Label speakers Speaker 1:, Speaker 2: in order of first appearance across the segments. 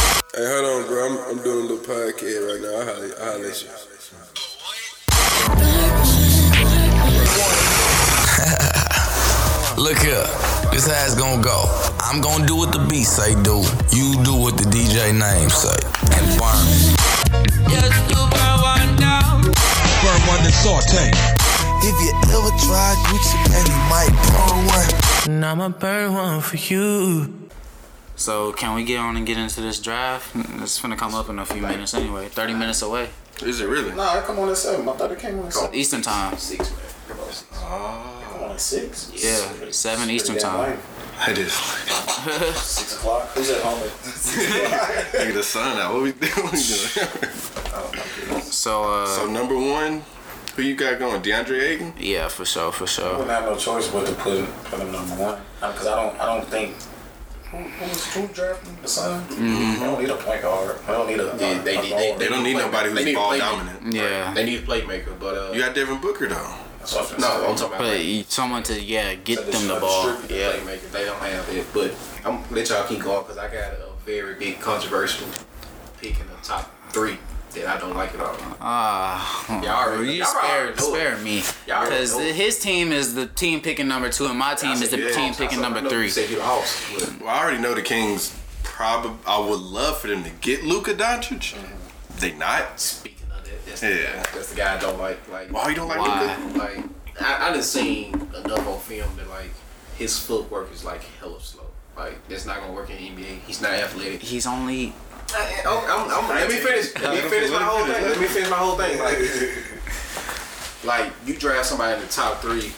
Speaker 1: Hey, hold on, bro. I'm, I'm doing a little podcast right now. I'll holler, I'll holler at you.
Speaker 2: Look here, this how it's gonna go. I'm gonna do what the beat say do. You do what the DJ name say. And burn it.
Speaker 3: Just to burn one down.
Speaker 4: Burn one and saute.
Speaker 5: If you ever try Gucci, man, you might burn one.
Speaker 3: And I'ma burn one for you.
Speaker 6: So can we get on and get into this drive? It's gonna come up in a few minutes anyway. Thirty minutes away,
Speaker 1: Is it really?
Speaker 7: Nah, I come on at seven. I thought it came on at seven.
Speaker 6: Eastern time.
Speaker 7: Come on at six.
Speaker 6: Yeah, seven
Speaker 7: Pretty
Speaker 6: Eastern
Speaker 7: damn
Speaker 6: time.
Speaker 7: lame.
Speaker 8: I just
Speaker 7: Six o'clock. Who's at home?
Speaker 8: look at the sun out. What we doing?
Speaker 6: So uh,
Speaker 8: so number one, who you got going? DeAndre Ayton.
Speaker 6: yeah, for sure, for
Speaker 7: I
Speaker 6: sure.
Speaker 7: wouldn't have no choice but to put put him number one because I don't I don't think. Who,
Speaker 9: Mm-hmm.
Speaker 7: who's who drafting the son? They don't need a point guard. They don't need a.
Speaker 9: They- they-
Speaker 7: a
Speaker 9: they-
Speaker 7: guard.
Speaker 8: They don't need
Speaker 9: Play-
Speaker 8: nobody
Speaker 9: they
Speaker 8: who's
Speaker 9: need
Speaker 8: ball
Speaker 9: play-
Speaker 8: dominant.
Speaker 6: Yeah.
Speaker 9: They need a playmaker, but uh,
Speaker 8: You got Devin Booker though.
Speaker 7: That's what I'm
Speaker 9: no,
Speaker 7: saying.
Speaker 9: I'm talking about
Speaker 6: But
Speaker 9: play-
Speaker 6: you- someone to yeah
Speaker 7: So
Speaker 6: get
Speaker 7: this
Speaker 6: them the
Speaker 7: one
Speaker 6: ball.
Speaker 7: distribute.
Speaker 6: Yeah,
Speaker 9: playmaker. They don't have it. But I'm gonna let y'all keep going because I got a very big controversial pick in the top three that I don't like at all.
Speaker 6: ah,
Speaker 9: Y'all already-
Speaker 6: you
Speaker 9: y'all
Speaker 6: spare
Speaker 9: already know it.
Speaker 6: spare me
Speaker 9: Y'all already
Speaker 6: because
Speaker 9: know it.
Speaker 6: his team is the team picking number two and my team
Speaker 9: I
Speaker 6: is
Speaker 9: said
Speaker 6: the
Speaker 9: you
Speaker 6: team
Speaker 9: lost. I
Speaker 6: picking
Speaker 9: said, I
Speaker 6: number
Speaker 9: know
Speaker 6: three.
Speaker 9: You said you lost. but
Speaker 8: Well, I already know the Kings. Probably, I would love for them to get Luka Doncic.
Speaker 9: Mm-hmm.
Speaker 8: They not.
Speaker 9: Speaking of that, that's,
Speaker 8: Yeah.
Speaker 9: the, guy, that's the guy I don't like. Like
Speaker 8: Why you don't like
Speaker 6: Why?
Speaker 8: Luka?
Speaker 9: Like I, I done seen enough on film that like his footwork is like hella slow. Like that's not gonna work in the NBA. He's not athletic.
Speaker 6: He's only
Speaker 9: I, I'm, I'm, I'm, let me finish. Let me finish my whole thing. Let me finish my whole thing. Like, like you draft somebody in the top three,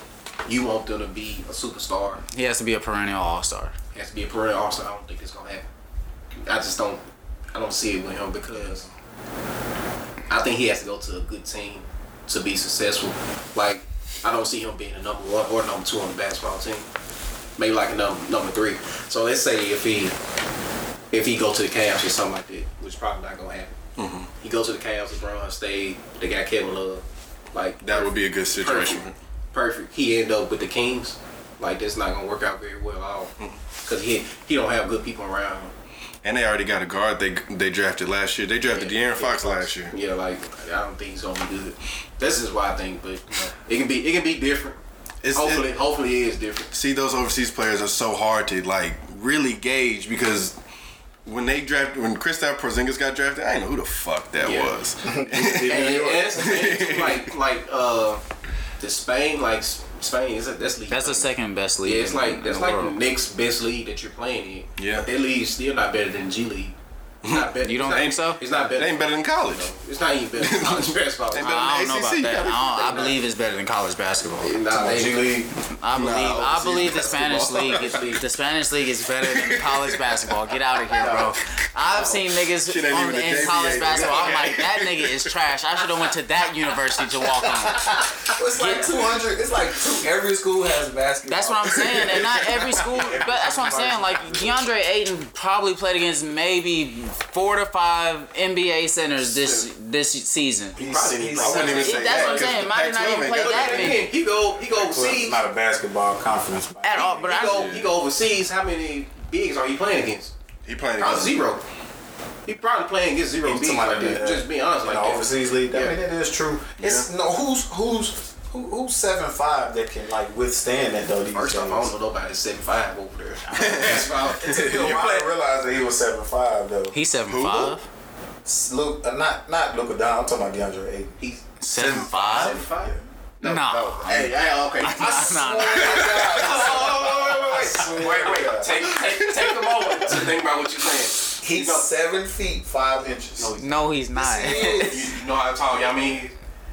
Speaker 9: you want them to be a superstar.
Speaker 6: he has to be a perennial all star.
Speaker 9: Has to be a perennial all star. I don't think it's gonna happen. I just don't. I don't see it with him because I think he has to go to a good team to be successful. Like, I don't see him being a number one or number two on the basketball team. Maybe like a number number three. So let's say if he if he go to the Cavs or something like that, which probably not gonna happen. He go to the Cavs, LeBron stayed. They got Kevin Love. Like
Speaker 8: That would be a good situation.
Speaker 9: Perfect. perfect. He end up with the Kings. Like that's not gonna work out very well at all because he he don't have good people around. him.
Speaker 8: And they already got a guard they they drafted last year. They drafted De'Aaron Fox last year.
Speaker 9: Yeah, like I don't think he's gonna be good. This is why I think, but you know, it can be it can be different.
Speaker 8: It's,
Speaker 9: hopefully,
Speaker 8: it-
Speaker 9: hopefully it is different.
Speaker 8: see those overseas players are so hard to like really gauge because when they draft when Kristaps Porzingis got drafted, I didn't know who the fuck that
Speaker 9: Yeah.
Speaker 8: was.
Speaker 9: And, and that's the thing, too, like like uh, the Spain like S- Spain is a, that's league.
Speaker 6: That's the second best league.
Speaker 9: Yeah, it's
Speaker 6: in- in
Speaker 9: like that's
Speaker 6: the
Speaker 9: like
Speaker 6: world.
Speaker 9: the next best league that you're playing in.
Speaker 8: Yeah.
Speaker 9: but that league's still not better than G League. It's not better.
Speaker 6: You don't
Speaker 9: it's not-
Speaker 6: think so?
Speaker 9: It's not
Speaker 8: They
Speaker 9: better.
Speaker 8: ain't better than college.
Speaker 9: It's not even better. than college basketball.
Speaker 8: They better-
Speaker 6: I don't know about
Speaker 8: ACC.
Speaker 6: that. I, don't, I believe it's better than college basketball.
Speaker 9: Nah, they-
Speaker 7: G League.
Speaker 6: I believe I
Speaker 9: overseas
Speaker 6: believe the Spanish league is, the Spanish league is better than college basketball. Get out of here, bro. I've seen niggas
Speaker 8: Shit ain't
Speaker 6: on-
Speaker 8: even a
Speaker 6: in
Speaker 8: JBA.
Speaker 6: college basketball. I'm like, that nigga is trash. I should have went to that university to walk on.
Speaker 7: It's like two hundred. It's like two. Every school has basketball.
Speaker 6: That's what I'm saying. And not every school, but that's what I'm saying. Like DeAndre Ayton probably played against maybe four to five NBA centers this this season.
Speaker 8: I wouldn't even say
Speaker 6: That's
Speaker 8: that.
Speaker 6: what I'm saying. Might not even play
Speaker 9: Look
Speaker 6: that
Speaker 9: at
Speaker 6: many
Speaker 9: him. He go he go overseas.
Speaker 7: not a basketball conference. but-
Speaker 6: at all. But
Speaker 9: He
Speaker 6: I,
Speaker 9: go he go overseas. How many bigs are you playing against?
Speaker 8: He playing
Speaker 9: Probably
Speaker 8: against
Speaker 9: zero. He probably playing against zero bigs. Like
Speaker 7: that,
Speaker 9: that. Just being honest,
Speaker 7: in
Speaker 9: like
Speaker 7: the
Speaker 9: that.
Speaker 7: overseas league. I
Speaker 9: Yeah.
Speaker 7: mean, that is true. It's no who's who's who, who's seven five that can like withstand that though. These
Speaker 9: First off, I
Speaker 7: days.
Speaker 9: don't know nobody seven five over there. That's why
Speaker 7: You
Speaker 9: I-
Speaker 7: know, I didn't realize that he was seven five though.
Speaker 6: he's seven five,
Speaker 7: S- Luke, uh, not not Luka Down. I'm talking about DeAndre Ayton.
Speaker 9: He's
Speaker 6: seven five.
Speaker 9: seven five.
Speaker 6: No.
Speaker 9: Hey, hey, okay. I
Speaker 6: Nah, nah,
Speaker 9: Oh, wait, wait, wait, wait, wait. Take, take, take a moment to think about what you're saying.
Speaker 7: He's
Speaker 9: you know,
Speaker 7: seven feet five inches.
Speaker 9: No,
Speaker 6: No, he's not.
Speaker 9: you, you know how tall y'all mean?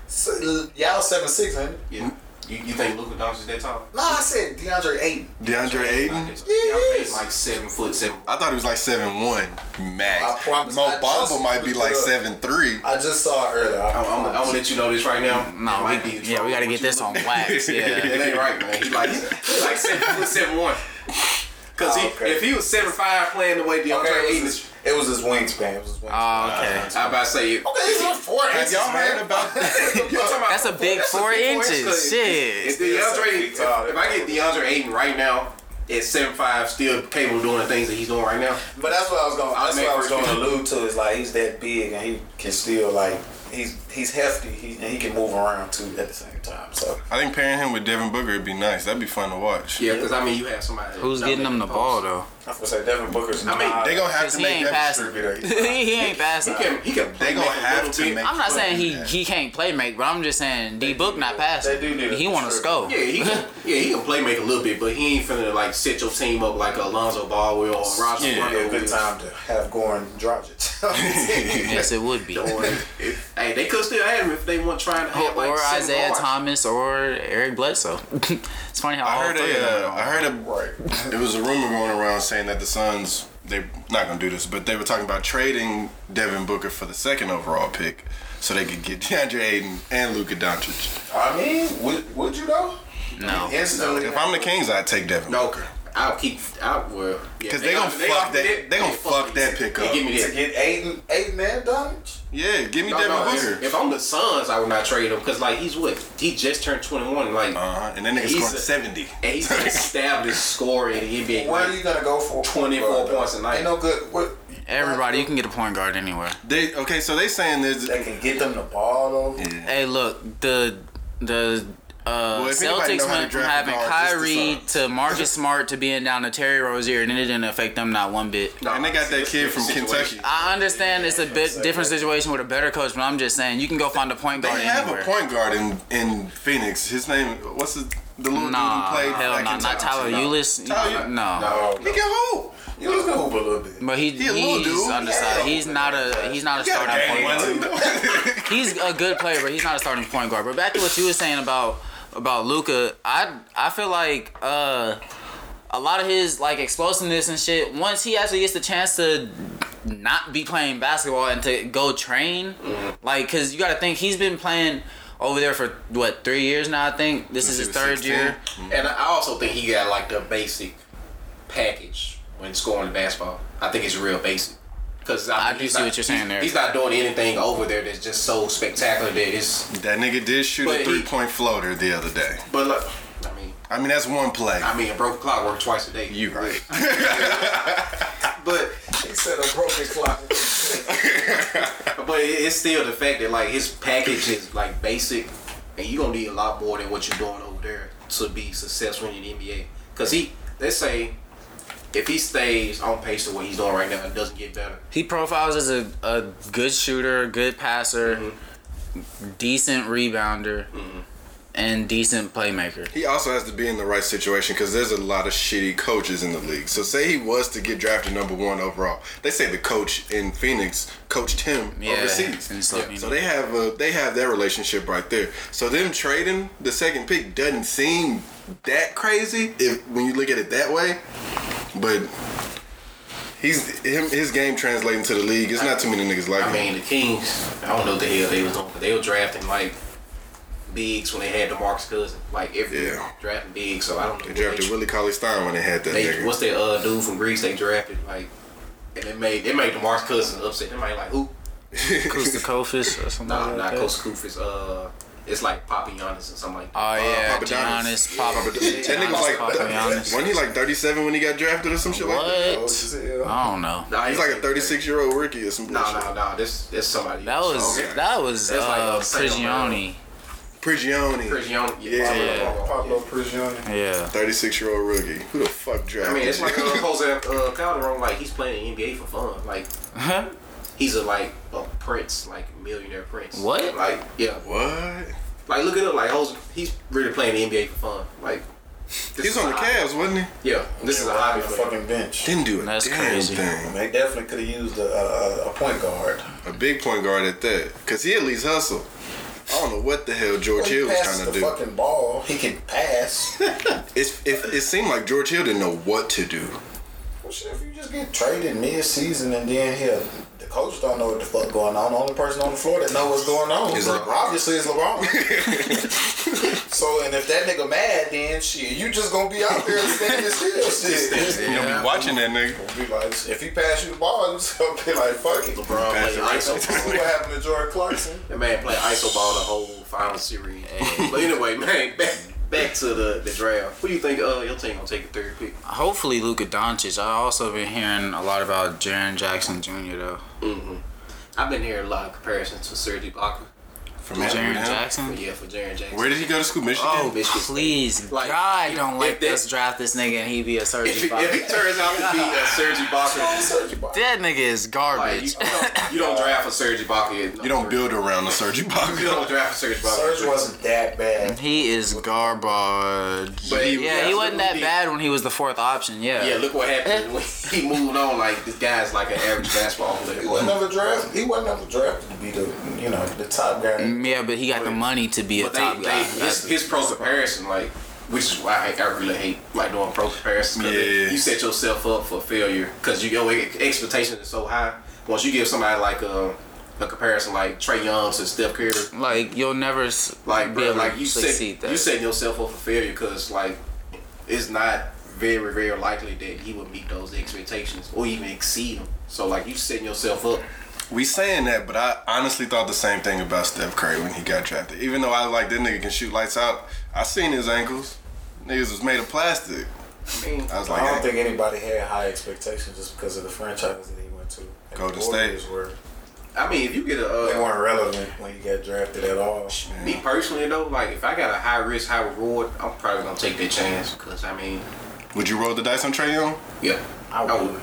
Speaker 7: S- Y'all seven six, ain't it?
Speaker 9: Yeah. You, you think Luka Doncic is that tall?
Speaker 7: No, I said DeAndre Ayton.
Speaker 8: DeAndre Ayton.
Speaker 9: Yes. He's like seven foot seven.
Speaker 8: I thought he was like seven one
Speaker 7: I
Speaker 8: max. Mo
Speaker 7: promise- I
Speaker 8: Bamba
Speaker 7: just
Speaker 8: might be
Speaker 7: looked
Speaker 8: like
Speaker 7: it up.
Speaker 8: seven three.
Speaker 7: I just saw it earlier. I,
Speaker 9: I'm, I'm, I'm gonna let you know this right now. It
Speaker 6: No,
Speaker 9: might
Speaker 6: we,
Speaker 9: be a
Speaker 6: yeah, we gotta
Speaker 9: trouble.
Speaker 6: get this on wax. Yeah.
Speaker 9: It ain't right, man. He like he like seven foot seven one. Cause he,
Speaker 7: Oh, okay.
Speaker 9: if he was seven five playing the way DeAndre
Speaker 7: okay, it
Speaker 9: Ayton
Speaker 7: was,
Speaker 9: is,
Speaker 7: his, it was his wingspan. It was his wingspan.
Speaker 6: Oh, okay.
Speaker 9: I about to say it.
Speaker 7: okay, he's on four
Speaker 8: Have
Speaker 7: inches,
Speaker 8: y'all heard
Speaker 7: man.
Speaker 8: about
Speaker 6: That's a big
Speaker 9: That's a
Speaker 6: four
Speaker 9: big four
Speaker 6: inches.
Speaker 9: inches.
Speaker 6: Shit.
Speaker 9: If DeAndre,
Speaker 7: He's
Speaker 9: if, if I get DeAndre Ayton right now, at seven five still capable of doing the things that he's doing right now.
Speaker 7: But that's what I was going. That's
Speaker 9: make
Speaker 7: what I was
Speaker 9: for
Speaker 7: going to
Speaker 9: you.
Speaker 7: allude to. Is like he's that big and he can still like he's he's hefty. He and he can move around too at the same time. So
Speaker 8: I think pairing him with Devin Booker would be nice. That'd be fun to watch.
Speaker 9: Yeah, because I mean, you have somebody that
Speaker 6: Who's getting them
Speaker 9: dominates
Speaker 6: the ball
Speaker 9: post.
Speaker 6: though?
Speaker 7: I was gonna say Devin Booker's.
Speaker 9: I mean,
Speaker 7: not-
Speaker 8: They gonna have
Speaker 6: Cause
Speaker 8: to
Speaker 6: he
Speaker 8: make
Speaker 6: ain't
Speaker 8: that
Speaker 6: passing.
Speaker 8: distributor.
Speaker 6: he ain't passing.
Speaker 9: He can, he can
Speaker 8: They gonna have to make.
Speaker 6: I'm not saying he
Speaker 8: Yeah.
Speaker 6: he can't play make, but I'm just saying D Book not passing.
Speaker 7: they do need a
Speaker 6: he want to
Speaker 7: distributor.
Speaker 6: score.
Speaker 9: Yeah, he can, yeah, he can play make a little bit, but he ain't finna like set your team up like Alonzo Ball will or Roger
Speaker 8: Yeah,
Speaker 9: Rondo
Speaker 7: Be a good
Speaker 9: will.
Speaker 7: time to have Goran Dragic.
Speaker 6: Yes, it would be.
Speaker 9: Or, hey, they could still have him if they want trying to
Speaker 6: Or,
Speaker 9: have like
Speaker 6: or
Speaker 9: seven
Speaker 6: Isaiah
Speaker 9: guards.
Speaker 6: Thomas or Eric Bledsoe. it's funny how
Speaker 8: I
Speaker 6: all
Speaker 8: heard
Speaker 6: three of them are
Speaker 8: a, uh,
Speaker 6: on.
Speaker 8: I heard a.
Speaker 7: right.
Speaker 8: It was a rumor going around saying that the Suns they not gonna do this, but they were talking about trading Devin Booker for the second overall pick, so they could get DeAndre Ayton and Luka Doncic.
Speaker 7: I mean, would, would you though?
Speaker 6: No.
Speaker 7: Instantly.
Speaker 8: If I'm the Kings, I'd take Devin.
Speaker 9: No,
Speaker 8: Booker.
Speaker 9: I'll keep. I will. yeah,
Speaker 8: Cause they gonna fuck that- they gonna fuck that pick up.
Speaker 9: Give me
Speaker 7: to
Speaker 9: that.
Speaker 7: get Aiden, Aiden and Doncic.
Speaker 8: Yeah, give me
Speaker 9: No,
Speaker 8: Devin
Speaker 9: no,
Speaker 8: Booker.
Speaker 9: if, if I'm the Suns, I would not trade him because like he's what he just turned 21, like
Speaker 8: uh huh. And then nigga
Speaker 9: He's
Speaker 8: scored
Speaker 9: a-
Speaker 8: seventy.
Speaker 9: and he's an established scorer in the NBA.
Speaker 7: Where
Speaker 9: Like,
Speaker 7: are you gonna go for
Speaker 9: 24 points a night.
Speaker 7: Ain't no good. What,
Speaker 6: Everybody, you can get a point guard anywhere.
Speaker 8: They okay, so they saying there's
Speaker 7: They can get them the ball though.
Speaker 6: Hey, look, the the uh,
Speaker 8: Well, if anybody know
Speaker 6: Celtics
Speaker 8: how to
Speaker 6: went from
Speaker 8: draft a
Speaker 6: having
Speaker 8: guard, it's the
Speaker 6: Kyrie
Speaker 8: Suns.
Speaker 6: to Marcus Smart to being down to Terry Rozier, and it didn't affect them not one bit.
Speaker 9: Nah,
Speaker 8: and they got that
Speaker 9: it's a
Speaker 8: kid
Speaker 9: different
Speaker 8: from
Speaker 9: situation.
Speaker 8: Kentucky.
Speaker 6: I understand it's a bit different situation with a better coach, but I'm just saying you can go find a point
Speaker 8: They
Speaker 6: guard
Speaker 8: have
Speaker 6: anywhere.
Speaker 8: a point guard in, in Phoenix. His name what's his the little
Speaker 6: Nah,
Speaker 8: dude who played
Speaker 6: hell
Speaker 8: back
Speaker 6: no,
Speaker 8: in
Speaker 6: not Tyler
Speaker 8: Towns?
Speaker 6: Ulis.
Speaker 8: Tyler-
Speaker 6: no.
Speaker 7: Oh,
Speaker 8: Nigga who?
Speaker 7: you was gonna hoop a little bit.
Speaker 6: But he,
Speaker 8: He a little
Speaker 6: he's
Speaker 8: dude.
Speaker 6: undersized.
Speaker 8: Yeah.
Speaker 6: He's not a he's not a starting point guard. He's a good player, but he's not a starting point guard. But back to what you were saying about about Luca, I I feel like uh a lot of his like explosiveness and shit. Once he actually gets the chance to not be playing basketball and to go train,
Speaker 8: Mm-hmm.
Speaker 6: like because you got to think he's been playing over there for what three years now. I think this is
Speaker 8: he
Speaker 6: his
Speaker 8: was
Speaker 6: third
Speaker 8: 16.
Speaker 6: year.
Speaker 9: And I also think he got like the basic package when scoring the basketball. I think it's real basic. Cause
Speaker 6: I
Speaker 9: I,
Speaker 6: do
Speaker 9: he's
Speaker 6: see
Speaker 9: not-
Speaker 6: what you're saying there.
Speaker 9: He's not doing anything over there that's just so spectacular that it's.
Speaker 8: That nigga did shoot
Speaker 9: But
Speaker 8: a
Speaker 9: he-
Speaker 8: three point floater the other day.
Speaker 9: But look, I mean,
Speaker 8: I mean that's one play.
Speaker 9: I mean, a broken clock works twice a day.
Speaker 8: you right.
Speaker 9: But
Speaker 7: He said a broken clock.
Speaker 9: but it- it's still the fact that like his package is like basic, and you gonna need a lot more than what you're doing over there to be successful in the NBA. Cause he, let's say, if he stays on pace to what he's doing right now and doesn't get better,
Speaker 6: He profiles as a, a good shooter, good passer,
Speaker 8: Mm-hmm.
Speaker 6: decent rebounder, and decent playmaker.
Speaker 8: He also has to be in the right situation because there's a lot of shitty coaches in the league. So say he was to get drafted number one overall, they say the coach in Phoenix coached him
Speaker 6: Yeah,
Speaker 8: overseas.
Speaker 6: in Slovenia.
Speaker 8: So they have a they have that relationship right there. So them trading the second pick doesn't seem that crazy if when you look at it that way. But he's him his game translating to the league. It's not too many niggas like
Speaker 9: I
Speaker 8: him.
Speaker 9: mean, the Kings, I don't know what the hell they was on, but they were drafting like bigs when they had DeMarcus Cousins. Like every
Speaker 8: Yeah.
Speaker 9: drafting bigs, so I don't know.
Speaker 8: They
Speaker 9: what
Speaker 8: drafted Willie Cauley Stein when they had that
Speaker 9: they,
Speaker 8: nigga.
Speaker 9: what's that uh, dude from Greece they drafted? Like, and they made they made DeMarcus Cousins upset. They made like who?
Speaker 6: Kostakofis or something
Speaker 9: Nah,
Speaker 6: like
Speaker 9: not
Speaker 6: that.
Speaker 9: Coach Koof is uh, it's like Papa Giannis or something like that.
Speaker 6: Oh yeah,
Speaker 8: Papa
Speaker 6: Giannis,
Speaker 8: Donis.
Speaker 6: Papa.
Speaker 8: that nigga was like,
Speaker 6: Giannis.
Speaker 8: wasn't he like 37 when he got drafted or some shit like that?
Speaker 6: What? I don't know.
Speaker 9: Uh, Nah,
Speaker 8: He's like a 36 year old rookie or some bullshit.
Speaker 9: Nah, nah, nah. This this somebody.
Speaker 6: That was
Speaker 9: Okay.
Speaker 6: that was
Speaker 9: That's like
Speaker 6: uh,
Speaker 9: upside down.
Speaker 6: Prigioni.
Speaker 8: Prigioni,
Speaker 9: Prigioni.
Speaker 8: Yeah.
Speaker 7: Pablo
Speaker 9: Pablo.
Speaker 7: Prigioni.
Speaker 6: Yeah.
Speaker 8: 36 year old rookie. Who the fuck drafted?
Speaker 9: I mean, it's like
Speaker 8: him?
Speaker 9: uh, Jose uh, Calderon. Like he's playing the NBA for fun. Like he's a like a prince, like millionaire prince.
Speaker 6: What?
Speaker 9: Like yeah.
Speaker 8: what?
Speaker 9: Like look it up. Like Jose, he's really playing the NBA for fun. Like this
Speaker 8: He's
Speaker 9: is
Speaker 8: on the
Speaker 9: a hobby.
Speaker 8: Cavs, wasn't he?
Speaker 9: Yeah, this is a hobby
Speaker 7: the
Speaker 9: for him.
Speaker 7: fucking bench.
Speaker 8: Didn't do a
Speaker 6: That's
Speaker 8: damn
Speaker 6: crazy.
Speaker 8: thing.
Speaker 7: They definitely could have used a, a, a point guard.
Speaker 8: A big point guard at that, cause he at least hustle. I don't know what the hell George
Speaker 7: He
Speaker 8: Hill was
Speaker 7: passes
Speaker 8: trying to
Speaker 7: the
Speaker 8: do.
Speaker 7: fucking ball. He can pass.
Speaker 8: It's, it, it seemed like George Hill didn't know what to do.
Speaker 7: Well, shit, if you just get traded mid-season and then here, the coach don't know what the fuck going on. The only person on the floor that know what's going on
Speaker 8: Is
Speaker 7: is
Speaker 8: LeBron.
Speaker 7: obviously is LeBron. so, and if that nigga mad, then shit, you just gonna be out there standing still. Shit.
Speaker 8: You don't be watching that nigga.
Speaker 7: Be like, if he pass you the ball, you just gonna be like, fuck it. LeBron.
Speaker 9: LeBron
Speaker 8: Pass it
Speaker 9: played
Speaker 8: right
Speaker 9: ISO.
Speaker 7: See what happened to Jordan Clarkson?
Speaker 9: That man played ISO ball the whole final series. but anyway, man, back back to the, the draft. Who you think uh, your team gonna take the third pick?
Speaker 6: Hopefully, Luka Doncic. I also been hearing a lot about Jaron Jackson Jr. though.
Speaker 9: I've been hearing a lot of comparisons to Serge Ibaka.
Speaker 8: From
Speaker 6: Jaron
Speaker 8: Atlanta.
Speaker 9: But
Speaker 6: Jackson.
Speaker 9: yeah, for Jaron Jackson.
Speaker 8: Where did he go to school? Michigan.
Speaker 6: Oh
Speaker 9: Michigan State.
Speaker 6: please,
Speaker 9: Like,
Speaker 6: God,
Speaker 9: if-
Speaker 6: don't
Speaker 9: if
Speaker 6: let
Speaker 9: that-
Speaker 6: us draft this nigga and he be a Serge
Speaker 9: if, he- if he
Speaker 6: Ibaka.
Speaker 9: turns out to be a Serge Ibaka,
Speaker 6: That nigga is
Speaker 9: like, you,
Speaker 6: garbage.
Speaker 9: you don't, you don't draft for Serge Ibaka.
Speaker 8: You don't build around the Serge
Speaker 9: You
Speaker 8: Ibaka.
Speaker 9: don't draft for Serge Ibaka.
Speaker 7: Serge wasn't that bad.
Speaker 6: He is garbage.
Speaker 9: But he-
Speaker 6: yeah, he wasn't that bad when he was the fourth option. Yeah.
Speaker 9: Yeah, look what happened when he moved on. Like this guy's like an average basketball player.
Speaker 7: He wasn't
Speaker 8: Mm-hmm.
Speaker 7: ever drafted. He wasn't ever drafted to be the you know the top guy.
Speaker 8: Mm-hmm.
Speaker 6: Yeah, but he got the money to be a
Speaker 9: But
Speaker 6: top
Speaker 9: they,
Speaker 6: guy.
Speaker 9: they, his, his pro comparison, like, which is why I, I really hate like doing pro comparisons. 'cause
Speaker 8: Yeah.
Speaker 9: you set yourself up for failure because you, your ex- expectations are so high. Once you give somebody like a, a comparison like Trey Young to Steph Curry,
Speaker 6: like you'll never s-
Speaker 9: like
Speaker 6: be
Speaker 9: bro,
Speaker 6: able
Speaker 9: like
Speaker 6: to
Speaker 9: you
Speaker 6: succeed
Speaker 9: set
Speaker 6: that.
Speaker 9: you setting yourself up for failure because like it's not very very likely that he would meet those expectations or even exceed them. So like you setting yourself up.
Speaker 8: We saying that, but I honestly thought the same thing about Steph Curry when he got drafted. Even though I like that nigga can shoot lights out, I seen his ankles. Niggas was made of plastic.
Speaker 9: I mean,
Speaker 8: I was like,
Speaker 7: I don't
Speaker 8: hey,
Speaker 7: think anybody had high expectations just because of the franchises that he went to. And
Speaker 8: Golden
Speaker 7: the
Speaker 8: State.
Speaker 7: Warriors Were,
Speaker 9: I mean, if you get a
Speaker 7: they
Speaker 9: uh,
Speaker 7: weren't relevant when he got drafted at all.
Speaker 9: Me personally though, like if I got a high risk, high reward, I'm probably gonna take that chance because I mean,
Speaker 8: would you roll the dice on Trey Young?
Speaker 9: yeah,
Speaker 7: I
Speaker 9: I
Speaker 7: would.
Speaker 9: would,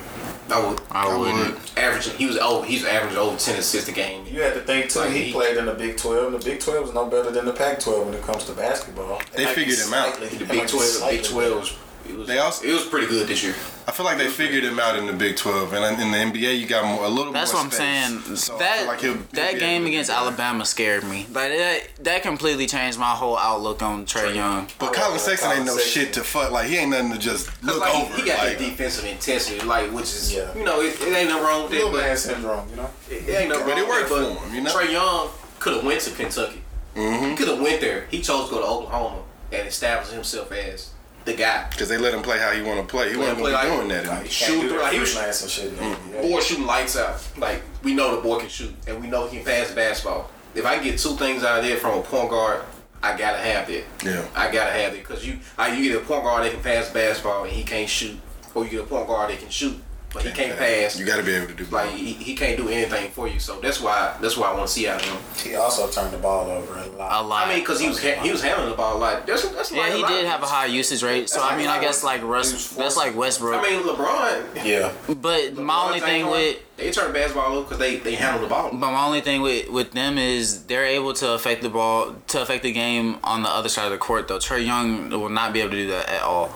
Speaker 9: I would.
Speaker 6: I wouldn't.
Speaker 9: Averaging, he was over. He's averaging over ten assists a game.
Speaker 7: You had to think too.
Speaker 9: Like,
Speaker 7: he,
Speaker 9: he-
Speaker 7: played in the Big Twelve, and the Big Twelve is no better than the Pac twelve when it comes to basketball.
Speaker 8: They figured him out.
Speaker 9: The Big Twelve, the Big Twelve, was, it was
Speaker 8: They also-
Speaker 9: it was pretty good this year.
Speaker 8: I feel like they figured him out in the Big 12, and in the NBA, you got more, a little
Speaker 6: That's
Speaker 8: more
Speaker 6: what I'm saying.
Speaker 8: space. So I
Speaker 6: that
Speaker 8: feel like he'll- he'll
Speaker 6: that
Speaker 8: be
Speaker 6: game
Speaker 8: able to
Speaker 6: against
Speaker 8: do that.
Speaker 6: Alabama scared me. Like that, that completely changed my whole outlook on Trey Young.
Speaker 8: But Colin Sexton ain't no
Speaker 7: Colin Sexton.
Speaker 8: shit to fuck. Like he ain't nothing to just look
Speaker 9: like, he-
Speaker 8: over.
Speaker 9: He got
Speaker 8: like,
Speaker 9: that defensive intensity, like which is
Speaker 7: Yeah.
Speaker 9: you know it, it ain't no wrong with
Speaker 7: Little man
Speaker 9: that,
Speaker 7: syndrome, you know.
Speaker 9: but it, it ain't no
Speaker 8: But it
Speaker 9: wrong
Speaker 8: worked
Speaker 9: with that,
Speaker 8: for
Speaker 9: but
Speaker 8: him, you know? Mm-hmm.
Speaker 9: Trey Young could have went to Kentucky. He could have went there. He chose to go to Oklahoma and establish himself as the guy.
Speaker 8: Cause they let him play how he want to play. He
Speaker 9: Let
Speaker 8: wasn't
Speaker 9: him play
Speaker 8: gonna be
Speaker 9: like-
Speaker 8: doing that.
Speaker 9: like,
Speaker 8: anymore.
Speaker 9: Shoot
Speaker 7: Can't do
Speaker 9: through-
Speaker 7: that
Speaker 9: he was-
Speaker 7: freelance and shit. man. Yeah.
Speaker 9: boy shooting lights out. Like we know the boy can shoot, and we know he can pass the basketball. If I can get two things out of there from a point guard, I gotta have that.
Speaker 8: Yeah.
Speaker 9: I gotta have it because you, I, you get a point guard that can pass the basketball and he can't shoot, or you get a point guard that can shoot but he can't pass.
Speaker 8: You got to be able to do.
Speaker 9: like
Speaker 8: Like,
Speaker 9: he, he can't do anything for you. So that's why that's why I want to see out of him.
Speaker 7: He also turned the ball over a lot.
Speaker 6: A lot.
Speaker 9: I mean, because he was ha- he was handling the ball like that's that's
Speaker 6: yeah,
Speaker 9: like
Speaker 6: he
Speaker 9: lot
Speaker 6: did
Speaker 9: of
Speaker 6: have a
Speaker 9: things.
Speaker 6: high usage rate. So
Speaker 9: That's
Speaker 6: I mean,
Speaker 9: like
Speaker 6: I guess like
Speaker 9: he
Speaker 6: Russ,
Speaker 9: was forced-
Speaker 6: that's like Westbrook.
Speaker 9: I mean, LeBron.
Speaker 7: Yeah,
Speaker 6: but my only
Speaker 9: LeBron
Speaker 6: thing
Speaker 9: James,
Speaker 6: with
Speaker 9: they turn the basketball over because they they handle the ball.
Speaker 6: But my only thing with, with them is they're able to affect the ball to affect the game on the other side of the court though. Trey Young will not be able to do that at all.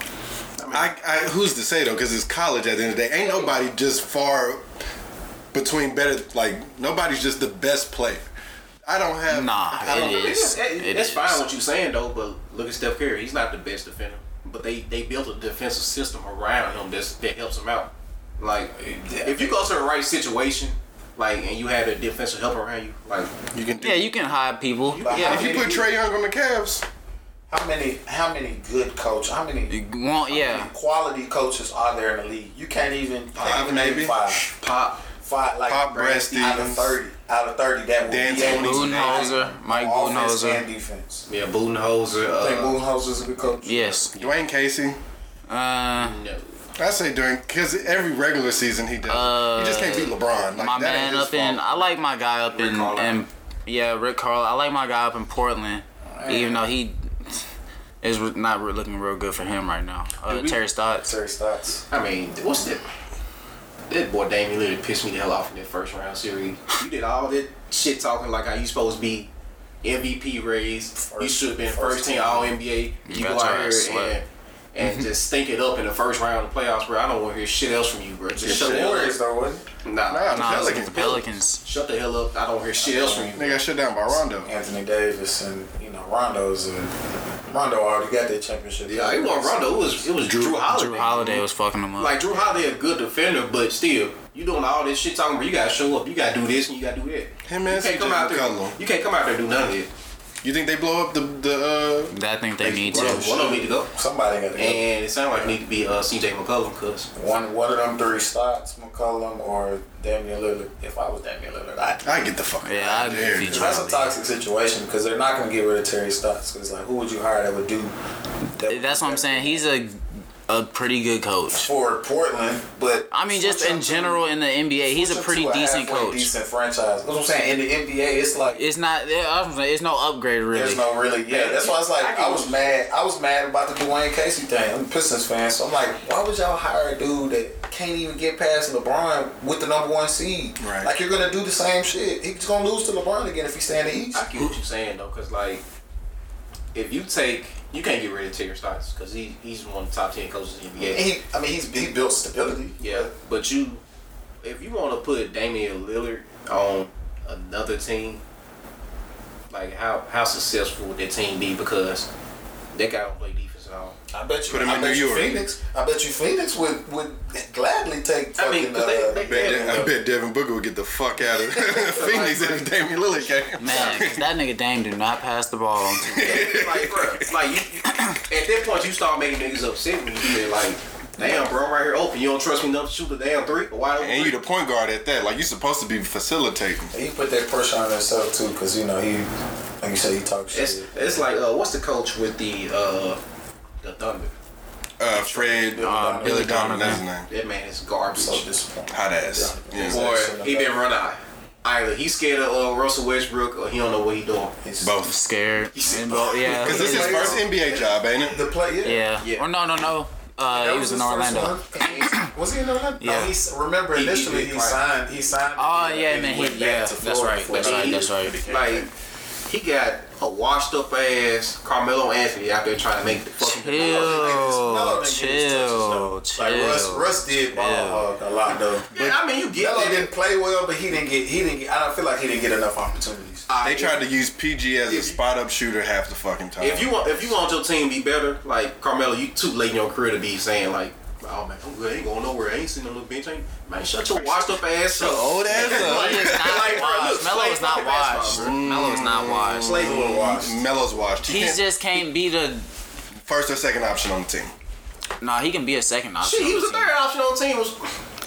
Speaker 8: I, I, who's to say though? Cause it's college at the end of the day. Ain't nobody just far between better. Like nobody's just the best player. I don't have.
Speaker 6: Nah,
Speaker 8: I don't-
Speaker 6: it is.
Speaker 9: It- it-
Speaker 6: It
Speaker 9: it's
Speaker 6: is.
Speaker 9: fine what you're saying though, but look at Steph Curry. He's not the best defender, but they they built a defensive system around him that's, that helps him out. Like if you go to the right situation, like and you had a defensive help around you, like
Speaker 8: You can do.
Speaker 6: Yeah, you can hide people.
Speaker 7: But
Speaker 6: yeah,
Speaker 7: how
Speaker 8: If you put Trey Young on the Cavs,
Speaker 7: How many? How many good coach? How many
Speaker 6: you won't. Yeah,
Speaker 7: quality coaches are there in the league? You can't even
Speaker 8: Five,
Speaker 7: you can't even
Speaker 8: maybe.
Speaker 7: Five,
Speaker 9: Pop,
Speaker 7: five, like
Speaker 8: Pop Brad
Speaker 7: out of
Speaker 8: Stevens.
Speaker 7: thirty, out of thirty that will
Speaker 8: Dan
Speaker 7: be able to
Speaker 8: Tony.
Speaker 6: Budenholzer, Mike
Speaker 7: offense and
Speaker 6: Budenholzer.
Speaker 7: defense.
Speaker 9: yeah, Budenholzer.
Speaker 7: I think
Speaker 9: Uh,
Speaker 7: Budenholzer's a good coach.
Speaker 6: Yes.
Speaker 8: Dwayne Casey.
Speaker 6: Uh,
Speaker 9: no.
Speaker 8: I say during because every regular season he does. it. he just can't beat LeBron. Like,
Speaker 6: my
Speaker 8: that
Speaker 6: man
Speaker 8: ain't his
Speaker 6: up in.
Speaker 8: fault.
Speaker 6: I like my guy up in.
Speaker 9: Carlisle.
Speaker 6: in- yeah, Rick Carl. I like my guy up in Portland, even though he is re- not re- looking real good for him right now. Uh,
Speaker 9: we-
Speaker 6: Terry Stotts.
Speaker 7: Terry Stotts.
Speaker 9: I mean, what's that? That boy Damian Lillard pissed me the hell off in that first round series. You did all that shit talking like how you supposed to be MVP raised. you should have been first,
Speaker 7: first
Speaker 9: team
Speaker 7: team.
Speaker 9: All NBA. You,
Speaker 6: You
Speaker 9: go
Speaker 6: got your
Speaker 9: out
Speaker 6: ass
Speaker 9: here and,
Speaker 6: slapped. Mm-hmm.
Speaker 9: and just stink it up in the first round of the playoffs, bro. I don't want to hear shit else from you, bro. Just shut the hell
Speaker 7: Warriors
Speaker 9: up.
Speaker 7: though, wasn't it?
Speaker 9: Uh,
Speaker 8: Nah,
Speaker 9: Nah,
Speaker 6: Nah, it's
Speaker 8: Pelicans.
Speaker 6: the Pelicans.
Speaker 9: shut the hell up. I don't hear shit else from you.
Speaker 8: They got shut down by Rondo.
Speaker 7: Anthony Davis and you know Rondo's and Rondo already got their championship.
Speaker 9: Yeah, it wasn't Rondo. It was it was Drew, Holiday.
Speaker 6: Drew Holiday was fucking him up.
Speaker 9: Like Drew Holiday, a good defender, but still, you doing all this shit talking. But you gotta show up. You gotta do this and you gotta do that.
Speaker 8: Him
Speaker 9: you
Speaker 8: and
Speaker 9: can't
Speaker 8: CJ
Speaker 9: come out
Speaker 8: McCollum.
Speaker 9: there. You can't come out there and do none of it.
Speaker 8: You think they blow up the the? Uh,
Speaker 6: I think they need
Speaker 9: One of,
Speaker 6: to.
Speaker 9: one of them need to go.
Speaker 7: Somebody got to go.
Speaker 9: And it sounds like it need to be uh, CJ McCollum because
Speaker 7: One one of them three Stotts, McCollum or Damian Lillard. If I was Damian Lillard, I'd
Speaker 8: uh, I get the fuck.
Speaker 6: Yeah,
Speaker 8: out
Speaker 6: I'd
Speaker 8: of there.
Speaker 6: be-
Speaker 7: That's a toxic situation because they're not going to get rid of Terry Stotts. Because like, who would you hire that would do that
Speaker 6: That's what I'm saying. He's a a pretty good coach.
Speaker 7: for Portland, but
Speaker 6: I mean, just
Speaker 7: switch
Speaker 6: in
Speaker 7: up to-
Speaker 6: general in the NBA, he's a
Speaker 7: switch up
Speaker 6: pretty
Speaker 7: to
Speaker 6: decent
Speaker 7: halfway
Speaker 6: coach.
Speaker 7: Decent franchise. That's what I'm saying. In the NBA, it's like
Speaker 6: It's not. yeah, I was saying, It's no upgrade really.
Speaker 7: There's no really, yeah. That's why I was like,
Speaker 9: I
Speaker 7: I,
Speaker 9: can-
Speaker 7: was mad. I was mad about the Dwayne Casey thing. I'm a Pistons fan, so I'm like, why would y'all hire a dude that can't even get past LeBron with the number one seed?
Speaker 8: Right.
Speaker 7: Like you're gonna do the same shit. He's gonna lose to LeBron again if he stay in the East.
Speaker 9: I get what you're saying though, because like, if you take, you can't get rid of Terry Stotts because he he's one of the top ten coaches in the NBA.
Speaker 7: And he, I mean, he's he built stability.
Speaker 9: Yeah, but you, if you want to put Damian Lillard on another team, like how how successful would that team be? Because that guy don't play defense at all.
Speaker 7: I bet you.
Speaker 8: Put him
Speaker 7: I
Speaker 8: in
Speaker 7: bet
Speaker 8: New
Speaker 7: you
Speaker 8: York.
Speaker 7: Phoenix. I bet you Phoenix would would gladly take.
Speaker 9: I
Speaker 7: Fucking,
Speaker 9: mean, 'cause
Speaker 7: uh,
Speaker 9: they,
Speaker 8: I
Speaker 9: they,
Speaker 8: bet,
Speaker 9: they,
Speaker 8: I bet Devin Booker would get the fuck out of Phoenix if Damian Lillard came.
Speaker 6: Man, 'cause that nigga Dame do not pass the ball. on to-
Speaker 9: like, bruh, like you, you, at that point, you start making niggas upset when you feel like, damn, bro, I'm right here open. You don't trust me enough to shoot the damn three? Or wide open
Speaker 8: And you
Speaker 9: three?
Speaker 8: the point guard at that. Like you supposed to be facilitating.
Speaker 7: he put that pressure on himself too, because you know he, like you said, he talks shit.
Speaker 9: It's, it's like, uh, what's the coach with the uh, the Thunder?
Speaker 8: Uh, Fred
Speaker 6: Um,
Speaker 7: Uh,
Speaker 8: uh,
Speaker 7: Billy
Speaker 8: Billy Donovan, that's his name.
Speaker 9: That man is garbage.
Speaker 7: so disappointed.
Speaker 8: Hot ass. Yeah.
Speaker 9: Or
Speaker 7: Exactly.
Speaker 9: he been run out. Either he's scared of uh, Russell Westbrook or he don't know what he doing.
Speaker 7: He's-
Speaker 8: Both.
Speaker 6: Scared. And bo- yeah.
Speaker 8: Cause this is his first NBA job, ain't it?
Speaker 7: The play, yeah.
Speaker 6: Yeah.
Speaker 9: Yeah.
Speaker 6: Or no, no, no. Uh,
Speaker 7: That
Speaker 6: he was, in
Speaker 7: his first
Speaker 6: Orlando.
Speaker 7: one. was he in Orlando?
Speaker 6: Yeah.
Speaker 7: No, he's, remember
Speaker 9: He- he
Speaker 7: initially
Speaker 9: did,
Speaker 7: he,
Speaker 9: right.
Speaker 7: signed. He signed.
Speaker 6: Oh
Speaker 7: and
Speaker 6: yeah, man.
Speaker 7: went
Speaker 6: He,
Speaker 7: back
Speaker 6: yeah.
Speaker 7: to
Speaker 6: That's
Speaker 7: Florida
Speaker 6: right.
Speaker 7: for
Speaker 6: That's
Speaker 7: it.
Speaker 6: right.
Speaker 9: he-
Speaker 6: That's right.
Speaker 9: Like he got a washed up ass Carmelo Anthony out there trying to make the fucking.
Speaker 7: No,
Speaker 6: Chill,
Speaker 7: nigga,
Speaker 6: chill,
Speaker 7: it's touches, though. Like Russ,
Speaker 6: chill.
Speaker 7: Russ did ball
Speaker 6: Yeah.
Speaker 7: hog a lot though.
Speaker 9: Yeah, I mean you get
Speaker 7: Yellow
Speaker 9: that.
Speaker 7: didn't play well, but he didn't get. He didn't get. I don't feel like he didn't get enough opportunities.
Speaker 8: They tried to use PG as a spot up shooter half the fucking time.
Speaker 9: If you want, if you want your team to be better, like Carmelo, you too late in your career to be saying like, "Oh man, I'm good. I ain't going nowhere. I ain't sitting on the bench. I ain't, man, shut your washed up ass up."
Speaker 8: old ass
Speaker 6: He is
Speaker 9: Like,
Speaker 6: not
Speaker 9: bro,
Speaker 6: washed.
Speaker 9: look,
Speaker 6: Melo is not washed. Melo
Speaker 9: play basketball, bro.
Speaker 6: is not washed.
Speaker 7: Plays a little washed.
Speaker 8: Melo's washed. He
Speaker 6: He
Speaker 8: can't-
Speaker 6: just can't be the.
Speaker 8: first or second option on the team.
Speaker 6: Nah, he can be a second option.
Speaker 9: Shit, he
Speaker 6: on
Speaker 9: was
Speaker 6: the
Speaker 9: a
Speaker 6: team.
Speaker 9: third option on the team. Was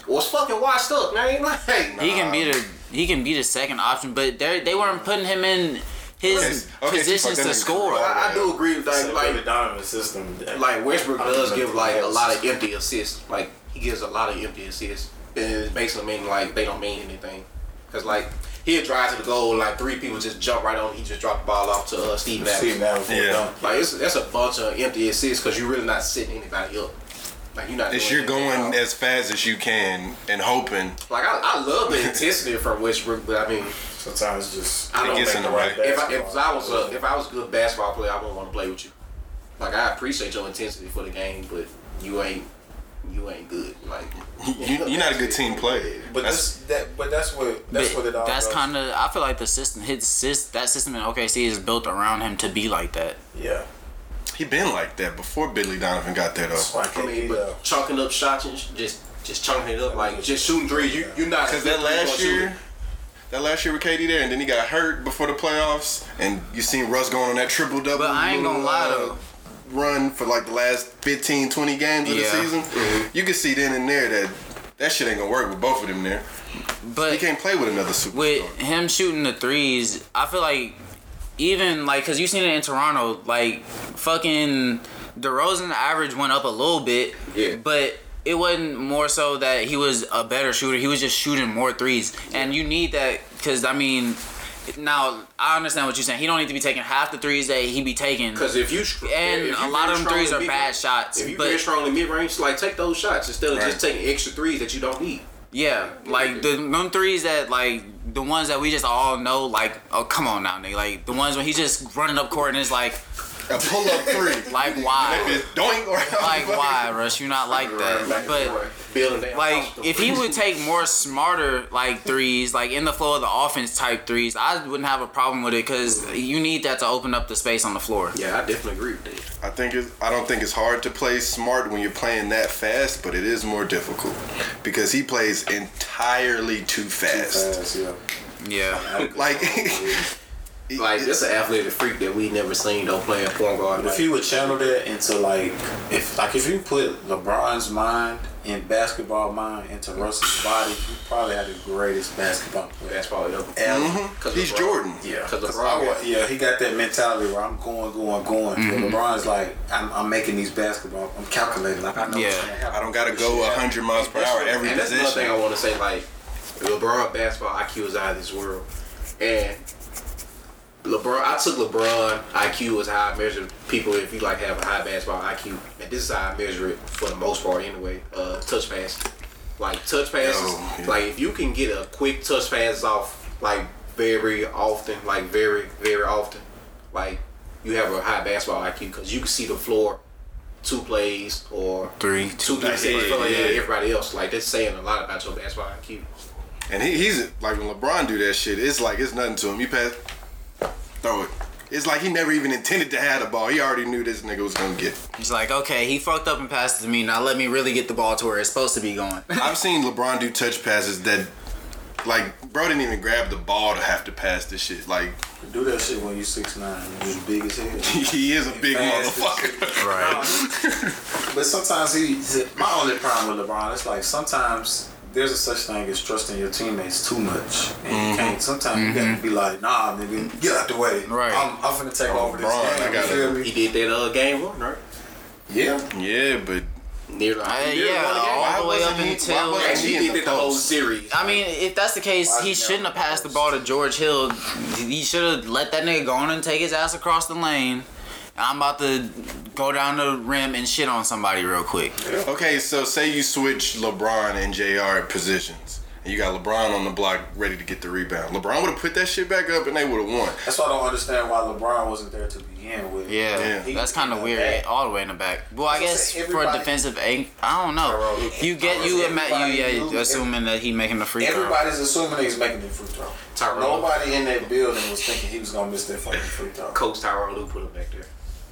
Speaker 9: was fucking washed up, man. Like,
Speaker 6: He can be the he can be the second option, but they they weren't putting him in his
Speaker 8: Okay, okay, she
Speaker 6: positions
Speaker 8: fucked that
Speaker 6: to
Speaker 8: nigga.
Speaker 6: score.
Speaker 9: I, I do agree with that. Like,
Speaker 7: Donovan system.
Speaker 9: like Westbrook
Speaker 7: I don't
Speaker 9: does
Speaker 7: know
Speaker 9: give
Speaker 7: if
Speaker 9: like
Speaker 7: he
Speaker 9: a
Speaker 7: has
Speaker 9: lot of empty assists. Like he gives a lot of empty assists, and it makes them mean like they don't mean anything. Cause like he'll drive to the goal, like three people just jump right on. He just dropped the ball off to uh, Steve
Speaker 7: Steve
Speaker 9: Nash.
Speaker 7: Nash before
Speaker 8: Yeah.
Speaker 7: dunk.
Speaker 9: Like it's, that's a bunch of empty assists because you're really not sitting anybody up. Like you're not.
Speaker 8: It's
Speaker 9: doing
Speaker 8: you're
Speaker 9: anything
Speaker 8: going as
Speaker 9: else.
Speaker 8: fast as you can and hoping.
Speaker 9: Like I, I love the intensity from Westbrook, but I mean,
Speaker 7: Sometimes just
Speaker 9: I don't
Speaker 8: gets
Speaker 9: make
Speaker 8: in
Speaker 9: the
Speaker 8: the
Speaker 9: right.
Speaker 8: way.
Speaker 9: If I, if I was a if I was a good basketball player, I wouldn't want to play with you. Like I appreciate your intensity for the game, but you ain't you ain't good. Like
Speaker 8: You, you're not a good team player.
Speaker 7: But
Speaker 8: That's-
Speaker 7: that's that. But that's what. That's
Speaker 6: But
Speaker 7: what it all.
Speaker 6: that's
Speaker 7: goes.
Speaker 6: kind of. I feel like the system, his sys, that system in OKC is built around him to be like that.
Speaker 7: Yeah.
Speaker 8: he been like that before Billy Donovan got there
Speaker 7: That's
Speaker 8: though.
Speaker 7: why I
Speaker 9: I
Speaker 7: can't
Speaker 9: mean,
Speaker 7: eat up.
Speaker 9: but chunking up shots and sh- just just chunking it up, like just shooting three. You you're not
Speaker 8: Because that last year, that last year with KD there, and then he got hurt before the playoffs, and you seen Russ going on that triple double.
Speaker 6: But I ain't gonna lie though.
Speaker 8: Run for like the last 15, 20 games of
Speaker 6: Yeah. Mm-hmm.
Speaker 8: the season. You can see then and there that that shit ain't gonna work with both of them there. He
Speaker 6: But
Speaker 8: can't play with another superstar.
Speaker 6: with him shooting the threes, I feel like even like because you seen it in Toronto, like fucking DeRozan average went up a little bit,
Speaker 9: Yeah.
Speaker 6: but it wasn't more so that he was a better shooter. He was just shooting more threes, and you need that because I mean, now I understand what you're saying. He don't need to be taking half the threes that he be taking.
Speaker 9: Because if you str-
Speaker 6: And
Speaker 9: if
Speaker 6: a
Speaker 9: you
Speaker 6: lot of
Speaker 9: very
Speaker 6: them threes
Speaker 9: strong in
Speaker 6: are bad
Speaker 9: mid-
Speaker 6: shots,
Speaker 9: If you
Speaker 6: but-
Speaker 9: very strong in mid range, like take those shots instead of
Speaker 8: Right.
Speaker 9: just taking extra threes that you don't need.
Speaker 6: Yeah, like the them threes that like the ones that we just all know. Like, oh come on now, nigga. Like the ones when he's just running up court and it's like,
Speaker 8: a pull up three.
Speaker 6: like why,
Speaker 8: Doink or
Speaker 6: like why, Rush? You're not like that. But
Speaker 9: building that
Speaker 6: like
Speaker 9: house,
Speaker 6: if he would take more smarter like threes, like in the flow of the offense type threes, I wouldn't have a problem with it because you need that to open up the space on the floor.
Speaker 9: yeah, I definitely agree with that.
Speaker 8: I think it's, I don't think it's hard to play smart when you're playing that fast, but it is more difficult because he plays entirely too fast.
Speaker 7: Yes, yeah.
Speaker 6: Yeah,
Speaker 8: Like
Speaker 9: Like this an athletic freak that we never seen though playing point guard.
Speaker 7: If
Speaker 9: Like,
Speaker 7: you would channel that into like, if like if you put LeBron's mind and basketball mind into Russell's body, you probably had the greatest basketball player
Speaker 9: that's probably the
Speaker 7: ever.
Speaker 8: He's Jordan.
Speaker 7: Yeah,
Speaker 9: Because
Speaker 7: Cause
Speaker 9: LeBron
Speaker 7: I
Speaker 9: got-
Speaker 7: wa- yeah, he got that mentality where I'm going, going, going.
Speaker 8: Mm-hmm.
Speaker 7: LeBron's like, I'm, I'm making these basketball. I'm calculating. Like, I know
Speaker 6: Yeah.
Speaker 7: what's gonna happen.
Speaker 8: I don't gotta go 100 miles per hour every
Speaker 9: and that's another thing I
Speaker 8: position.
Speaker 9: want to say. Like LeBron basketball IQ is out of this world, and LeBron. I took LeBron IQ as how I measure people if you like have a high basketball IQ, and this is how I measure it for the most part anyway. Uh, touch pass, like touch passes.
Speaker 8: Oh, yeah.
Speaker 9: Like if you can get a quick touch pass off, like very often, like very very often, like you have a high basketball IQ because you can see the floor. Two plays or
Speaker 6: Three,
Speaker 9: two, three, six, yeah, yeah, everybody else. Like that's saying a lot about your basketball IQ.
Speaker 8: And he, he's like when LeBron do that shit, it's like it's nothing to him. You pass, throw it. It's like he never even intended to have the ball. He already knew this nigga was gonna get. it.
Speaker 6: He's like, okay, he fucked up and passed it to me. Now let me really get the ball to where it's supposed to be going.
Speaker 8: I've seen LeBron do touch passes that, like, bro didn't even grab the ball to have to pass this shit. Like,
Speaker 7: Do that shit when you six nine. You big as hell.
Speaker 8: he is a big
Speaker 7: Fast.
Speaker 8: motherfucker.
Speaker 7: But sometimes he. My only problem with LeBron is like sometimes there's a such thing as trusting your teammates too much, and
Speaker 8: Mm-hmm.
Speaker 7: you can't. Sometimes you gotta be like, nah, nigga, get out the way.
Speaker 6: Right.
Speaker 7: I'm, I'm finna take over this
Speaker 8: Oh, LeBron, I
Speaker 7: game. You
Speaker 8: gotta-
Speaker 7: feel me?
Speaker 9: He did that uh, game one, right?
Speaker 7: Yeah.
Speaker 8: Yeah, but
Speaker 9: Near the
Speaker 6: Uh,
Speaker 9: near
Speaker 6: yeah,
Speaker 9: the game.
Speaker 8: Why
Speaker 6: all the way
Speaker 8: wasn't
Speaker 6: up
Speaker 8: he- why
Speaker 6: until.
Speaker 8: wasn't
Speaker 9: Actually,
Speaker 8: he
Speaker 9: he
Speaker 8: in
Speaker 9: did
Speaker 8: the
Speaker 9: that the whole
Speaker 8: post.
Speaker 9: series.
Speaker 6: I mean, if that's the case, he shouldn't have passed the ball to George Hill. He should have let that nigga go on and take his ass across the lane. I'm about to go down the rim and shit on somebody real quick.
Speaker 8: Okay, so say you switch LeBron and JR positions. And you got LeBron on the block ready to get the rebound. LeBron would have put that shit back up and they would have won.
Speaker 7: That's why I don't understand why LeBron wasn't there to begin with.
Speaker 6: Yeah,
Speaker 8: Yeah.
Speaker 6: that's kind of weird.
Speaker 7: Back.
Speaker 6: All the way in the back. Well, I
Speaker 7: That's what I'm
Speaker 6: guess
Speaker 7: saying,
Speaker 6: for a
Speaker 7: everybody-
Speaker 6: defensive, ang- I don't know. You get you, ima- you
Speaker 7: Everybody
Speaker 6: yeah,
Speaker 7: knew-
Speaker 6: assuming that he making the free throw.
Speaker 7: Everybody's assuming he's making the free throw.
Speaker 9: Tyrone.
Speaker 7: Nobody in that building was thinking he was gonna miss that fucking free throw.
Speaker 9: Coach Tyrone Lue put him back there.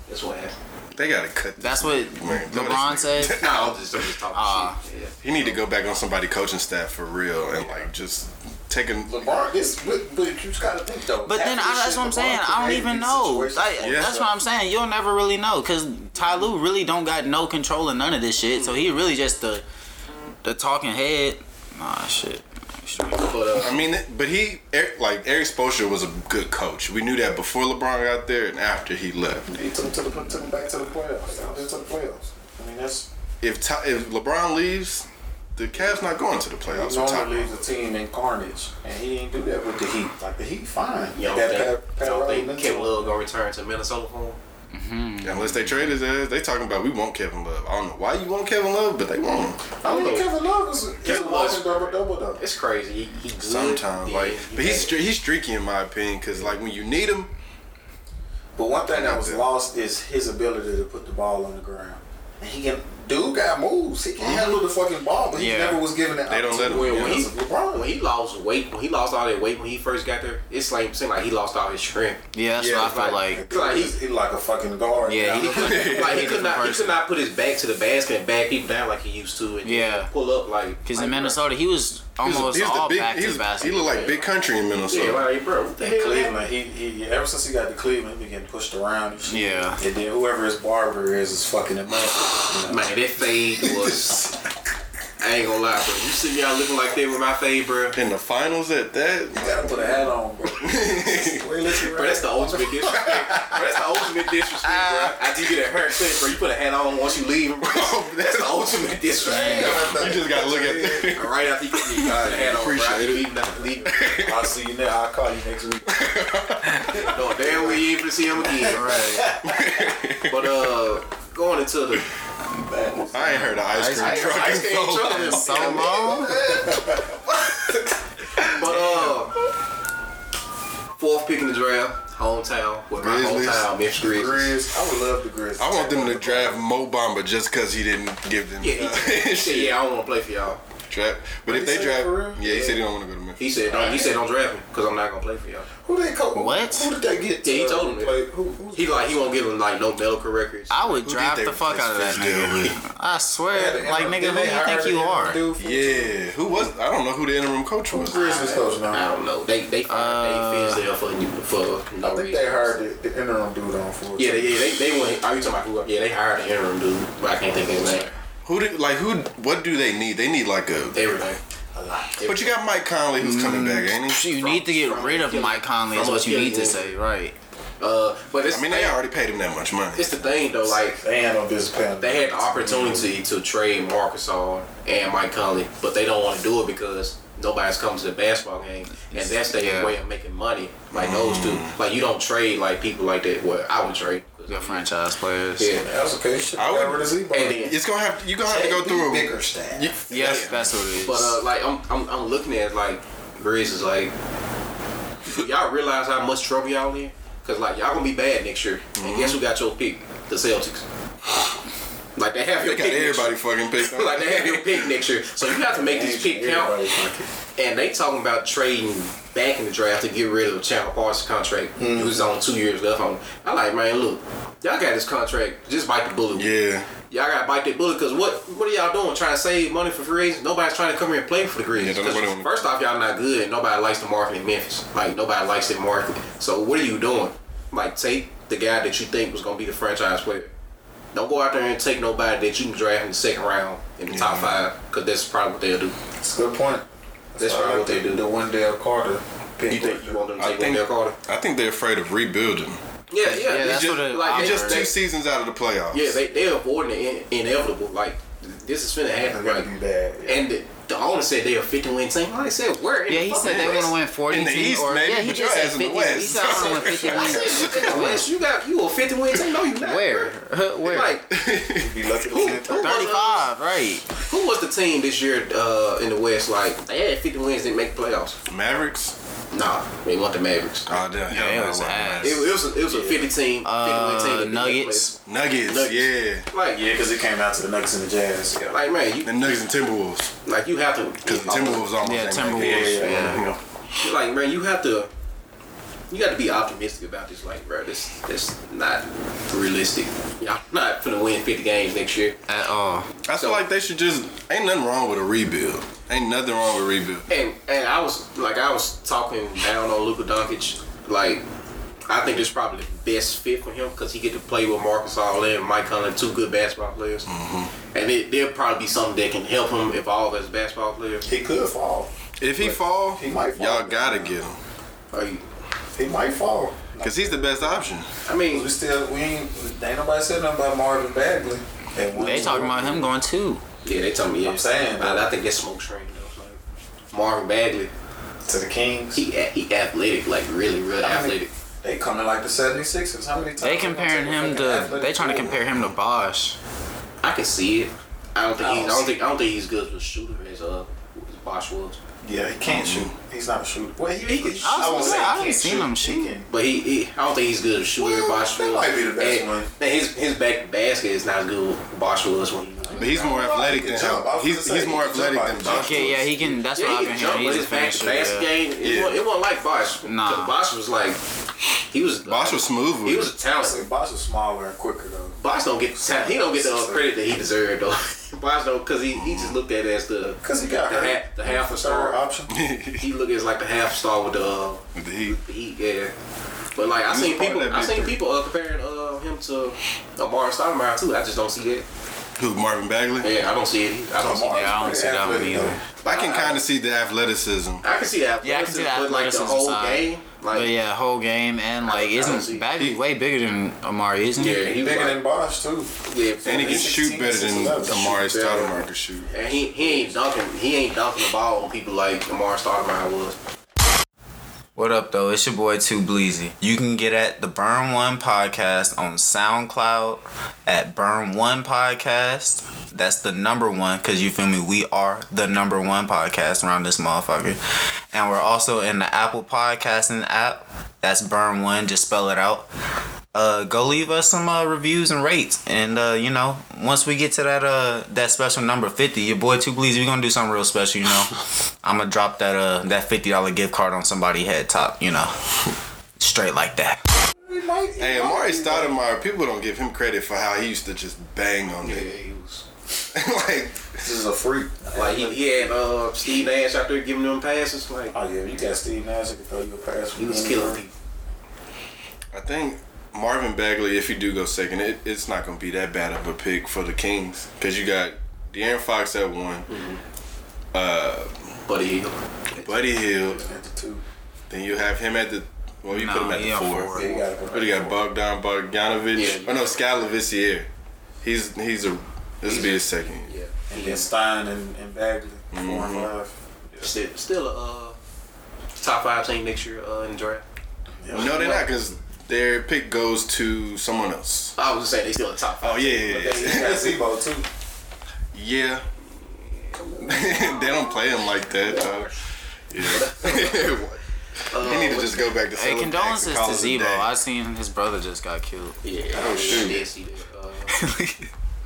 Speaker 9: That's what happened.
Speaker 8: They gotta cut this.
Speaker 6: That's what
Speaker 8: Man, no,
Speaker 6: LeBron
Speaker 8: that's-
Speaker 6: said.
Speaker 9: Nah, I'm just, I'm just talking
Speaker 6: Ah.
Speaker 9: shit. Yeah.
Speaker 8: He need to go back on somebody coaching staff for real and like just taking
Speaker 7: LeBron, this, but, but you just gotta think though.
Speaker 6: But then I, that's what I'm saying. I don't even know. Like, That's what I'm saying. You'll never really know because Ty Lue really don't got no control of none of this shit. So he really just the the talking head. Nah, shit.
Speaker 9: But uh,
Speaker 8: I mean, but he Eric, like Eric Spoelstra was a good coach. We knew that before LeBron got there and after he left.
Speaker 7: He took, took, took him back to the playoffs. They took the playoffs. I mean, that's
Speaker 8: If Ty, if LeBron leaves, the Cavs not going to the playoffs. with Ty-
Speaker 7: normally leaves a team in carnage, and he didn't do that with the Heat. Like the Heat, fine.
Speaker 9: you don't
Speaker 7: That
Speaker 9: think,
Speaker 7: Pat- Pat
Speaker 9: you don't
Speaker 7: Riley
Speaker 9: think
Speaker 7: mental.
Speaker 9: Kevin Love gonna return to Minnesota for him?
Speaker 8: Unless they trade his ass, they talking about we want Kevin Love. I don't know why you want Kevin Love, but they want him.
Speaker 7: I mean, Kevin Love is, is a
Speaker 9: Kevin Love's-
Speaker 7: walking double double though.
Speaker 9: It's crazy. He, he good.
Speaker 8: Sometimes,
Speaker 9: Yeah,
Speaker 8: like,
Speaker 9: he
Speaker 8: but he's
Speaker 9: bad.
Speaker 8: stre- he's streaky in my opinion, cause like when you need him,
Speaker 7: But one thing that was
Speaker 8: Yeah.
Speaker 7: lost is his ability to put the ball on the ground. And he can, dude got moves. He can handle the fucking ball, but he
Speaker 6: Yeah.
Speaker 7: never was given that.
Speaker 8: They don't let him,
Speaker 7: opportunity
Speaker 9: when, when he
Speaker 7: because of LeBron.
Speaker 9: when he lost weight, when he lost all that weight when he first got there, it's like seemed like he lost all his strength.
Speaker 6: Yeah, that's
Speaker 8: Yeah,
Speaker 6: what I feel like.
Speaker 7: Dude,
Speaker 9: Like, he-
Speaker 7: he's, he like a fucking guard.
Speaker 6: Yeah,
Speaker 7: now.
Speaker 6: he looked like,
Speaker 9: like he
Speaker 6: a
Speaker 9: could
Speaker 6: different
Speaker 9: not, he could
Speaker 6: person.
Speaker 9: not put his back to the basket and back people down like he used to, and
Speaker 6: Yeah.
Speaker 9: pull up like.
Speaker 6: Because
Speaker 9: like,
Speaker 6: in Minnesota, he was
Speaker 8: he's,
Speaker 6: almost
Speaker 8: he's the
Speaker 6: all
Speaker 8: big.
Speaker 6: back to
Speaker 8: He's,
Speaker 6: the basket.
Speaker 8: he look like big country in
Speaker 9: bro. Yeah,
Speaker 8: Minnesota.
Speaker 9: like bro, what the
Speaker 7: In
Speaker 9: hell?
Speaker 7: Cleveland, he, he ever since he got to Cleveland, he been getting pushed around. And shit.
Speaker 6: Yeah.
Speaker 7: And then whoever his barber is is fucking him up. You know?
Speaker 9: Man, that fade was. I ain't gonna lie, bro. You see y'all looking like that with my fade, bro.
Speaker 8: In the finals at that,
Speaker 7: You gotta put a hat on, bro. Where you let you
Speaker 9: Bro, that's the ultimate disrespect. bro, that's the ultimate disrespect, bro. After you get a haircut, bro, you put a hat on once you leave, bro. That's the ultimate disrespect.
Speaker 8: you just gotta look at.
Speaker 9: right after you put the hat on, bro,
Speaker 8: Appreciate
Speaker 9: after
Speaker 8: it.
Speaker 9: leaving, after leaving.
Speaker 7: I'll see you next. I'll call you next week.
Speaker 9: No, damn, we ain't gonna see him again. Right. but uh, going into the
Speaker 8: I ain't heard of ice cream truck.
Speaker 9: ice
Speaker 8: in
Speaker 9: cream
Speaker 8: so
Speaker 9: truck
Speaker 8: long.
Speaker 9: is
Speaker 6: so long.
Speaker 9: But uh, fourth pick in the draft, hometown with my
Speaker 8: Grizzlies.
Speaker 9: hometown Memphis Grizzlies.
Speaker 7: Grizz, I would love the Grizz.
Speaker 8: I want them to draft Mo Bamba just cause he didn't give them.
Speaker 9: Yeah, he, he said, yeah, I don't want to play for y'all.
Speaker 8: Trap. But if
Speaker 7: he
Speaker 8: they
Speaker 7: say
Speaker 8: draft,
Speaker 7: for real?
Speaker 8: yeah, he said he don't want to go to Memphis.
Speaker 9: He said, don't, he said, don't draft me because I'm not gonna play for y'all.
Speaker 7: Who they call?
Speaker 6: What?
Speaker 7: Who did they get?
Speaker 9: Yeah, he
Speaker 7: uh,
Speaker 9: told him that.
Speaker 7: play- who, who,
Speaker 9: He like he won't give him like no medical records.
Speaker 6: I would draft
Speaker 8: they
Speaker 6: the fuck out of that
Speaker 8: replaced
Speaker 6: nigga.
Speaker 8: Fisdale
Speaker 6: I swear, like nigga, who do you think you are?
Speaker 8: Yeah, who was? I don't know who the interim coach was.
Speaker 7: Christmas coach
Speaker 9: I
Speaker 7: now.
Speaker 9: don't know. They they uh, they fizz there for you for no
Speaker 7: I think
Speaker 9: reason.
Speaker 7: they hired the, the interim dude on for it.
Speaker 9: Yeah, they, yeah, they they went. Are you talking about who? Yeah, they hired an interim dude, but I can't think of his name.
Speaker 8: Who did? Like who? What do they need? They need like a.
Speaker 9: Everything.
Speaker 8: But you got Mike Conley who's coming back, ain't he?
Speaker 6: You need to get rid of Mike Conley is what you need to say, right?
Speaker 9: Uh, but it's
Speaker 8: I mean,
Speaker 9: the
Speaker 8: they
Speaker 9: thing-
Speaker 8: already paid him that much money.
Speaker 9: It's the thing though, like
Speaker 7: They ain't on this panel.
Speaker 9: they had the opportunity to trade Marcus All and Mike Conley, but they don't want to do it because nobody's coming to the basketball game, and that's their
Speaker 6: Yeah.
Speaker 9: way of making money. Like those two, like you don't trade like people like that. Well, I would trade.
Speaker 6: Your franchise players.
Speaker 9: Yeah.
Speaker 7: That's okay. Shit,
Speaker 8: I
Speaker 7: I
Speaker 8: would-
Speaker 7: would have seen.
Speaker 9: And then-
Speaker 8: It's gonna have. You gonna have to go through a.
Speaker 7: bigger stat.
Speaker 6: Yes, that's what it is.
Speaker 9: But uh, like I'm, I'm, I'm looking at it, like Grizz is like, y'all realize how much trouble y'all in? Cause like y'all gonna be bad next year, and guess who got your pick? The Celtics. Like they have
Speaker 8: They
Speaker 9: your
Speaker 8: got
Speaker 9: pick. next
Speaker 8: everybody fucking picked.
Speaker 9: year. like they have your pick next year, so you have to make these pick count. And they talking about trading back in the draft to get rid of Chandler Parsons' contract,
Speaker 8: Mm-hmm.
Speaker 9: who's on two years left on. I like man, look, y'all got this contract, just bite the bullet.
Speaker 8: Yeah.
Speaker 9: Y'all gotta bite that bullet because what what are y'all doing? Trying to save money for free agents? Nobody's trying to come here and play for the Grizzlies.
Speaker 8: Yeah, don't nobody
Speaker 9: 'Cause
Speaker 8: wanna-
Speaker 9: first off, y'all not good. Nobody likes the market in Memphis. Like nobody likes it market. So what are you doing? Like take the guy that you think was gonna be the franchise player. Don't go out there and take nobody that you can draft in the second round in the top five because that's probably what they'll do.
Speaker 7: That's a good point.
Speaker 9: That's
Speaker 7: why I
Speaker 9: probably
Speaker 7: like
Speaker 9: what they
Speaker 7: the-
Speaker 9: do.
Speaker 7: The Wendell Carter.
Speaker 9: You think you want them to
Speaker 8: I
Speaker 9: take
Speaker 8: think-
Speaker 9: Wendell Carter?
Speaker 8: I think they're afraid of rebuilding.
Speaker 9: Yeah, yeah.
Speaker 6: yeah,
Speaker 9: It's
Speaker 6: that's
Speaker 9: just-
Speaker 6: what it,
Speaker 9: like,
Speaker 6: I
Speaker 9: it's
Speaker 8: You're just
Speaker 6: heard.
Speaker 8: two seasons out of the playoffs.
Speaker 9: yeah, they they're avoiding the in- inevitable. Like this is finna happen.
Speaker 7: gonna
Speaker 9: Right?
Speaker 7: be bad. yeah.
Speaker 9: And the, the owner said they're a 50 win team. I said where? in
Speaker 6: Yeah,
Speaker 9: the
Speaker 6: he
Speaker 9: fucking
Speaker 6: said they
Speaker 9: West?
Speaker 6: want to win 40
Speaker 8: In the
Speaker 6: team,
Speaker 8: East,
Speaker 6: or,
Speaker 8: maybe,
Speaker 6: yeah, he
Speaker 8: but
Speaker 6: just
Speaker 8: your
Speaker 6: said
Speaker 8: ass in the
Speaker 6: 50,
Speaker 8: West.
Speaker 6: He said I want to win 50
Speaker 9: I said,
Speaker 6: wins.
Speaker 9: you think West, you got you a 50 win team? No, you not.
Speaker 6: Where?
Speaker 9: bruh.
Speaker 6: Huh, Where?
Speaker 9: Like
Speaker 7: be lucky to
Speaker 9: who,
Speaker 7: get
Speaker 9: who, was,
Speaker 6: 35, right.
Speaker 9: who was the team this year uh, in the West? Like they had 50 wins, didn't make the playoffs.
Speaker 8: Mavericks.
Speaker 9: Nah, they want the Mavericks.
Speaker 8: Oh damn.
Speaker 6: Yeah,
Speaker 8: hell
Speaker 6: it was
Speaker 8: no, I
Speaker 6: ass.
Speaker 8: wasn't
Speaker 9: It, it was a, it was a 50 team, 50 win team. that
Speaker 6: Uh,
Speaker 9: didn't make
Speaker 6: Nuggets.
Speaker 9: the playoffs.
Speaker 8: Nuggets,
Speaker 9: Nuggets.
Speaker 8: yeah.
Speaker 9: Like
Speaker 7: Yeah, because it came out to the Nuggets and the Jazz. Yeah.
Speaker 9: Like man,
Speaker 8: The
Speaker 9: you
Speaker 8: Nuggets and Timberwolves.
Speaker 9: like you have to
Speaker 8: Because the Timberwolves almost
Speaker 6: Yeah,
Speaker 8: ain't
Speaker 6: Timberwolves.
Speaker 8: making it.
Speaker 6: Yeah, yeah.
Speaker 9: like man, you have to you got to be optimistic about this. Like, bro, this that's not realistic. Y'all not finna win 50 games next year.
Speaker 6: At all.
Speaker 8: I feel like they should just ain't nothing wrong with a rebuild. Ain't nothing wrong with a rebuild.
Speaker 9: And and I was like, I was talking down on Luka Doncic. Like, I think this is probably the best fit for him because he get to play with Marcus All and Mike Conley, two good basketball players. And it, there'll probably be something that can help him evolve as a basketball player.
Speaker 7: He could fall.
Speaker 8: If he fall,
Speaker 7: he might fall.
Speaker 8: y'all gotta get him.
Speaker 9: Like,
Speaker 7: He might fall.
Speaker 8: Cause he's the best option.
Speaker 9: I
Speaker 7: We
Speaker 9: mean,
Speaker 7: still we ain't ain't nobody said nothing about Marvin Bagley.
Speaker 6: They talking about him going two.
Speaker 9: yeah, they tell me. Yeah,
Speaker 7: I'm saying,
Speaker 9: but I think that's smoke screen though. Like, Marvin Bagley,
Speaker 7: to the Kings.
Speaker 9: he a- he athletic, like really, really
Speaker 7: I mean,
Speaker 9: athletic.
Speaker 7: They coming like the 76ers. How many times?
Speaker 6: They comparing him to, they trying to compare him to Bosch.
Speaker 9: I can see it. I don't think
Speaker 7: I
Speaker 9: he's, I
Speaker 7: don't
Speaker 9: don't think I don't think he's good as a shooter as uh as Bosch was.
Speaker 7: Yeah, he can't shoot. He's not a shooter. Well, he, he can shoot.
Speaker 6: I was
Speaker 7: won't
Speaker 6: gonna
Speaker 7: say
Speaker 6: say,
Speaker 7: he
Speaker 6: I
Speaker 7: can't
Speaker 6: haven't seen him shoot.
Speaker 7: He can.
Speaker 9: But he, he I don't think he's good as a shooter as
Speaker 7: Well,
Speaker 9: Bosch
Speaker 7: that
Speaker 9: was.
Speaker 7: might be the best
Speaker 9: and,
Speaker 7: one.
Speaker 9: And his his back basket is not as good as Bosch was when he was.
Speaker 8: But he's more athletic than him.
Speaker 7: jump. I was
Speaker 8: He's,
Speaker 7: gonna
Speaker 8: he's
Speaker 7: say,
Speaker 8: more
Speaker 7: he can jump
Speaker 8: athletic
Speaker 7: out
Speaker 8: than
Speaker 7: the
Speaker 8: Bosh.
Speaker 6: Okay, yeah, he can, that's
Speaker 9: Yeah,
Speaker 6: what
Speaker 9: he
Speaker 6: I've been
Speaker 9: can jump,
Speaker 6: hearing.
Speaker 9: but
Speaker 6: He's a
Speaker 9: his back to
Speaker 6: finisher.
Speaker 9: basket
Speaker 6: yeah.
Speaker 9: game, it,
Speaker 8: Yeah.
Speaker 9: wa- it wasn't like Bosch.
Speaker 6: Nah.
Speaker 9: Bosch was like, he was.
Speaker 8: Bosh was smooth with
Speaker 9: He was
Speaker 8: it.
Speaker 9: a talent.
Speaker 7: Honestly, Bosh is smaller and quicker though.
Speaker 9: Bosch don't get the talent. He don't get the uh, credit that he deserved though. Bosch don't because he, he just looked at as the
Speaker 7: Cause he got
Speaker 9: the,
Speaker 7: hurt.
Speaker 9: half, the half a
Speaker 7: Third
Speaker 9: star.
Speaker 7: option.
Speaker 9: He looked as like the half star with the. Uh,
Speaker 8: With the Heat.
Speaker 9: He, yeah. But like I
Speaker 8: He was
Speaker 9: seen
Speaker 8: part of
Speaker 9: people,
Speaker 8: that
Speaker 9: I
Speaker 8: big
Speaker 9: seen
Speaker 8: three.
Speaker 9: people uh, comparing uh, him to Amari Stoudemire too. I just don't see that.
Speaker 8: Who Marvin Bagley?
Speaker 9: Yeah, I don't see it. either. I don't see
Speaker 7: Amar's
Speaker 9: that.
Speaker 6: Yeah, I don't
Speaker 7: pretty
Speaker 6: see that one
Speaker 7: athletic,
Speaker 6: either.
Speaker 7: though.
Speaker 8: I can kind of see the athleticism.
Speaker 9: I can see that.
Speaker 6: Yeah, I can see
Speaker 9: But like
Speaker 6: the athleticism
Speaker 9: the whole
Speaker 6: side.
Speaker 9: game, like
Speaker 6: But yeah, whole game and like
Speaker 9: I don't see-
Speaker 6: isn't Bagley way bigger than Amari, isn't
Speaker 9: yeah,
Speaker 6: he?
Speaker 9: he was
Speaker 7: Bigger
Speaker 9: like,
Speaker 7: than Bosh too.
Speaker 9: yeah,
Speaker 8: And he can
Speaker 9: he's-
Speaker 8: shoot better than Amari
Speaker 9: Shoot better.
Speaker 8: Stoudemire can shoot.
Speaker 9: And he he ain't dunking. He ain't dunking the ball on people like Amari Stoudemire was.
Speaker 10: What up, though? It's your boy Too Bleezy. You can get at the Burn One Podcast on SoundCloud at Burn One Podcast. That's the number one, cause you feel me. We are the number one podcast around this motherfucker, and we're also in the Apple Podcasting app. That's Burn One. Just spell it out. uh, go leave us some uh, reviews and rates. And uh, you know, once we get to that uh that special number fifty, your boy Two Bleezy, we're gonna do something real special. You know, I'm gonna drop that uh that fifty dollar gift card on somebody head top. You know, straight like that.
Speaker 8: Hey, Amari Stoudemire, people don't give him credit for how he used to just bang on
Speaker 9: Yeah,
Speaker 8: it.
Speaker 9: he was.
Speaker 8: like,
Speaker 7: This is a freak.
Speaker 9: Like he, he had uh, Steve Nash out there giving them passes. Like
Speaker 7: Oh yeah, you got Steve Nash that can throw you a pass.
Speaker 9: he was killing people.
Speaker 8: I think Marvin Bagley, if you do go second, it, it's not going to be that bad of a pick for the Kings because you got De'Aaron Fox at one,
Speaker 9: Buddy Hield.
Speaker 8: Buddy Hill,
Speaker 7: At the two.
Speaker 8: then you have him at the well, you put
Speaker 10: Nah,
Speaker 8: him at
Speaker 10: he
Speaker 8: the
Speaker 10: on
Speaker 8: four.
Speaker 10: four.
Speaker 7: Yeah, you gotta go.
Speaker 8: But you got Bogdan Bogdanovic.
Speaker 9: Yeah.
Speaker 8: Oh no, Sky Lavissiere. He's he's a this will be his second. year.
Speaker 9: Yeah.
Speaker 7: And then Stein and, and Bagley. Four and five.
Speaker 9: Still, still a uh, top five team next year uh, in the draft.
Speaker 8: No, they're not because their pick goes to someone else.
Speaker 9: I was just saying they still a top five.
Speaker 8: Oh yeah, yeah,
Speaker 7: Yeah, you got Zebo too.
Speaker 8: yeah. yeah. they don't play him like that. Though. Yeah. he need to just go back to.
Speaker 6: Hey,
Speaker 8: selling packs
Speaker 6: condolences
Speaker 8: and
Speaker 6: to
Speaker 8: call it a
Speaker 6: Zebo.
Speaker 8: day.
Speaker 6: I seen his brother just got killed.
Speaker 9: Yeah.
Speaker 8: Oh, shoot.
Speaker 9: Yeah, see that, uh,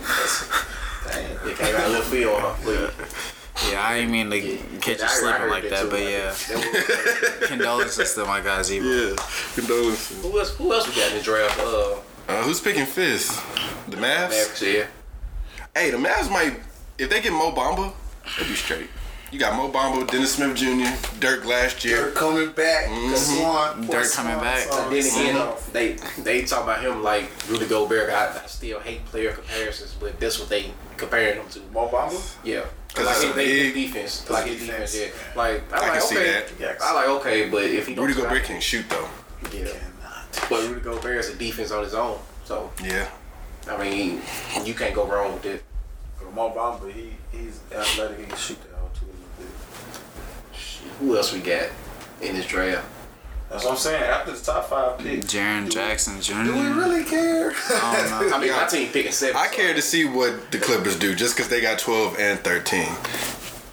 Speaker 7: Damn.
Speaker 9: It came out of left field. huh?
Speaker 6: Yeah, I ain't mean to catch you
Speaker 9: Yeah, I- I
Speaker 6: slipping
Speaker 9: heard
Speaker 6: like that,
Speaker 9: too.
Speaker 6: but yeah.
Speaker 9: That was-
Speaker 6: condolences to my guy Zebo.
Speaker 8: Yeah, condolences.
Speaker 9: who else? Who else we got in the draft? Uh,
Speaker 8: Uh, who's picking fifth? The Mavs.
Speaker 9: Mavericks. Yeah.
Speaker 8: Hey, the Mavs might if they get Mo Bamba, they'll be straight. You got Mo Bamba, Dennis Smith Jr., Dirk last year.
Speaker 7: They're coming back. The Swan.
Speaker 6: They're coming back.
Speaker 9: But then again, they they talk about him like Rudy Gobert. I, I still hate player comparisons, but that's what they comparing him to.
Speaker 7: Mobamba?
Speaker 9: Yeah,
Speaker 8: 'Cause
Speaker 9: like
Speaker 8: it's
Speaker 9: his,
Speaker 8: a
Speaker 9: they, his
Speaker 8: big-
Speaker 9: defense, like his
Speaker 7: defense.
Speaker 9: defense. Yeah, like I,
Speaker 8: I
Speaker 9: like,
Speaker 8: can see
Speaker 9: okay,
Speaker 7: that.
Speaker 9: I like okay, but if he don't
Speaker 8: Rudy Gobert
Speaker 9: strike-
Speaker 8: can shoot though.
Speaker 9: yeah, but Rudy Gobert is a defense on his own. So
Speaker 8: Yeah.
Speaker 9: I mean, you can't go wrong with it.
Speaker 7: Mobamba, he, he's athletic. He can shoot the hell too a little bit.
Speaker 9: Who else we got in this draft?
Speaker 7: That's what I'm saying. After the top five picks.
Speaker 6: Jaron Jackson Jr.
Speaker 7: Do we really care?
Speaker 6: I don't know.
Speaker 9: I mean, my team picking seven.
Speaker 8: I
Speaker 9: so-
Speaker 8: care to see what the Clippers do just because they got 12 and 13.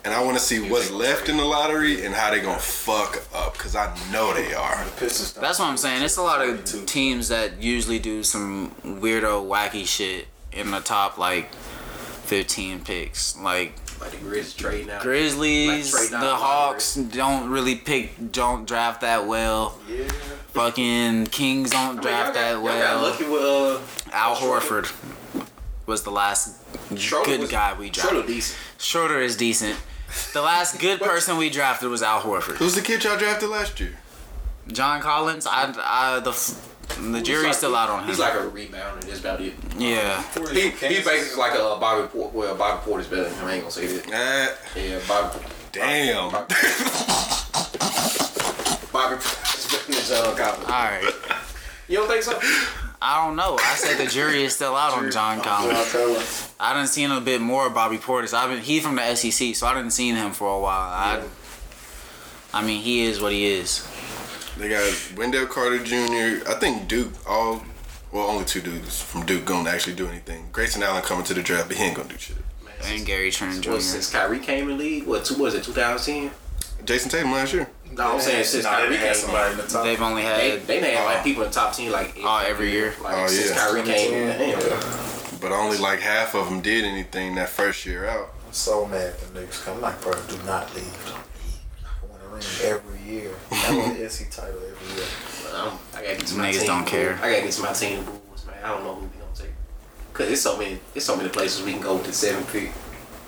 Speaker 8: And I want to see what's left in the lottery and how they going to fuck up because I know they are.
Speaker 7: Pistons. don't-
Speaker 6: That's what I'm saying. It's a lot of teams that usually do some weirdo, wacky shit in the top like 15 picks. Like
Speaker 9: Like the Grizz trade now.
Speaker 6: Grizzlies,
Speaker 9: Like, trade
Speaker 6: the
Speaker 9: down the
Speaker 6: Hawks don't really pick, don't draft that well.
Speaker 7: Yeah.
Speaker 6: Fucking Kings don't
Speaker 9: I mean, y'all
Speaker 6: draft
Speaker 9: got-
Speaker 6: that
Speaker 9: y'all got
Speaker 6: well.
Speaker 9: lucky with uh,
Speaker 6: Al Horford was the last
Speaker 9: Schroeder
Speaker 6: good
Speaker 9: was-
Speaker 6: guy we
Speaker 9: Schroeder
Speaker 6: drafted.
Speaker 9: decent.
Speaker 6: Schroeder is decent. The last good person we drafted was Al Horford.
Speaker 8: Who's the kid y'all drafted last year?
Speaker 6: John Collins, I, I the f- the
Speaker 9: He's like-
Speaker 6: jury's still out on him.
Speaker 9: He's like a rebounder. That's about it.
Speaker 6: yeah.
Speaker 9: He, he basically like a Bobby Port. Well, Bobby Port is better than him. I ain't gonna say that.
Speaker 8: Uh,
Speaker 9: Yeah, Bobby.
Speaker 8: damn.
Speaker 9: Bobby Port is better than John Collins.
Speaker 6: All right.
Speaker 9: You don't think so?
Speaker 6: I don't know. I said the jury is still out on John Collins. I didn't seen a bit more of Bobby Portis. I've been he from the SEC, so I didn't seen him for a while. I, I mean, he is what he is.
Speaker 8: They got Wendell Carter Jr. I think Duke, all, well, only two dudes from Duke going to actually do anything. Grayson Allen coming to the draft, but he ain't going to do shit.
Speaker 6: And Gary Trent Jr.
Speaker 9: Well, since Kyrie came in the league, what two what is it? 2010.
Speaker 8: Jason Tatum last year.
Speaker 9: No, I'm saying since
Speaker 7: Nah,
Speaker 9: Kyrie
Speaker 7: they
Speaker 9: came,
Speaker 7: had somebody
Speaker 9: somebody.
Speaker 7: in the top.
Speaker 6: They've only
Speaker 9: They
Speaker 6: had
Speaker 9: they had like people in the top ten like
Speaker 6: oh every year.
Speaker 9: like
Speaker 8: Oh,
Speaker 9: since
Speaker 8: yeah.
Speaker 9: Kyrie came. in. Damn.
Speaker 8: But only like half of them did anything that first year out.
Speaker 7: I'm so mad the niggas come. I'm like, bro, do not leave. Don't leave. I want to ring every year. I want the SC title every year.
Speaker 9: I'm, I gotta get to my
Speaker 6: Niggas
Speaker 9: team.
Speaker 6: don't care.
Speaker 9: I gotta get to my team rules, man. I don't know who we gonna take. Cause it's so many, it's so many places we can go with the seven pick.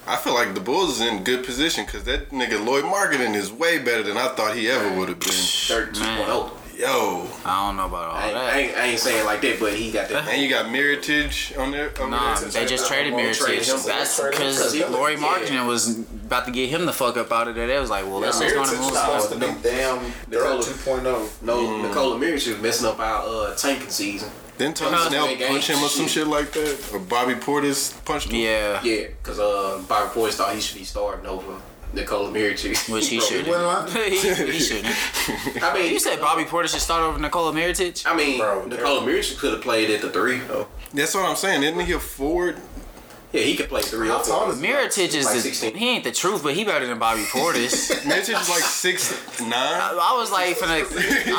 Speaker 8: I feel like the Bulls is in good position because that nigga Lloyd Marketing is way better than I thought he ever would have been.
Speaker 9: Thirty two
Speaker 6: Man.
Speaker 9: point oh.
Speaker 8: Yo,
Speaker 6: I don't know about all
Speaker 9: I, ain't- I
Speaker 6: that.
Speaker 9: ain't, I ain't saying like that, but he got that.
Speaker 8: and you got Meritage on there. Oh, over
Speaker 6: Nah,
Speaker 8: there?
Speaker 6: they just traded
Speaker 9: Traded him.
Speaker 6: Miritich. That's because Lori Markkinen was about to get him the fuck up out of there. They was like, well, that's what's going to
Speaker 8: Miritich
Speaker 6: move
Speaker 8: was
Speaker 6: on.
Speaker 7: That's the big damn Dirk 2.0.
Speaker 9: No, Nikola Mirotic is messing up our uh, tanking season.
Speaker 8: Didn't Tony
Speaker 9: Nah,
Speaker 8: Snell
Speaker 9: they game
Speaker 8: punch him or some
Speaker 9: shit.
Speaker 8: shit like that? Or Bobby Portis punched him?
Speaker 6: Yeah,
Speaker 9: Yeah, because uh, Bobby Portis thought he should be starting over Nikola Mirotic.
Speaker 6: which he
Speaker 9: Bro,
Speaker 6: shouldn't.
Speaker 7: went on.
Speaker 6: he, he shouldn't.
Speaker 9: I mean,
Speaker 6: You said Bobby Porter should start over Nikola Miritich?
Speaker 9: I mean,
Speaker 7: Bro,
Speaker 9: Nikola Mirotic could have played at the three. Though.
Speaker 8: That's what I'm saying. Isn't he a forward?
Speaker 9: Yeah, he could play three or four.
Speaker 6: Miritich is
Speaker 9: Like
Speaker 6: the,
Speaker 9: 16.
Speaker 6: he ain't the truth, but he better than Bobby Portis.
Speaker 8: Mitch is like six nine.
Speaker 6: I was like, finna,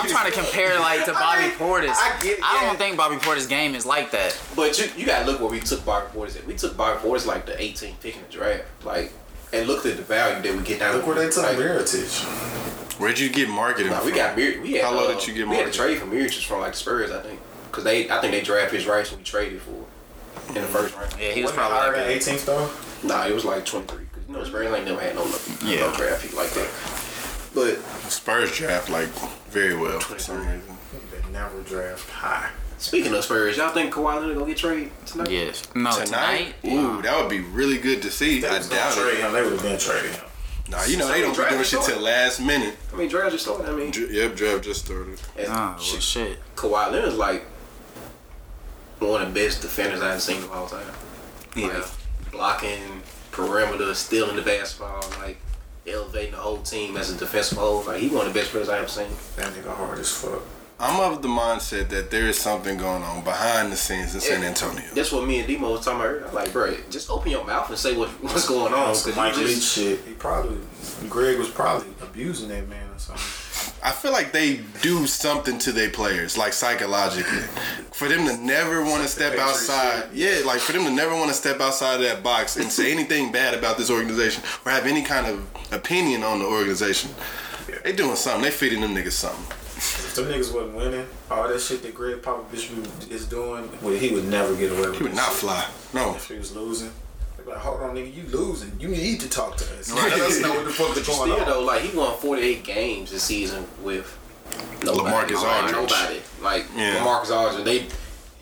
Speaker 6: I'm trying to compare like to Bobby Portis.
Speaker 9: I get-
Speaker 6: I
Speaker 9: yeah.
Speaker 6: don't think Bobby Portis' game is like that.
Speaker 9: But you, you gotta look where we took Bobby Portis at. We took Bobby Portis like the 18th pick in the draft, like, and looked at the value that we get down.
Speaker 7: Look where they took
Speaker 9: like,
Speaker 7: Miritich.
Speaker 8: Where'd you get marketing?
Speaker 9: Nah, we
Speaker 8: from?
Speaker 9: got Mir- we had,
Speaker 8: How low
Speaker 9: uh,
Speaker 8: did you get
Speaker 9: We had a
Speaker 8: Miritich?
Speaker 9: trade for Miritich from like the Spurs, I think, because they I think they drafted his rights and we traded for it in the first round.
Speaker 6: Mm. Yeah, he was
Speaker 7: Probably
Speaker 6: probably like,
Speaker 7: than 18th though.
Speaker 9: Nah, it was like 23. Cause you know Spurs ain't never had no,
Speaker 10: Yeah.
Speaker 9: no draft pick like that. But
Speaker 8: Spurs draft like very well for some reason.
Speaker 7: They never draft high.
Speaker 9: speaking of Spurs, y'all think Kawhi Leonard gonna get traded tonight?
Speaker 6: yes, no, Oh, tonight.
Speaker 8: Tonight, ooh, that would be really good to see.
Speaker 7: They
Speaker 8: I
Speaker 7: was gonna
Speaker 8: doubt
Speaker 7: trade
Speaker 8: it.
Speaker 7: him. They would have been trading him.
Speaker 8: Nah, you know they don't be
Speaker 9: Draft
Speaker 8: doing shit
Speaker 9: started.
Speaker 8: till last minute.
Speaker 9: I mean, draft just started. I mean,
Speaker 8: Dr- Yep, draft just started.
Speaker 9: and
Speaker 6: Ah, well,
Speaker 9: shit,
Speaker 6: shit.
Speaker 9: Kawhi Leonard's like one of the best defenders I've seen of all time. Like, blocking, perimeter, stealing the basketball, like elevating the whole team as a defensive whole. Like he's one of the best players I've seen.
Speaker 7: That nigga hard as fuck.
Speaker 8: I'm of the mindset that there is something going on behind the scenes in San Antonio.
Speaker 9: That's what me and Demo was talking about. earlier. I'm like, bro, just open your mouth and say what, what's going on. Cause
Speaker 7: Some
Speaker 9: you
Speaker 7: Mike Leach
Speaker 9: just,
Speaker 7: shit. He probably Greg was probably abusing that man or something.
Speaker 8: I feel like they do something to their players, like psychologically. For them to never want to step
Speaker 7: Patriots
Speaker 8: outside, yeah, like for them to never want to step outside of that box and say anything bad about this organization or have any kind of opinion on the organization. They doing something. They feeding them niggas something.
Speaker 7: If them niggas wasn't winning, all that shit that Greg Popovich is doing, well, he would never get away with.
Speaker 8: He would
Speaker 7: that
Speaker 8: not
Speaker 7: shit.
Speaker 8: fly. No.
Speaker 7: If he was losing, they'd be like, hold on, nigga, you losing. You need to talk to us.
Speaker 8: Right.
Speaker 7: Let us know what the fuck is
Speaker 9: But
Speaker 7: going
Speaker 9: still
Speaker 7: on.
Speaker 9: though, like he won 48 games this season with nobody.
Speaker 8: LaMarcus
Speaker 9: Like,
Speaker 8: Aldridge.
Speaker 9: Nobody. Like
Speaker 8: Yeah.
Speaker 9: LaMarcus Aldridge, they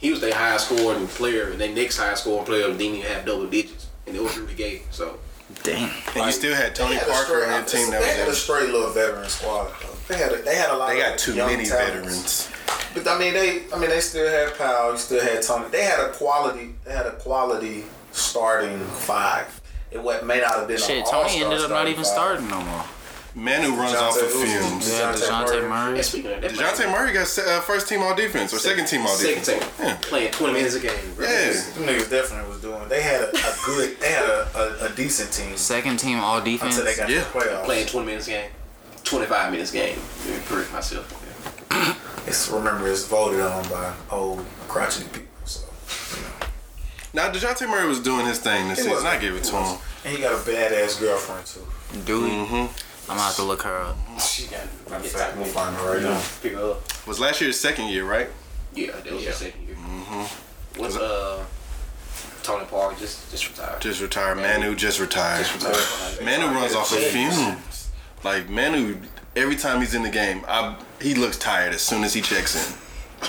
Speaker 9: he was their highest scoring player, and their next highest scoring player didn't even have double digits, and it was Rudy Gay. So
Speaker 10: Damn.
Speaker 8: And you still had Tony
Speaker 7: They had a
Speaker 8: Parker
Speaker 7: straight-
Speaker 8: on your team that
Speaker 7: They had a
Speaker 8: was
Speaker 7: straight little veteran squad. Though. They had a, they had a lot.
Speaker 8: there. They
Speaker 7: of
Speaker 8: got too
Speaker 7: young
Speaker 8: many
Speaker 7: talents.
Speaker 8: veterans.
Speaker 7: But I mean, they I mean they still had Powell. You still had Tony. They had a quality. They had a quality starting five. It what may not have been.
Speaker 6: Shit,
Speaker 7: an
Speaker 6: Tony
Speaker 7: all-star
Speaker 6: ended up not even
Speaker 7: five.
Speaker 6: starting no more.
Speaker 8: Man who runs off of
Speaker 7: Jonte-
Speaker 8: fumes.
Speaker 6: Yeah,
Speaker 7: Dejounte
Speaker 6: Dejounte
Speaker 7: Murray.
Speaker 6: Murray.
Speaker 9: and speaking of that,
Speaker 8: DeJounte Murray got se- uh, first team all defense or second team all
Speaker 9: second
Speaker 8: defense.
Speaker 9: team
Speaker 8: Yeah.
Speaker 9: playing 20 minutes a game. bro.
Speaker 8: Yeah.
Speaker 7: Them niggas definitely was doing. They had a, a good. They had a, a, a decent team
Speaker 6: Second team all defense.
Speaker 7: until they got
Speaker 8: Yeah.
Speaker 7: to the playoffs.
Speaker 9: Playing 20 minutes a game, 25 minutes a game. Let me correct myself.
Speaker 7: It's remember it's voted on by old crotchety people. So
Speaker 8: Now DeJounte Murray was doing his thing this
Speaker 7: He
Speaker 8: season.
Speaker 7: was.
Speaker 8: I give it to him.
Speaker 7: and he got a badass girlfriend too.
Speaker 6: Dewey.
Speaker 8: Mm-hmm.
Speaker 6: I'm gonna have to look her up.
Speaker 9: She got
Speaker 7: Matter of fact, we'll find her right now.
Speaker 9: pick her up.
Speaker 8: Was last year's second year, right?
Speaker 9: Yeah, that was the second year.
Speaker 8: Mm-hmm.
Speaker 9: What's uh Tony Parker just just retired?
Speaker 8: Just retired. Manu just retired.
Speaker 9: Just retired.
Speaker 8: Manu runs off of
Speaker 9: Yeah.
Speaker 8: fumes. Like Manu, every time he's in the game, I, he looks tired as soon as he checks in.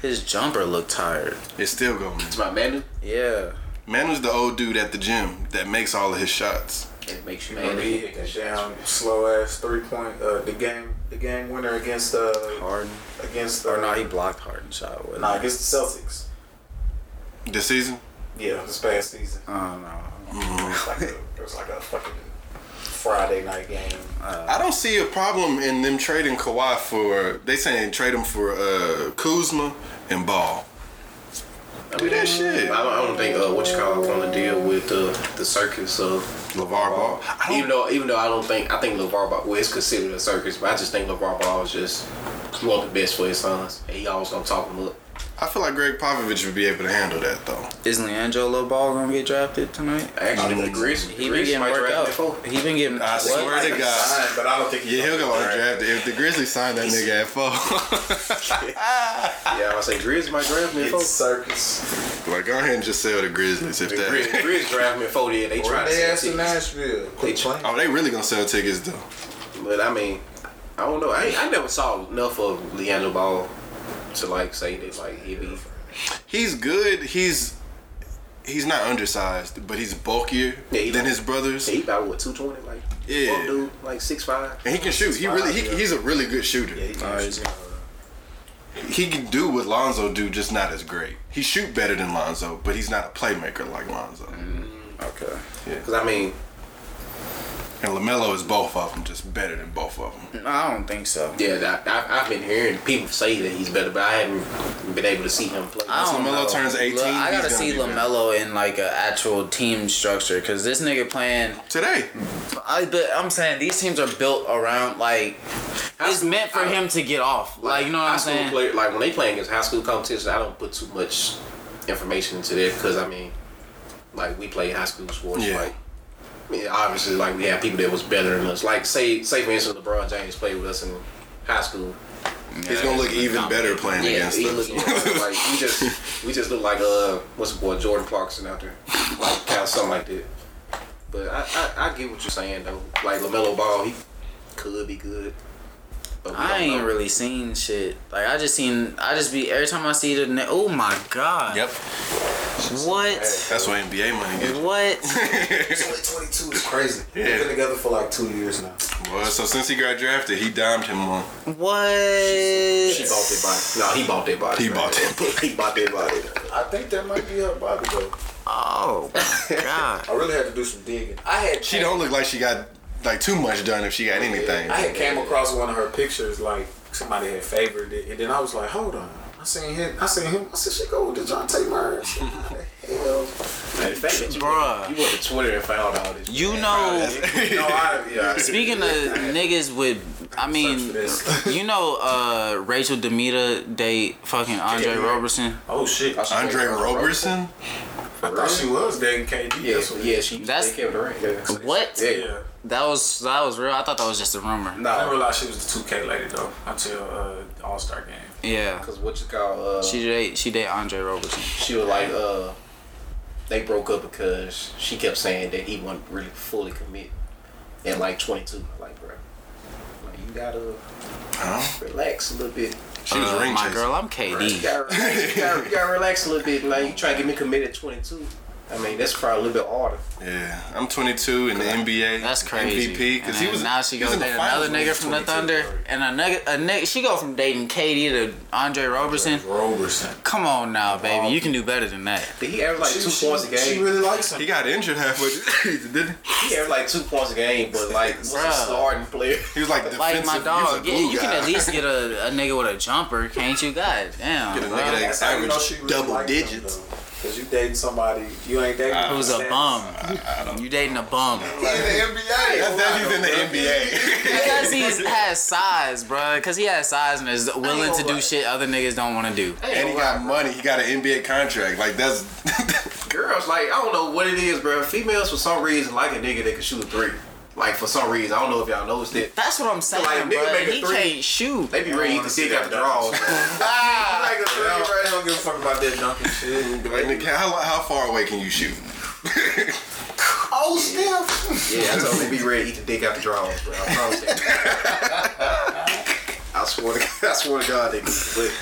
Speaker 6: His jumper looked tired.
Speaker 8: It's still going.
Speaker 9: It's my man
Speaker 6: Yeah.
Speaker 8: Manu's the old dude at the gym that makes all of his shots.
Speaker 9: and makes you
Speaker 7: And he
Speaker 9: mad.
Speaker 7: hit that damn slow ass three point. Uh, the game, the game winner against uh
Speaker 6: Harden.
Speaker 7: against uh,
Speaker 6: blocked Harden's shot. With
Speaker 7: nah, against the Celtics.
Speaker 8: This season,
Speaker 7: Yeah, this past season.
Speaker 6: Oh no.
Speaker 7: It was like a, it was like a fucking Friday night game.
Speaker 8: I don't see a problem in them trading Kawhi for. They saying trade him for uh, Kuzma and Ball. Do that shit.
Speaker 9: I don't, I don't think uh, what you call want to deal with uh, the circus of
Speaker 8: LeVar Ball. I don't
Speaker 9: even though even though I don't think I think LeVar Ball well, it's considered a circus, but I just think LeVar Ball is just he want the best for his sons, and he always gonna talk him up.
Speaker 8: I feel like Greg Popovich would be able to handle that though.
Speaker 6: Is Leandro Ball gonna get drafted tonight?
Speaker 9: Actually, the Grizz
Speaker 6: He been getting worked out. He been getting.
Speaker 8: I swear to God.
Speaker 7: But I don't think
Speaker 8: Yeah, he'll go
Speaker 7: on
Speaker 8: undrafted. If the Grizzlies sign that nigga at four,
Speaker 9: Yeah, I say Grizz might draft me. at four.
Speaker 7: It's circus.
Speaker 8: like go ahead and just sell the Grizzlies if
Speaker 9: The Grizz,
Speaker 8: that.
Speaker 9: Grizz draft me at four. Yeah, they
Speaker 7: Or
Speaker 9: try to
Speaker 7: they
Speaker 9: sell
Speaker 7: asked to
Speaker 9: tickets.
Speaker 7: Nashville. Quit playing.
Speaker 8: Oh, they really gonna sell tickets though.
Speaker 9: But I mean, I don't know. I, ain't- I never saw enough of Leandro Ball to like say that like he be.
Speaker 8: He's good. He's he's not undersized, but he's bulkier
Speaker 9: Yeah, he
Speaker 8: than
Speaker 9: like-
Speaker 8: his brothers,
Speaker 9: He about what two twenty like.
Speaker 8: Yeah.
Speaker 9: fuck dude, like six five.
Speaker 8: and he can shoot. He really he, he's a really good shooter. He can do what Lonzo do, just not as great. He shoot better than Lonzo,
Speaker 9: Mm.
Speaker 8: but he's not a playmaker like Lonzo.
Speaker 6: Okay.
Speaker 9: Because I mean,
Speaker 8: And Lamelo is both of them, just better than both of them.
Speaker 6: I don't think so.
Speaker 9: Yeah, that, I, I've been hearing people say that he's better, but I haven't been able to see him play.
Speaker 6: I don't
Speaker 8: LaMelo
Speaker 6: know.
Speaker 8: turns 18,
Speaker 6: Look, I
Speaker 8: he's
Speaker 6: gotta
Speaker 8: gonna
Speaker 6: see
Speaker 8: be better.
Speaker 6: Lamelo in like an actual team structure because this nigga playing.
Speaker 8: Today,
Speaker 6: Mm, I, but I'm saying these teams are built around like it's meant for him to get off. Like you know what
Speaker 9: high
Speaker 6: I'm
Speaker 9: school
Speaker 6: saying?
Speaker 9: player, like when they playing against high school competition, I don't put too much information into that because I mean, like we play high school sports,
Speaker 8: Yeah.
Speaker 9: like. I mean, obviously, like we have people that was better than us. Like, say, say for instance, LeBron James played with us in high school.
Speaker 8: he's gonna look even better playing
Speaker 9: Yeah,
Speaker 8: against
Speaker 9: he
Speaker 8: them.
Speaker 9: look like we just we just look like uh, what's the boy Jordan Clarkson out there, like kind of something like that. But I, I, I get what you're saying though. Like Lamelo Ball, he could be good. But we
Speaker 6: I
Speaker 9: don't
Speaker 6: ain't
Speaker 9: know.
Speaker 6: really seen shit. Like I just seen. I just be every time I see the. na- Oh my god.
Speaker 8: Yep,
Speaker 6: What?
Speaker 8: that's what NBA money gets.
Speaker 6: What? Mm-hmm.
Speaker 7: 2022 is crazy. We've
Speaker 8: Yeah.
Speaker 7: been together for like two years now.
Speaker 8: Well, so since he got drafted, he dimed him on.
Speaker 9: She
Speaker 6: What?
Speaker 9: bought that body. No, he bought that body.
Speaker 8: He bought that
Speaker 9: body. he bought that body.
Speaker 7: I think that might be her body though.
Speaker 6: Oh my god.
Speaker 7: I really had to do some digging. I had
Speaker 8: She don't look like she got like too much done if she got anything.
Speaker 7: I had came across one of her pictures, like somebody had favored it, and then I was like, hold on. I seen him. I seen him. I said, she go with Dejounte Murray. I said, How the hell?
Speaker 9: The fact that you,
Speaker 6: Bruh.
Speaker 9: you went to Twitter and found all this.
Speaker 6: You know.
Speaker 7: No, I, yeah.
Speaker 6: Speaking of niggas with, I mean,
Speaker 7: this.
Speaker 6: you know, uh, Rachel Demita date fucking Andre Roberson.
Speaker 7: Oh shit! I
Speaker 8: Andre Roberson?
Speaker 7: thought she was dating KD.
Speaker 9: Yeah,
Speaker 7: That's what-
Speaker 9: yeah, she.
Speaker 6: That's-
Speaker 9: they kept her right. Yeah.
Speaker 6: What?
Speaker 9: Yeah.
Speaker 6: That was that was real. I thought that was just a rumor.
Speaker 7: I didn't
Speaker 9: No,
Speaker 7: realize she was the 2K lady though until uh, the All Star game.
Speaker 6: Yeah,
Speaker 9: because what you call uh,
Speaker 6: she
Speaker 9: she,
Speaker 6: date she date Andre Roberson.
Speaker 9: was like uh, they broke up because she kept saying that he wasn't really fully commit at like 22. Like, bro, like you gotta
Speaker 8: Huh?
Speaker 9: relax a little bit.
Speaker 8: She was
Speaker 6: Uh,
Speaker 8: ring
Speaker 6: my
Speaker 8: chasing.
Speaker 6: girl, I'm
Speaker 9: You
Speaker 6: KD.
Speaker 9: gotta, relax, you, gotta, you gotta relax a little bit. Like you trying to get me committed at 22. I mean, that's probably a little bit harder.
Speaker 8: Yeah, I'm 22 in the NBA.
Speaker 6: That's crazy.
Speaker 8: MVP because he
Speaker 6: And
Speaker 8: was
Speaker 6: now she
Speaker 8: he
Speaker 6: goes
Speaker 8: was in the
Speaker 6: date
Speaker 8: finals
Speaker 6: another
Speaker 8: when he
Speaker 6: nigga
Speaker 8: was
Speaker 6: from the
Speaker 8: 22.
Speaker 6: Thunder, and a nigga, a nigga, she go from dating KD to Andre Roberson.
Speaker 7: Roberson.
Speaker 6: Come on now, baby, you can do better than that.
Speaker 9: Did he average like two points a game?
Speaker 7: She really likes him.
Speaker 8: He got injured halfway. through- didn't he?
Speaker 9: He averaged like two points a game, but like was a
Speaker 6: Bruh.
Speaker 9: starting player.
Speaker 8: he was like
Speaker 6: Like
Speaker 8: defensive.
Speaker 6: my
Speaker 8: he was
Speaker 6: dog,
Speaker 8: a
Speaker 6: yeah,
Speaker 8: glue
Speaker 6: you can
Speaker 8: guy.
Speaker 6: at least get a, a nigga with a jumper, can't you? God damn.
Speaker 8: Get a
Speaker 6: bro.
Speaker 8: nigga that
Speaker 7: That's how you know
Speaker 8: averaged
Speaker 7: she really
Speaker 8: double
Speaker 7: likes him,
Speaker 8: digits.
Speaker 7: though. Cause you dating somebody you ain't dating.
Speaker 6: Who's a bum? You dating a bum?
Speaker 8: That's that he's in the NBA.
Speaker 6: Because he has size, bro. Because he has size and is willing to do shit other niggas don't want to do.
Speaker 8: and he got money. He got an NBA contract. Like that's
Speaker 9: Girls, like, I don't know what it is, bro. Females, for some reason, like a nigga that can shoot a three. Like, for some reason. I don't know if y'all noticed that.
Speaker 6: That's what I'm saying,
Speaker 9: Like, nigga
Speaker 6: bro.
Speaker 9: make a
Speaker 6: He
Speaker 9: three.
Speaker 6: can't shoot.
Speaker 9: They be ready to eat the dick out the drawers.
Speaker 7: Like a three, bro. They don't give a fuck about that dunking shit.
Speaker 8: like Nick, how how far away can you shoot?
Speaker 7: Oh, Steph.
Speaker 9: yeah, I told them they be ready to eat the dick out the drawers, bro. I promise you. I swear to God, I swear to God, they do. But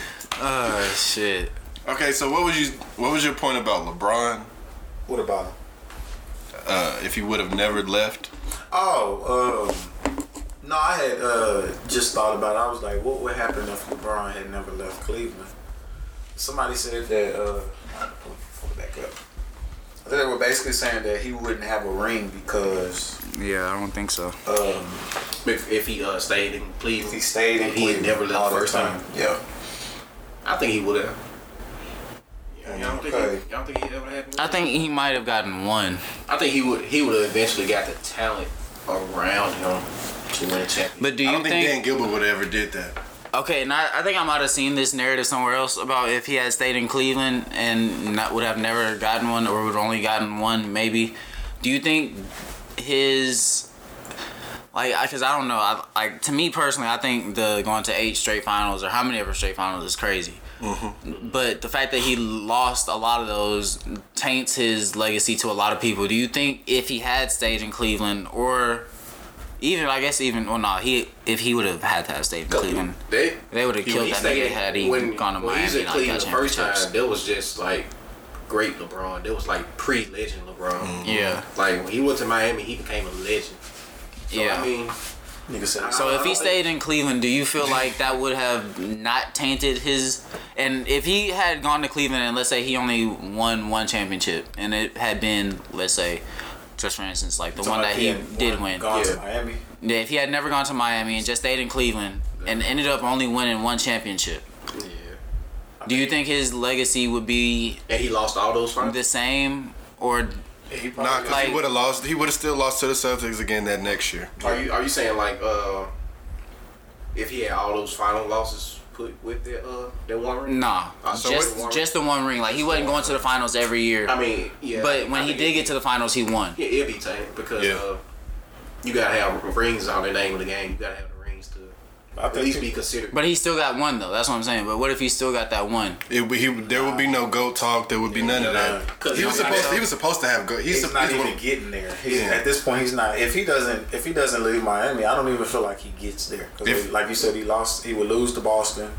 Speaker 6: Oh shit.
Speaker 8: Okay, so what was you what was your point about LeBron?
Speaker 7: What about him?
Speaker 8: Uh, if he would have never left,
Speaker 7: Oh, um, no, I had uh, just thought about it. I was like, what would happen if LeBron had never left Cleveland? Somebody said that, uh, pull it back up. I think they were basically saying that he wouldn't have a ring because
Speaker 6: Yeah, I don't think so.
Speaker 7: um,
Speaker 9: if, if he uh, stayed in Cleveland,
Speaker 7: he stayed in
Speaker 9: He had
Speaker 7: Cleveland.
Speaker 9: never left
Speaker 7: all the
Speaker 9: first time.
Speaker 7: Yeah.
Speaker 9: I think he would have. Y'all don't think
Speaker 7: Okay.
Speaker 9: he, y'all think he ever had one?
Speaker 6: I think he might have gotten one.
Speaker 9: I think he would he would have eventually got the talent around him to win a championship.
Speaker 6: But do
Speaker 8: I
Speaker 6: you
Speaker 8: don't think,
Speaker 6: think?
Speaker 8: Dan Gilbert would have ever did that.
Speaker 6: okay, and I, I think I might have seen this narrative somewhere else about if he had stayed in Cleveland and not, would have never gotten one or would have only gotten one maybe. Do you think his like I because I don't know. I, like to me personally, I think the going to eight straight finals or how many ever straight finals is crazy. But the fact that he lost a lot of those taints his legacy to a lot of people. Do you think if he had stayed in Cleveland or even I guess even well no he if he would have had to have stayed in Cleveland
Speaker 9: They
Speaker 6: they would have
Speaker 9: He-
Speaker 6: killed
Speaker 9: he
Speaker 6: that
Speaker 9: stayed-
Speaker 6: nigga had he gone to
Speaker 9: when he
Speaker 6: Miami
Speaker 9: was in
Speaker 6: and not got
Speaker 9: Cleveland the first time,
Speaker 6: championships.
Speaker 9: there was just like great LeBron. There was like pre-legend LeBron.
Speaker 6: Yeah,
Speaker 9: Like when he went to Miami, he became a legend. So,
Speaker 6: yeah.
Speaker 9: I mean,
Speaker 7: Nigga said,
Speaker 6: So if
Speaker 9: I
Speaker 6: he
Speaker 9: don't
Speaker 6: stayed in Cleveland, do you feel like that would have not tainted his? And if he had gone to Cleveland and let's say he only won one championship and it had been let's say just for instance, like the
Speaker 7: So
Speaker 6: one
Speaker 7: if
Speaker 6: that he
Speaker 7: had
Speaker 6: did
Speaker 7: won-
Speaker 6: win.
Speaker 7: Gone to Miami.
Speaker 6: Yeah, if he had never gone to Miami and just stayed in Cleveland and ended up only winning one championship,
Speaker 9: Yeah.
Speaker 6: do you think his legacy would be
Speaker 9: And he lost all those finals.
Speaker 6: the same? Or
Speaker 7: He
Speaker 8: Nah,
Speaker 7: probably
Speaker 8: because
Speaker 6: Like-
Speaker 8: he would have lost. He would have still lost to the Celtics again that next year.
Speaker 9: Are you are you saying like uh, if he had all those final losses put with that uh that one ring?
Speaker 6: nah,
Speaker 9: Uh, so
Speaker 6: just
Speaker 9: what-
Speaker 6: just the one ring. Like he wasn't going to the finals every year.
Speaker 9: I mean, yeah.
Speaker 6: but when
Speaker 9: I
Speaker 6: he
Speaker 9: think
Speaker 6: did
Speaker 9: it-
Speaker 6: get to the finals, he won.
Speaker 9: yeah, it'd be tanked because
Speaker 8: Yeah.
Speaker 9: uh, you gotta have rings on the name of the game. You gotta have the rings to
Speaker 7: I
Speaker 9: at
Speaker 7: think
Speaker 9: least
Speaker 7: he-
Speaker 9: be considered.
Speaker 6: But he still got one though. That's what I'm saying. But what if he still got that one?
Speaker 8: It, would- he, there would be no goat talk. There would be none of that.
Speaker 9: 'Cause
Speaker 8: He was
Speaker 9: nobody
Speaker 8: supposed.
Speaker 9: else-
Speaker 8: He was supposed to have goat. He's,
Speaker 7: He's,
Speaker 8: sup-
Speaker 7: not
Speaker 8: he's
Speaker 7: even
Speaker 8: one-
Speaker 7: getting there. He's,
Speaker 8: Yeah.
Speaker 7: At this point, he's not. If he doesn't, if he doesn't leave Miami, I don't even feel like he gets there. 'Cause
Speaker 8: If-
Speaker 7: like you said, he lost. He would lose to Boston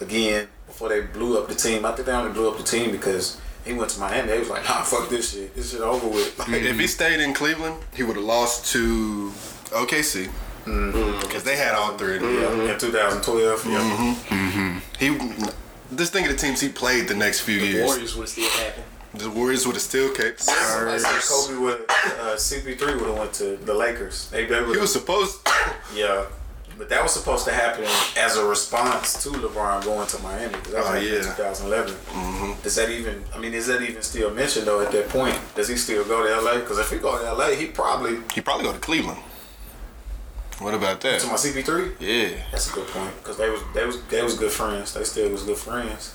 Speaker 7: again before they blew up the team. I think they only blew up the team because he went to Miami. They was like, Nah, fuck this shit. This shit over with. Like,
Speaker 8: If
Speaker 9: Mm-hmm.
Speaker 8: he stayed in Cleveland, he would have lost to OKC
Speaker 9: Mm-hmm.
Speaker 8: because they had all three. Of them.
Speaker 7: yeah, in 2012, yeah.
Speaker 8: He just think of the teams he played the next few
Speaker 9: Mm-hmm. the
Speaker 8: years.
Speaker 9: Warriors would have still happened.
Speaker 8: The Warriors would have still kept.
Speaker 7: Somebody said Kobe would, uh, CP3 would have went to the Lakers. They, they
Speaker 8: He
Speaker 7: would
Speaker 8: was supposed.
Speaker 7: Yeah. But that was supposed to happen as a response to LeBron going to Miami. 'cause That was
Speaker 8: Oh,
Speaker 7: like in
Speaker 8: yeah.
Speaker 7: 2011.
Speaker 9: Mm-hmm.
Speaker 7: Does that even? I mean, is that even still mentioned though? At that point, does he still go to LA? Because if he go to LA, he probably
Speaker 8: He probably go to Cleveland. What about that?
Speaker 7: to my CP3.
Speaker 8: Yeah.
Speaker 7: That's a good point. Because they was they was they was good friends. They still was good friends.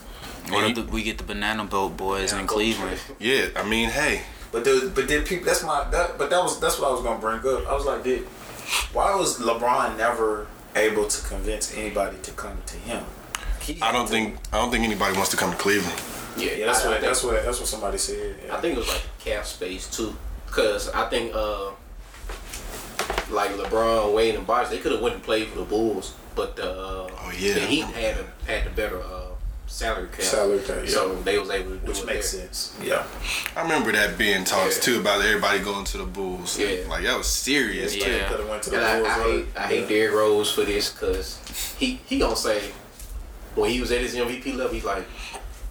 Speaker 6: What if the, we get the banana boat boys in Cleveland?
Speaker 8: Yeah. I mean, hey.
Speaker 7: But the, but did people? That's my that. But that was that's what I was gonna bring up. I was like, did why was LeBron never able to convince anybody to come to him? He
Speaker 8: I
Speaker 7: had
Speaker 8: don't
Speaker 7: to-
Speaker 8: think I don't think anybody wants to come to Cleveland.
Speaker 9: Yeah,
Speaker 7: Yeah, that's
Speaker 9: I- I
Speaker 7: what
Speaker 9: think-
Speaker 7: that's what that's what somebody said. yeah.
Speaker 9: I think it was like cap space too, because I think uh, like LeBron, Wade, and Bosh, they could have went and played for the Bulls, but the, uh,
Speaker 8: Oh, yeah.
Speaker 9: the Heat had a, had the better uh, salary cap,
Speaker 7: Salary cap,
Speaker 9: so they was able to do
Speaker 7: which
Speaker 9: it
Speaker 7: makes
Speaker 9: there.
Speaker 7: sense. Yeah,
Speaker 8: I remember that being talked
Speaker 9: Yeah.
Speaker 8: too about everybody going to the Bulls.
Speaker 9: Yeah.
Speaker 8: Like that was serious.
Speaker 6: Yeah.
Speaker 7: could have went to the
Speaker 9: And I,
Speaker 7: Bulls.
Speaker 9: I hate
Speaker 7: right?
Speaker 9: I hate Derrick Rose for this because he he gonna say when he was at his MVP level he's like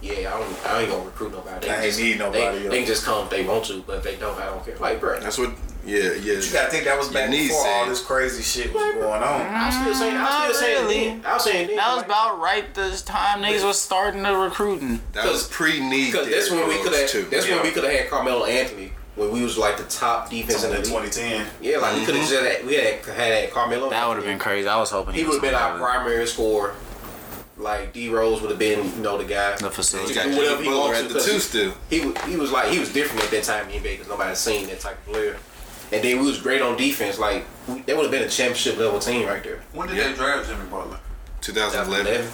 Speaker 9: yeah I don't I ain't gonna recruit nobody
Speaker 7: I ain't
Speaker 9: just,
Speaker 7: need nobody
Speaker 9: they,
Speaker 7: else."
Speaker 9: they can just come if they want to but if they don't I don't care like bro
Speaker 8: That's what. Yeah. Yeah.
Speaker 7: You gotta think that was back
Speaker 8: Your knees
Speaker 7: before all
Speaker 8: said-
Speaker 7: this crazy shit was going on.
Speaker 9: I was still saying I was
Speaker 6: Not
Speaker 9: still saying
Speaker 6: really.
Speaker 9: then, I was saying then,
Speaker 6: That was
Speaker 9: like,
Speaker 6: about right this time niggas was starting to recruiting.
Speaker 8: That was pre-need.
Speaker 9: Because that's when we could
Speaker 8: too.
Speaker 9: have. That's
Speaker 8: Yeah.
Speaker 9: when we could have had Carmelo Anthony when we was like the top defense in
Speaker 7: In
Speaker 9: the league.
Speaker 7: 2010,
Speaker 9: Yeah, like we could have just had, we had had Carmelo.
Speaker 6: That would have been crazy. I was hoping
Speaker 9: He would
Speaker 6: was
Speaker 9: have been
Speaker 6: gonna
Speaker 9: our
Speaker 6: do it.
Speaker 9: primary scorer. Like D Rose would have been, you know, the guy.
Speaker 6: The facility.
Speaker 8: You got
Speaker 9: Do
Speaker 8: Jimmy
Speaker 9: whatever he
Speaker 8: Butler
Speaker 9: wants
Speaker 8: at
Speaker 9: to,
Speaker 8: the
Speaker 9: 'cause
Speaker 8: two
Speaker 9: he-
Speaker 8: still.
Speaker 9: He wa- he was like he was different at that time in the NBA because nobody seen that type of player. And then we was great on defense. Like we, that would have been a championship level team right there.
Speaker 7: when did
Speaker 8: Yeah.
Speaker 7: they draft Jimmy Butler?
Speaker 8: 2011.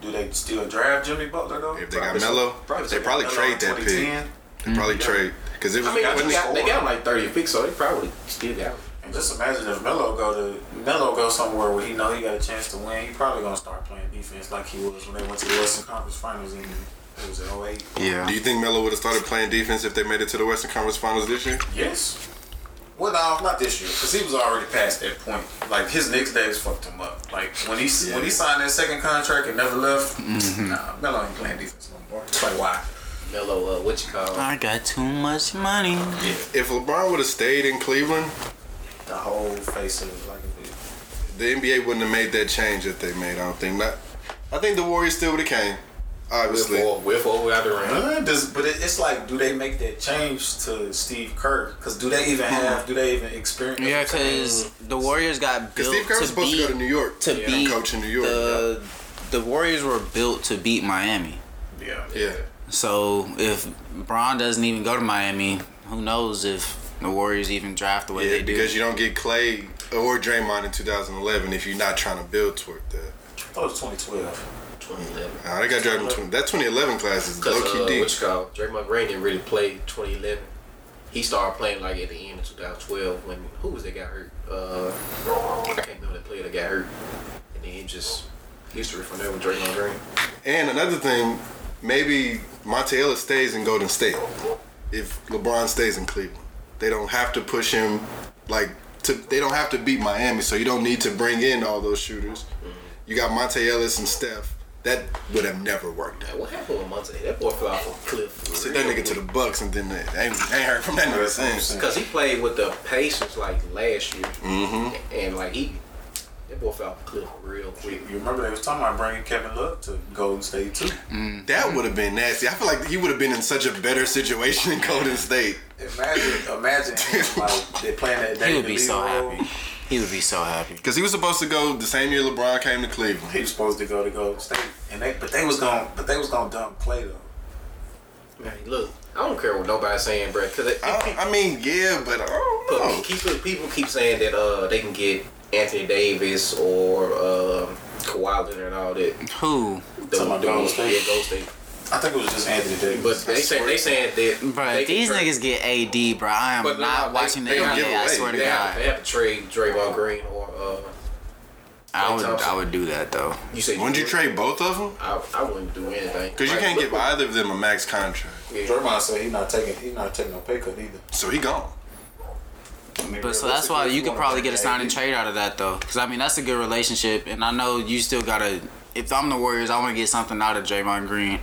Speaker 7: Do they still draft Jimmy Butler though?
Speaker 8: If they got Melo,
Speaker 9: probably
Speaker 8: they probably
Speaker 7: Melo
Speaker 8: trade
Speaker 7: in
Speaker 8: that pick.
Speaker 7: 2010.
Speaker 8: They probably trade because it was.
Speaker 9: Mm-hmm. I mean,
Speaker 7: got
Speaker 9: they
Speaker 7: the
Speaker 9: got, they
Speaker 7: score.
Speaker 9: got him like thirty picks, so they probably still got him.
Speaker 7: And just imagine if Melo go to Melo go somewhere where he know he got a chance to win. He probably gonna start playing defense like he was when they went to the Western Conference Finals in it oh was in 08.
Speaker 8: Do you think Melo would have started playing defense if they made it to the Western Conference Finals this year?
Speaker 7: Yes. Well, no, not this year, because he was already past that point. Like his Knicks days fucked him up. Like when he when he signed that second contract and never left. Nah, Melo ain't playing defense no more. It's like why?
Speaker 9: Melo, uh, what you call? him?
Speaker 6: I got too much money.
Speaker 8: If LeBron would have stayed in Cleveland,
Speaker 7: The whole face of it, like
Speaker 8: the NBA wouldn't have made that change that they made. I don't think. Not, I think the Warriors still would have came. Obviously,
Speaker 9: With or with or without Durant.
Speaker 7: Uh, does, but it, it's like, do they make that change to Steve Kerr? Because do they even have? Do they even experience?
Speaker 6: Yeah, because the Warriors got
Speaker 8: because
Speaker 6: built
Speaker 8: Steve Kerr was
Speaker 6: to
Speaker 8: supposed
Speaker 6: beat
Speaker 8: to go to New York
Speaker 6: to
Speaker 8: and
Speaker 6: beat
Speaker 8: coach in New York.
Speaker 6: the the Warriors were built to beat Miami.
Speaker 7: yeah,
Speaker 8: yeah,
Speaker 6: So if Braun doesn't even go to Miami, who knows if the Warriors even draft the way
Speaker 8: yeah.
Speaker 6: they do?
Speaker 8: Because you don't get Clay or Draymond in 2011 if you're not trying to build toward that.
Speaker 7: I thought it was 2012.
Speaker 9: 2011.
Speaker 8: Nah, they got drafted in 20, that 2011 class is
Speaker 9: Because
Speaker 8: low
Speaker 9: uh,
Speaker 8: key
Speaker 9: what
Speaker 8: deep.
Speaker 9: you call Draymond Green didn't really play 2011. He started playing like at the end of 2012 when who was that got hurt? Uh, I can't remember that player that got hurt. And then he just history from there with Draymond Green.
Speaker 8: And another thing, maybe Monte Ellis stays in Golden State if LeBron stays in Cleveland. They don't have to push him like to. They don't have to beat Miami, so you don't need to bring in all those shooters. You got Monte Ellis and Steph That would have never worked out.
Speaker 9: What happened with Monte? That boy fell off a cliff. for
Speaker 8: Sent that
Speaker 9: real.
Speaker 8: nigga to the Bucks and then they, they ain't they ain't heard from that nigga since.
Speaker 9: Cause he played with the Pacers like last year,
Speaker 8: Mm-hmm.
Speaker 9: and like he, that boy fell off a cliff real quick.
Speaker 7: You remember they was talking about bringing Kevin Love to Golden State too.
Speaker 8: That would have been nasty. I feel like he would have been in such a better situation in Golden State.
Speaker 7: Imagine, imagine him, like they playing that.
Speaker 6: He
Speaker 7: Damian
Speaker 6: would be so
Speaker 7: Lee role.
Speaker 6: happy. He would be so happy.
Speaker 8: Because he was supposed to go the same year LeBron came to Cleveland.
Speaker 7: He was supposed to go to Golden State, and they but they was gonna but they was gonna dump Clay though.
Speaker 9: Man, look, I don't care what nobody's saying, bro. Cause it,
Speaker 8: I, I mean, yeah, but I don't
Speaker 9: Look,
Speaker 8: know.
Speaker 9: people, people keep saying that uh, they can get Anthony Davis or uh, Kawhi Leonard and all that.
Speaker 6: Who?
Speaker 9: The,
Speaker 7: Talking about
Speaker 9: the-
Speaker 7: Golden State?
Speaker 9: Yeah, Golden State.
Speaker 7: I think it was just Anthony Davis.
Speaker 9: But they say they saying that
Speaker 6: Bro,
Speaker 9: they
Speaker 6: if
Speaker 9: can
Speaker 6: these
Speaker 9: trade-
Speaker 6: niggas get AD, bro, I am
Speaker 9: But no,
Speaker 6: not
Speaker 9: they-
Speaker 6: watching
Speaker 9: they
Speaker 6: the
Speaker 9: don't
Speaker 8: give
Speaker 6: NBA. I
Speaker 8: away.
Speaker 6: swear to
Speaker 9: they have, they
Speaker 6: God,
Speaker 9: have to trade Draymond Green or uh,
Speaker 6: I would,
Speaker 9: Thompson.
Speaker 6: I would do that though.
Speaker 9: you say.
Speaker 8: Wouldn't you trade both of them?
Speaker 9: I, I wouldn't do anything
Speaker 8: Because you
Speaker 9: Like,
Speaker 8: can't
Speaker 9: look
Speaker 8: give
Speaker 9: what-
Speaker 8: either of them a max contract.
Speaker 7: Draymond said he not taking he not taking no pay cut either.
Speaker 8: So he gone.
Speaker 7: I mean,
Speaker 6: But so that's why
Speaker 7: realistically,
Speaker 6: you
Speaker 7: if
Speaker 6: could
Speaker 7: wanna
Speaker 6: probably
Speaker 7: take
Speaker 6: get a sign and
Speaker 7: AD,
Speaker 6: trade out of that though, because I mean that's a good relationship, and I know you still gotta. If I'm the Warriors, I want to get something out of Draymond Green.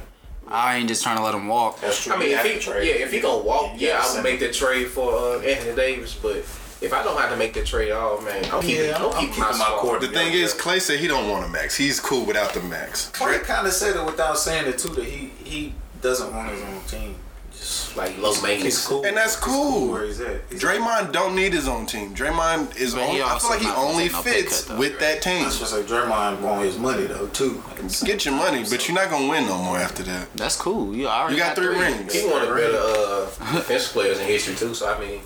Speaker 6: I ain't just trying to let him walk.
Speaker 7: That's true.
Speaker 9: I mean,
Speaker 7: You
Speaker 9: if
Speaker 7: have
Speaker 9: he,
Speaker 7: to trade.
Speaker 9: yeah, if he gonna walk,
Speaker 7: You
Speaker 9: yeah,
Speaker 7: gotta
Speaker 9: I would
Speaker 7: send
Speaker 9: make
Speaker 7: him.
Speaker 9: that trade for uh, Anthony Davis. But if I don't have to make the trade, oh man, I'm keeping,
Speaker 7: Yeah,
Speaker 9: I'm,
Speaker 7: I'm
Speaker 9: keeping
Speaker 7: keeping
Speaker 9: my
Speaker 7: my
Speaker 9: squad.
Speaker 7: core.
Speaker 8: The thing is, Clay said he don't want a max. He's cool without the max.
Speaker 7: Clay kind of said it without saying it too that he he doesn't want his own team. Just
Speaker 9: Like low
Speaker 7: he's
Speaker 9: maintenance.
Speaker 7: cool,
Speaker 8: And that's
Speaker 7: He's cool
Speaker 8: cool.
Speaker 7: where he's at. He's
Speaker 8: Draymond don't need his own team. Draymond is
Speaker 6: But he
Speaker 8: only. I
Speaker 6: also
Speaker 8: feel like he
Speaker 6: not gonna
Speaker 8: only
Speaker 6: take no pay
Speaker 8: fits
Speaker 6: cut, though,
Speaker 8: with that team.
Speaker 7: It's just like Draymond want his money though too. It's-
Speaker 8: Get your money, but you're not gonna win no more after that.
Speaker 6: That's cool. You already
Speaker 8: You got three rings.
Speaker 9: He's one of the better uh, defensive players in history too. So I mean,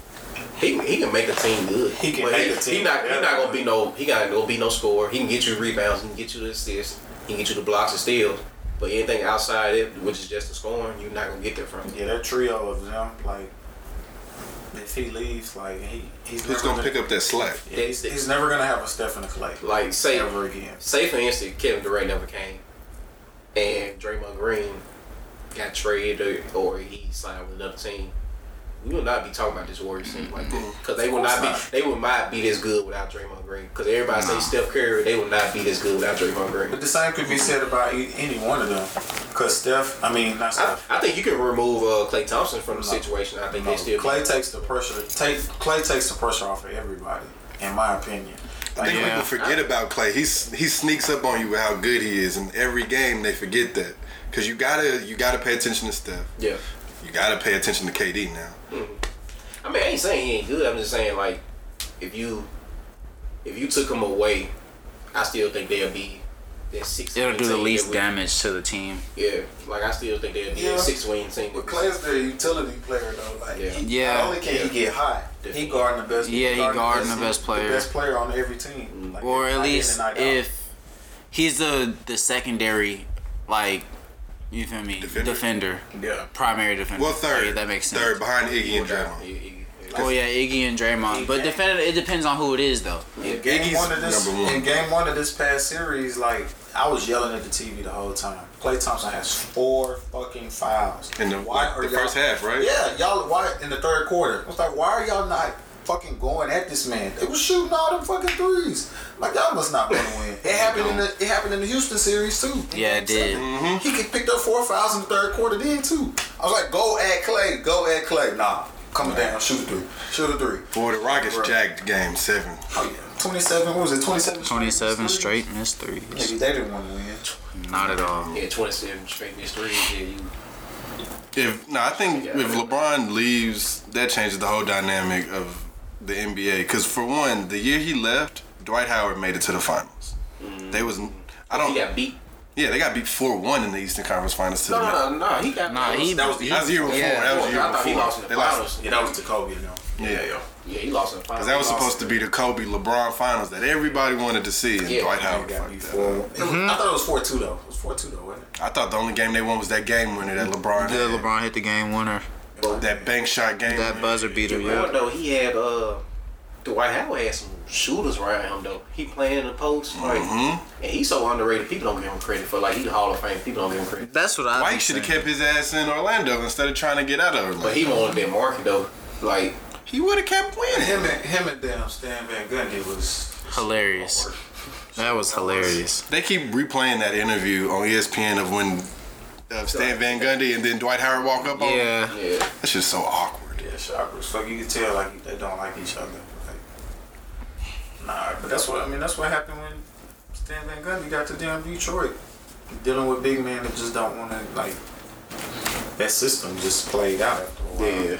Speaker 9: he, he can make a team good.
Speaker 7: He can
Speaker 9: But
Speaker 7: make
Speaker 9: he,
Speaker 7: a team
Speaker 9: He not he
Speaker 7: together.
Speaker 9: not gonna be no he not gonna be no scorer. He can get you rebounds. He can get you the assists. He can get you the blocks and steals. But anything outside it, which is just the scoring, you're not gonna get there from.
Speaker 7: Yeah, that trio of them like. If he leaves, like he he's
Speaker 8: Who's
Speaker 7: never
Speaker 8: gonna pick up that slack?
Speaker 7: Yeah, he's, he's never gonna have a Stephen and Clay
Speaker 9: Like say
Speaker 7: ever again.
Speaker 9: Say for instance, Kevin Durant never came, and Draymond Green got traded or he signed with another team. We will not be talking about this Warriors team like that because they will
Speaker 7: Of
Speaker 9: not
Speaker 7: course
Speaker 9: be
Speaker 7: not.
Speaker 9: they will not be this good without Draymond Green. Because everybody say Steph Curry, they will not be this good without Draymond Green.
Speaker 7: But the same could be said about e- any one of them. Cause Steph, I mean, not
Speaker 9: I,
Speaker 7: Steph.
Speaker 9: I think you can remove uh, Clay Thompson from the
Speaker 7: No.
Speaker 9: situation. I think
Speaker 7: No,
Speaker 9: they still
Speaker 7: Clay takes the pressure. Take Clay takes the pressure off of everybody, in my opinion.
Speaker 8: I
Speaker 7: Like,
Speaker 8: think people forget about Clay. He's he sneaks up on you with how good he is, and every game they forget that. Cause you gotta you gotta pay attention to Steph.
Speaker 9: yeah.
Speaker 8: You gotta pay attention to KD now.
Speaker 9: I mean, I ain't saying he ain't good. I'm just saying like if you if you took him away, I still think they'll be. that six
Speaker 6: It'll do the
Speaker 9: team that
Speaker 6: least
Speaker 9: we-
Speaker 6: damage to the team.
Speaker 9: Yeah, like I still think they'll be
Speaker 7: Yeah.
Speaker 9: a six win team.
Speaker 7: But Clay's the utility player though. Like,
Speaker 9: Yeah.
Speaker 7: he,
Speaker 6: Yeah.
Speaker 7: Not only can he get hot, he guarding the best.
Speaker 6: Yeah, he guarding the best player.
Speaker 7: The best player on every team. Like,
Speaker 6: or at
Speaker 7: night in
Speaker 6: least
Speaker 7: and night out.
Speaker 6: if he's the the secondary, like you feel me, defender,
Speaker 8: Defender?
Speaker 7: yeah.
Speaker 6: primary defender.
Speaker 8: Well, third.
Speaker 6: Yeah, that makes sense.
Speaker 8: Third behind Iggy and Draymond.
Speaker 9: Yeah, yeah, yeah.
Speaker 6: Oh yeah, Iggy and Draymond, but defender. It depends on who it is though.
Speaker 7: In game
Speaker 8: Iggy's
Speaker 7: one of this
Speaker 8: number one.
Speaker 7: in game one of this past series, like I was yelling at the TV the whole time. Clay Thompson has four fucking fouls.
Speaker 8: In the,
Speaker 7: are
Speaker 8: the
Speaker 7: y'all-
Speaker 8: first half, right?
Speaker 7: Yeah, y'all why in the third quarter. I was like, why are y'all not fucking going at this man? They was shooting all them fucking threes. Like y'all must not want to win. It happened in the it happened in the Houston series too.
Speaker 6: Yeah, it did.
Speaker 8: Hmm?
Speaker 7: He could picked up four fouls in the third quarter then too. I was like, go at Clay, go at Clay. Nah, come down, shoot a three, shoot a three.
Speaker 8: Boy, the Rockets
Speaker 7: Bruh.
Speaker 8: jacked game seven.
Speaker 7: Oh yeah, twenty-seven. What was it? Twenty-seven. straight
Speaker 6: Twenty-seven
Speaker 7: threes?
Speaker 6: straight missed threes.
Speaker 7: Maybe they didn't want to win.
Speaker 6: Not at all.
Speaker 9: Yeah, 27 straight missed threes. Yeah, you,
Speaker 8: If no, I think if LeBron leaves, that changes the whole dynamic of the NBA. Because for one, the year he left, Dwight Howard made it to the finals. They was I
Speaker 9: Mm. he
Speaker 8: don't
Speaker 9: got beat.
Speaker 8: yeah they got beat four one in the Eastern Conference Finals to
Speaker 9: No,
Speaker 8: the
Speaker 9: no, no, no. He got.
Speaker 6: Nah, he-
Speaker 9: that was the
Speaker 8: That was the year before.
Speaker 6: Yeah.
Speaker 8: that was the year
Speaker 9: I thought
Speaker 8: before.
Speaker 9: he lost in
Speaker 8: they
Speaker 9: the
Speaker 8: lost.
Speaker 9: finals.
Speaker 7: Yeah, that was to Kobe, you know.
Speaker 8: Yeah, yeah.
Speaker 9: Yeah, he lost in the finals.
Speaker 8: That was
Speaker 9: He lost
Speaker 8: supposed to be the Kobe LeBron finals that everybody wanted to see, and
Speaker 9: Yeah.
Speaker 8: Dwight Howard
Speaker 7: Got me
Speaker 8: fucked that.
Speaker 7: four. It was- I thought it was four two though. It was four two though, wasn't it?
Speaker 8: up. I thought the only game they won was that game winner that LeBron
Speaker 6: Yeah,
Speaker 8: had.
Speaker 6: LeBron hit the game winner.
Speaker 8: that bank shot game.
Speaker 6: That
Speaker 8: winner.
Speaker 6: buzzer beater.
Speaker 9: in the
Speaker 6: Yeah.
Speaker 9: finals. though he had uh, Dwight Howard had some shooters around him though. He playing in the post, like, and he's so underrated. People don't give him credit for like he the Hall of Fame. People don't give him credit.
Speaker 6: That's what I.
Speaker 8: Mike should have kept his ass in Orlando instead of trying to get out of Orlando.
Speaker 9: But he wanted that market though. Like
Speaker 8: He would have kept winning.
Speaker 7: Him and him and damn Stan Van Gundy was
Speaker 6: hilarious.
Speaker 10: That was hilarious.
Speaker 8: They keep replaying that interview on E ESPN of when uh, Stan Van Gundy and then Dwight Howard walk up on. him.
Speaker 10: Yeah.
Speaker 7: Yeah,
Speaker 8: That's just so awkward.
Speaker 7: yeah, shockers. Fuck, you can tell like they don't like each other. Like, nah, but that's what I mean. That's what happened when Stan Van Gundy got to damn Detroit, dealing with big men that just don't want to like. That system just played out after a while.
Speaker 9: Yeah.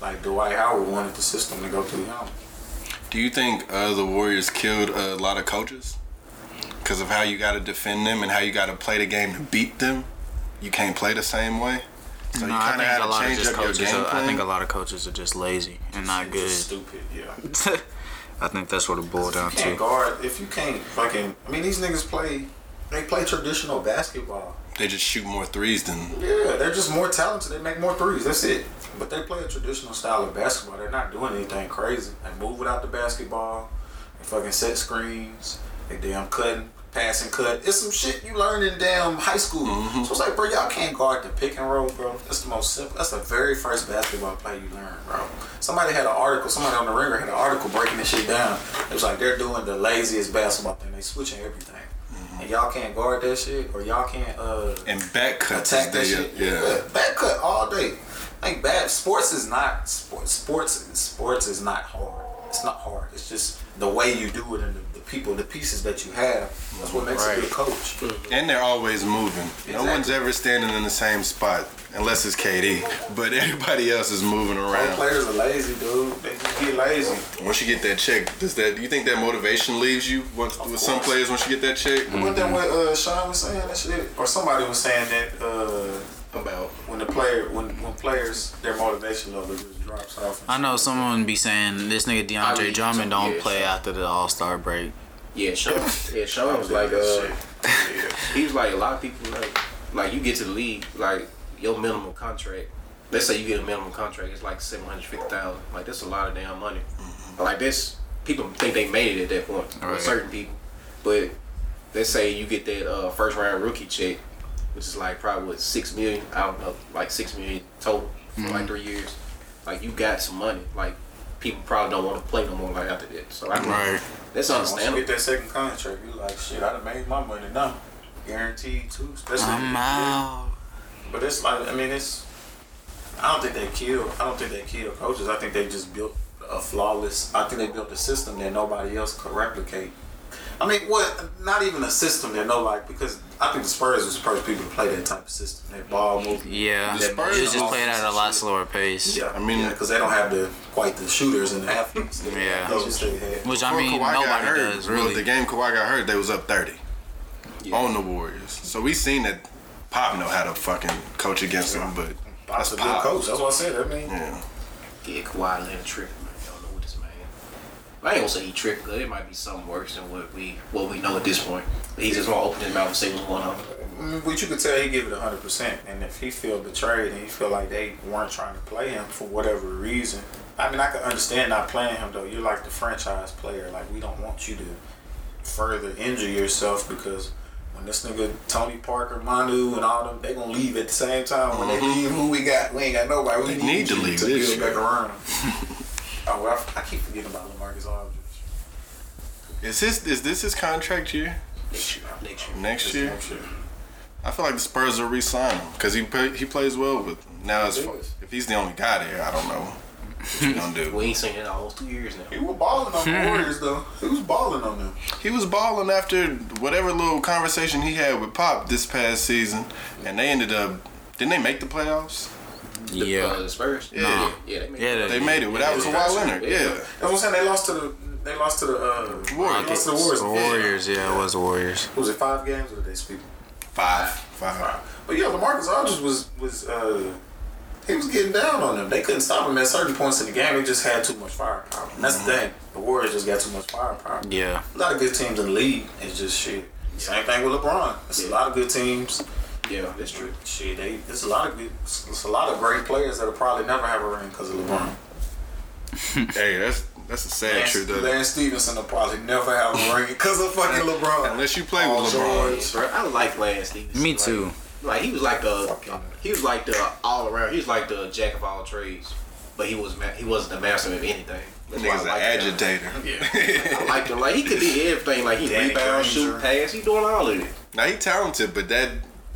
Speaker 7: Like Dwight Howard wanted the system to go through him.
Speaker 8: Do you think uh, the Warriors killed a lot of coaches because of how you got to defend them and how you got to play the game to beat them? You can't play the same way. So
Speaker 10: No,
Speaker 8: you
Speaker 10: I
Speaker 8: kind of
Speaker 10: think a
Speaker 8: had
Speaker 10: lot
Speaker 8: to
Speaker 10: of
Speaker 8: change
Speaker 10: just
Speaker 8: up your
Speaker 10: coaches.
Speaker 8: game
Speaker 10: Are, I think a
Speaker 8: plan.
Speaker 10: lot of coaches are just lazy and not
Speaker 7: It's
Speaker 10: good.
Speaker 7: just stupid. Yeah.
Speaker 10: I think that's what it boiled down
Speaker 7: can't
Speaker 10: to.
Speaker 7: guard if you can't fucking. I mean, these niggas play. They play traditional basketball.
Speaker 8: They just shoot more threes than
Speaker 7: Yeah, they're just more talented. They make more threes. That's it. But they play a traditional style of basketball. They're not doing anything crazy. They move without the basketball. They fucking set screens. They damn cutting, pass and cut. It's some shit you learn in damn high school. So it's like, bro, y'all can't guard the pick and roll, bro. That's the most simple. That's the very first basketball play you learn, bro. Somebody had an article. Somebody on the Ringer had an article breaking this shit down. It was like they're doing the laziest basketball thing. They switching everything. And y'all can't guard that shit, or y'all can't. uh
Speaker 8: and back cuts.
Speaker 7: attack
Speaker 8: is
Speaker 7: that
Speaker 8: they-
Speaker 7: shit.
Speaker 8: yeah.
Speaker 7: back cut all day. Like bad sports is not sports. Sports sports is not hard. It's not hard. It's just the way you do it and the, the people, the pieces that you have. That's what makes a good coach.
Speaker 8: And they're always moving. No
Speaker 7: Exactly.
Speaker 8: one's ever standing in the same spot unless it's KD. But everybody else is moving
Speaker 7: All
Speaker 8: around.
Speaker 7: players are lazy, dude. They just get lazy.
Speaker 8: Once you get that check, does that? Do you think that motivation leaves you? Once, with some
Speaker 7: course.
Speaker 8: players, once you get that check,
Speaker 6: Mm-hmm.
Speaker 7: But then what uh, Sean was saying that shit, or somebody was saying that uh,
Speaker 8: about
Speaker 7: when the player, when when players, their motivation level just drops off. and
Speaker 6: I know
Speaker 7: shit.
Speaker 6: someone be saying this nigga
Speaker 9: I
Speaker 6: DeAndre
Speaker 9: read
Speaker 6: Drummond
Speaker 9: some-
Speaker 6: don't
Speaker 9: yeah,
Speaker 6: play
Speaker 9: so-
Speaker 6: after the All Star break.
Speaker 9: Yeah, Sean. Yeah, Sean was like, uh, he was like, a lot of people like, like you get to the league, like your minimum contract. Let's say you get a minimum contract, it's like seven hundred fifty thousand. Like that's a lot of damn money. Like this, people think they made it at that point.
Speaker 6: Right.
Speaker 9: Certain people, but let's say you get that uh, first round rookie check, which is like probably what six million. I don't know, like six million total for like three years. Like you got some money. Like people probably don't want to play no more. Like after that, so I can,
Speaker 8: right.
Speaker 9: that's
Speaker 7: Once you
Speaker 9: understandable.
Speaker 7: get that second contract, you like shit. I done made my money now, guaranteed too. Especially
Speaker 6: I'm out.
Speaker 7: But it's like I mean it's. I don't think they kill. I don't think they kill coaches. I think they just built a flawless. I think they built a system that nobody else could replicate. I mean, what? Not even a system that nobody because I think the Spurs was the first people to play that type of system. That ball movement.
Speaker 6: Yeah,
Speaker 8: The
Speaker 6: it
Speaker 8: Spurs
Speaker 6: was just
Speaker 7: are
Speaker 6: played at a
Speaker 7: awesome
Speaker 6: lot
Speaker 7: shit.
Speaker 6: slower pace.
Speaker 7: Yeah,
Speaker 8: I mean-
Speaker 7: because they don't have the quite the shooters and the athletes. that
Speaker 6: Yeah.
Speaker 7: coaches they had.
Speaker 6: Which I mean,
Speaker 8: Kawhi got
Speaker 6: nobody
Speaker 8: hurt,
Speaker 6: does
Speaker 8: well, the
Speaker 6: really.
Speaker 8: game Kawhi got hurt, they was up thirty on the Warriors. So we seen that Pop know how to fucking coach against them, but
Speaker 7: That's
Speaker 8: that's
Speaker 7: a good
Speaker 8: Pop.
Speaker 7: coach. That's what I said. I mean,
Speaker 8: Yeah.
Speaker 9: Yeah, Kawhi Leonard tripping. Man. I don't know what this man. I ain't gonna say he tripping because it might be something worse than what we what we know at this point. He just won't open his mouth and say what's going on.
Speaker 7: Mm, But you could tell he give it hundred percent, and if he feel betrayed and he feel like they weren't trying to play him for whatever reason, I mean, I could understand not playing him though. You're like the franchise player, like we don't want you to further injure yourself because when this nigga Tony Parker, Manu, and all them, they gonna leave at the same time. When they leave, who we got? We ain't got nobody. We
Speaker 8: Mm-hmm. They need to
Speaker 7: you
Speaker 8: leave
Speaker 7: to
Speaker 8: this
Speaker 7: build back
Speaker 8: year.
Speaker 7: around. oh, well, I, I keep forgetting about Lamarcus Aldridge.
Speaker 8: Is this is this his contract year?
Speaker 9: Next year, next year.
Speaker 8: Next year?
Speaker 7: Sure.
Speaker 8: I feel like the Spurs will re-sign him because he play, he plays well with them. Now as far, if he's the only guy there, I don't know what you gonna do.
Speaker 9: We ain't seen it in almost two years now.
Speaker 7: He was balling on the Warriors though. He was balling on them.
Speaker 8: He was balling after whatever little conversation he had with Pop this past season, and they ended up didn't they make the playoffs?
Speaker 9: Uh,
Speaker 6: Yeah,
Speaker 9: the Spurs.
Speaker 8: Yeah.
Speaker 9: yeah, they made
Speaker 6: Yeah,
Speaker 9: it.
Speaker 8: They made it without Kawhi Leonard. Yeah,
Speaker 7: That's what I'm saying. They lost to the. They lost to the. Uh,
Speaker 8: Warriors.
Speaker 7: They lost to the Warriors.
Speaker 6: the Warriors. Yeah, it was the Warriors.
Speaker 7: Was it five games or did they speak?
Speaker 8: five, five.
Speaker 7: But yeah, Lamarcus Aldridge was was. Uh, he was getting down on them. They couldn't stop him at certain points in the game. They just had too much firepower. And that's the thing. The Warriors just got too much firepower.
Speaker 6: Yeah,
Speaker 7: A lot of good teams in the league is just shit. Same thing with LeBron. It's a lot of good teams.
Speaker 9: Yeah, that's true.
Speaker 7: Shit, they. It's a lot of good. It's, it's a lot of great players that'll probably never have a ring because of LeBron.
Speaker 8: Hey, that's that's a sad
Speaker 7: Lance,
Speaker 8: truth. though.
Speaker 7: Lance Stevenson will probably never have a ring because of fucking LeBron.
Speaker 8: Unless you play
Speaker 7: Paul
Speaker 8: with LeBron,
Speaker 7: George.
Speaker 9: Bro, I like Lance Stevenson.
Speaker 6: me
Speaker 9: Like,
Speaker 6: too.
Speaker 9: Like he was like the he was like the all around. He was like the jack of all trades, but he was ma- he wasn't the master of anything. That's why I
Speaker 8: Nigga's an
Speaker 9: like that.
Speaker 8: agitator.
Speaker 9: Yeah, I like him. Like he could do everything. Like he
Speaker 7: Danny
Speaker 9: rebound,
Speaker 7: Granger.
Speaker 9: shoot, pass. He doing all of it.
Speaker 8: Now he talented, but that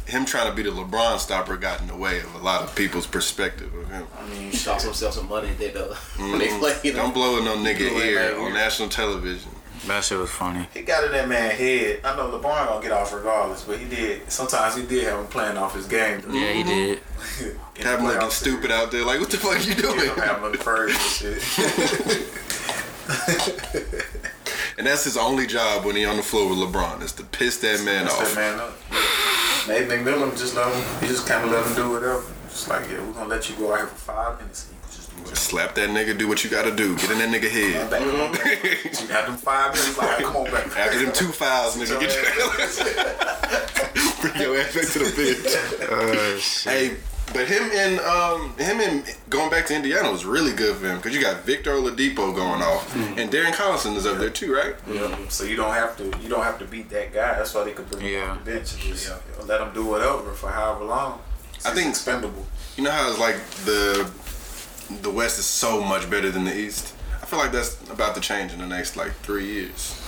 Speaker 8: him trying to be the LeBron stopper got in the way of a lot of people's perspective of him.
Speaker 7: I mean,
Speaker 9: He
Speaker 7: shit.
Speaker 9: cost himself some money that uh, when they play. You
Speaker 8: Don't
Speaker 9: know,
Speaker 8: blow in no nigga
Speaker 9: Blew it
Speaker 8: ear
Speaker 9: right
Speaker 8: on
Speaker 9: here.
Speaker 8: national television.
Speaker 6: That shit was funny.
Speaker 7: He got in that man head. I know LeBron gonna get off regardless, but he did. Sometimes he did have him playing off his game. though.
Speaker 6: Yeah, he did.
Speaker 7: In the
Speaker 8: Have him looking
Speaker 7: playoff series,
Speaker 8: stupid out there, like what the fuck you
Speaker 7: you
Speaker 8: doing?
Speaker 7: know, have him looking crazy and shit.
Speaker 8: And that's his only job when he on the floor with LeBron is to piss that man
Speaker 7: That's
Speaker 8: off.
Speaker 7: that man up. Nate McMillan just let him. He just kind of let him do whatever. Just like yeah, we're gonna let you go out here for five minutes. And you can just do whatever.
Speaker 8: Slap that nigga, do what you gotta do. Get in that nigga
Speaker 7: Come
Speaker 8: head.
Speaker 7: back, come back. You got them five minutes. Like come on back.
Speaker 8: After them two fouls, nigga,
Speaker 7: Your
Speaker 8: get your
Speaker 7: ass-
Speaker 8: bring your ass back to the bench. Oh, Hey, but him and um, him and going back to Indiana was really good for him because you got Victor Oladipo going off, and Darren Collison is up there too, right?
Speaker 7: So you don't have to you don't have to beat that guy. That's why they could bring him
Speaker 6: Yeah.
Speaker 7: off the bench and just let him do whatever for however long.
Speaker 8: I think-
Speaker 7: He's expendable.
Speaker 8: You know how it's like the the West is so much better than the East. I feel like that's about to change in the next like three years.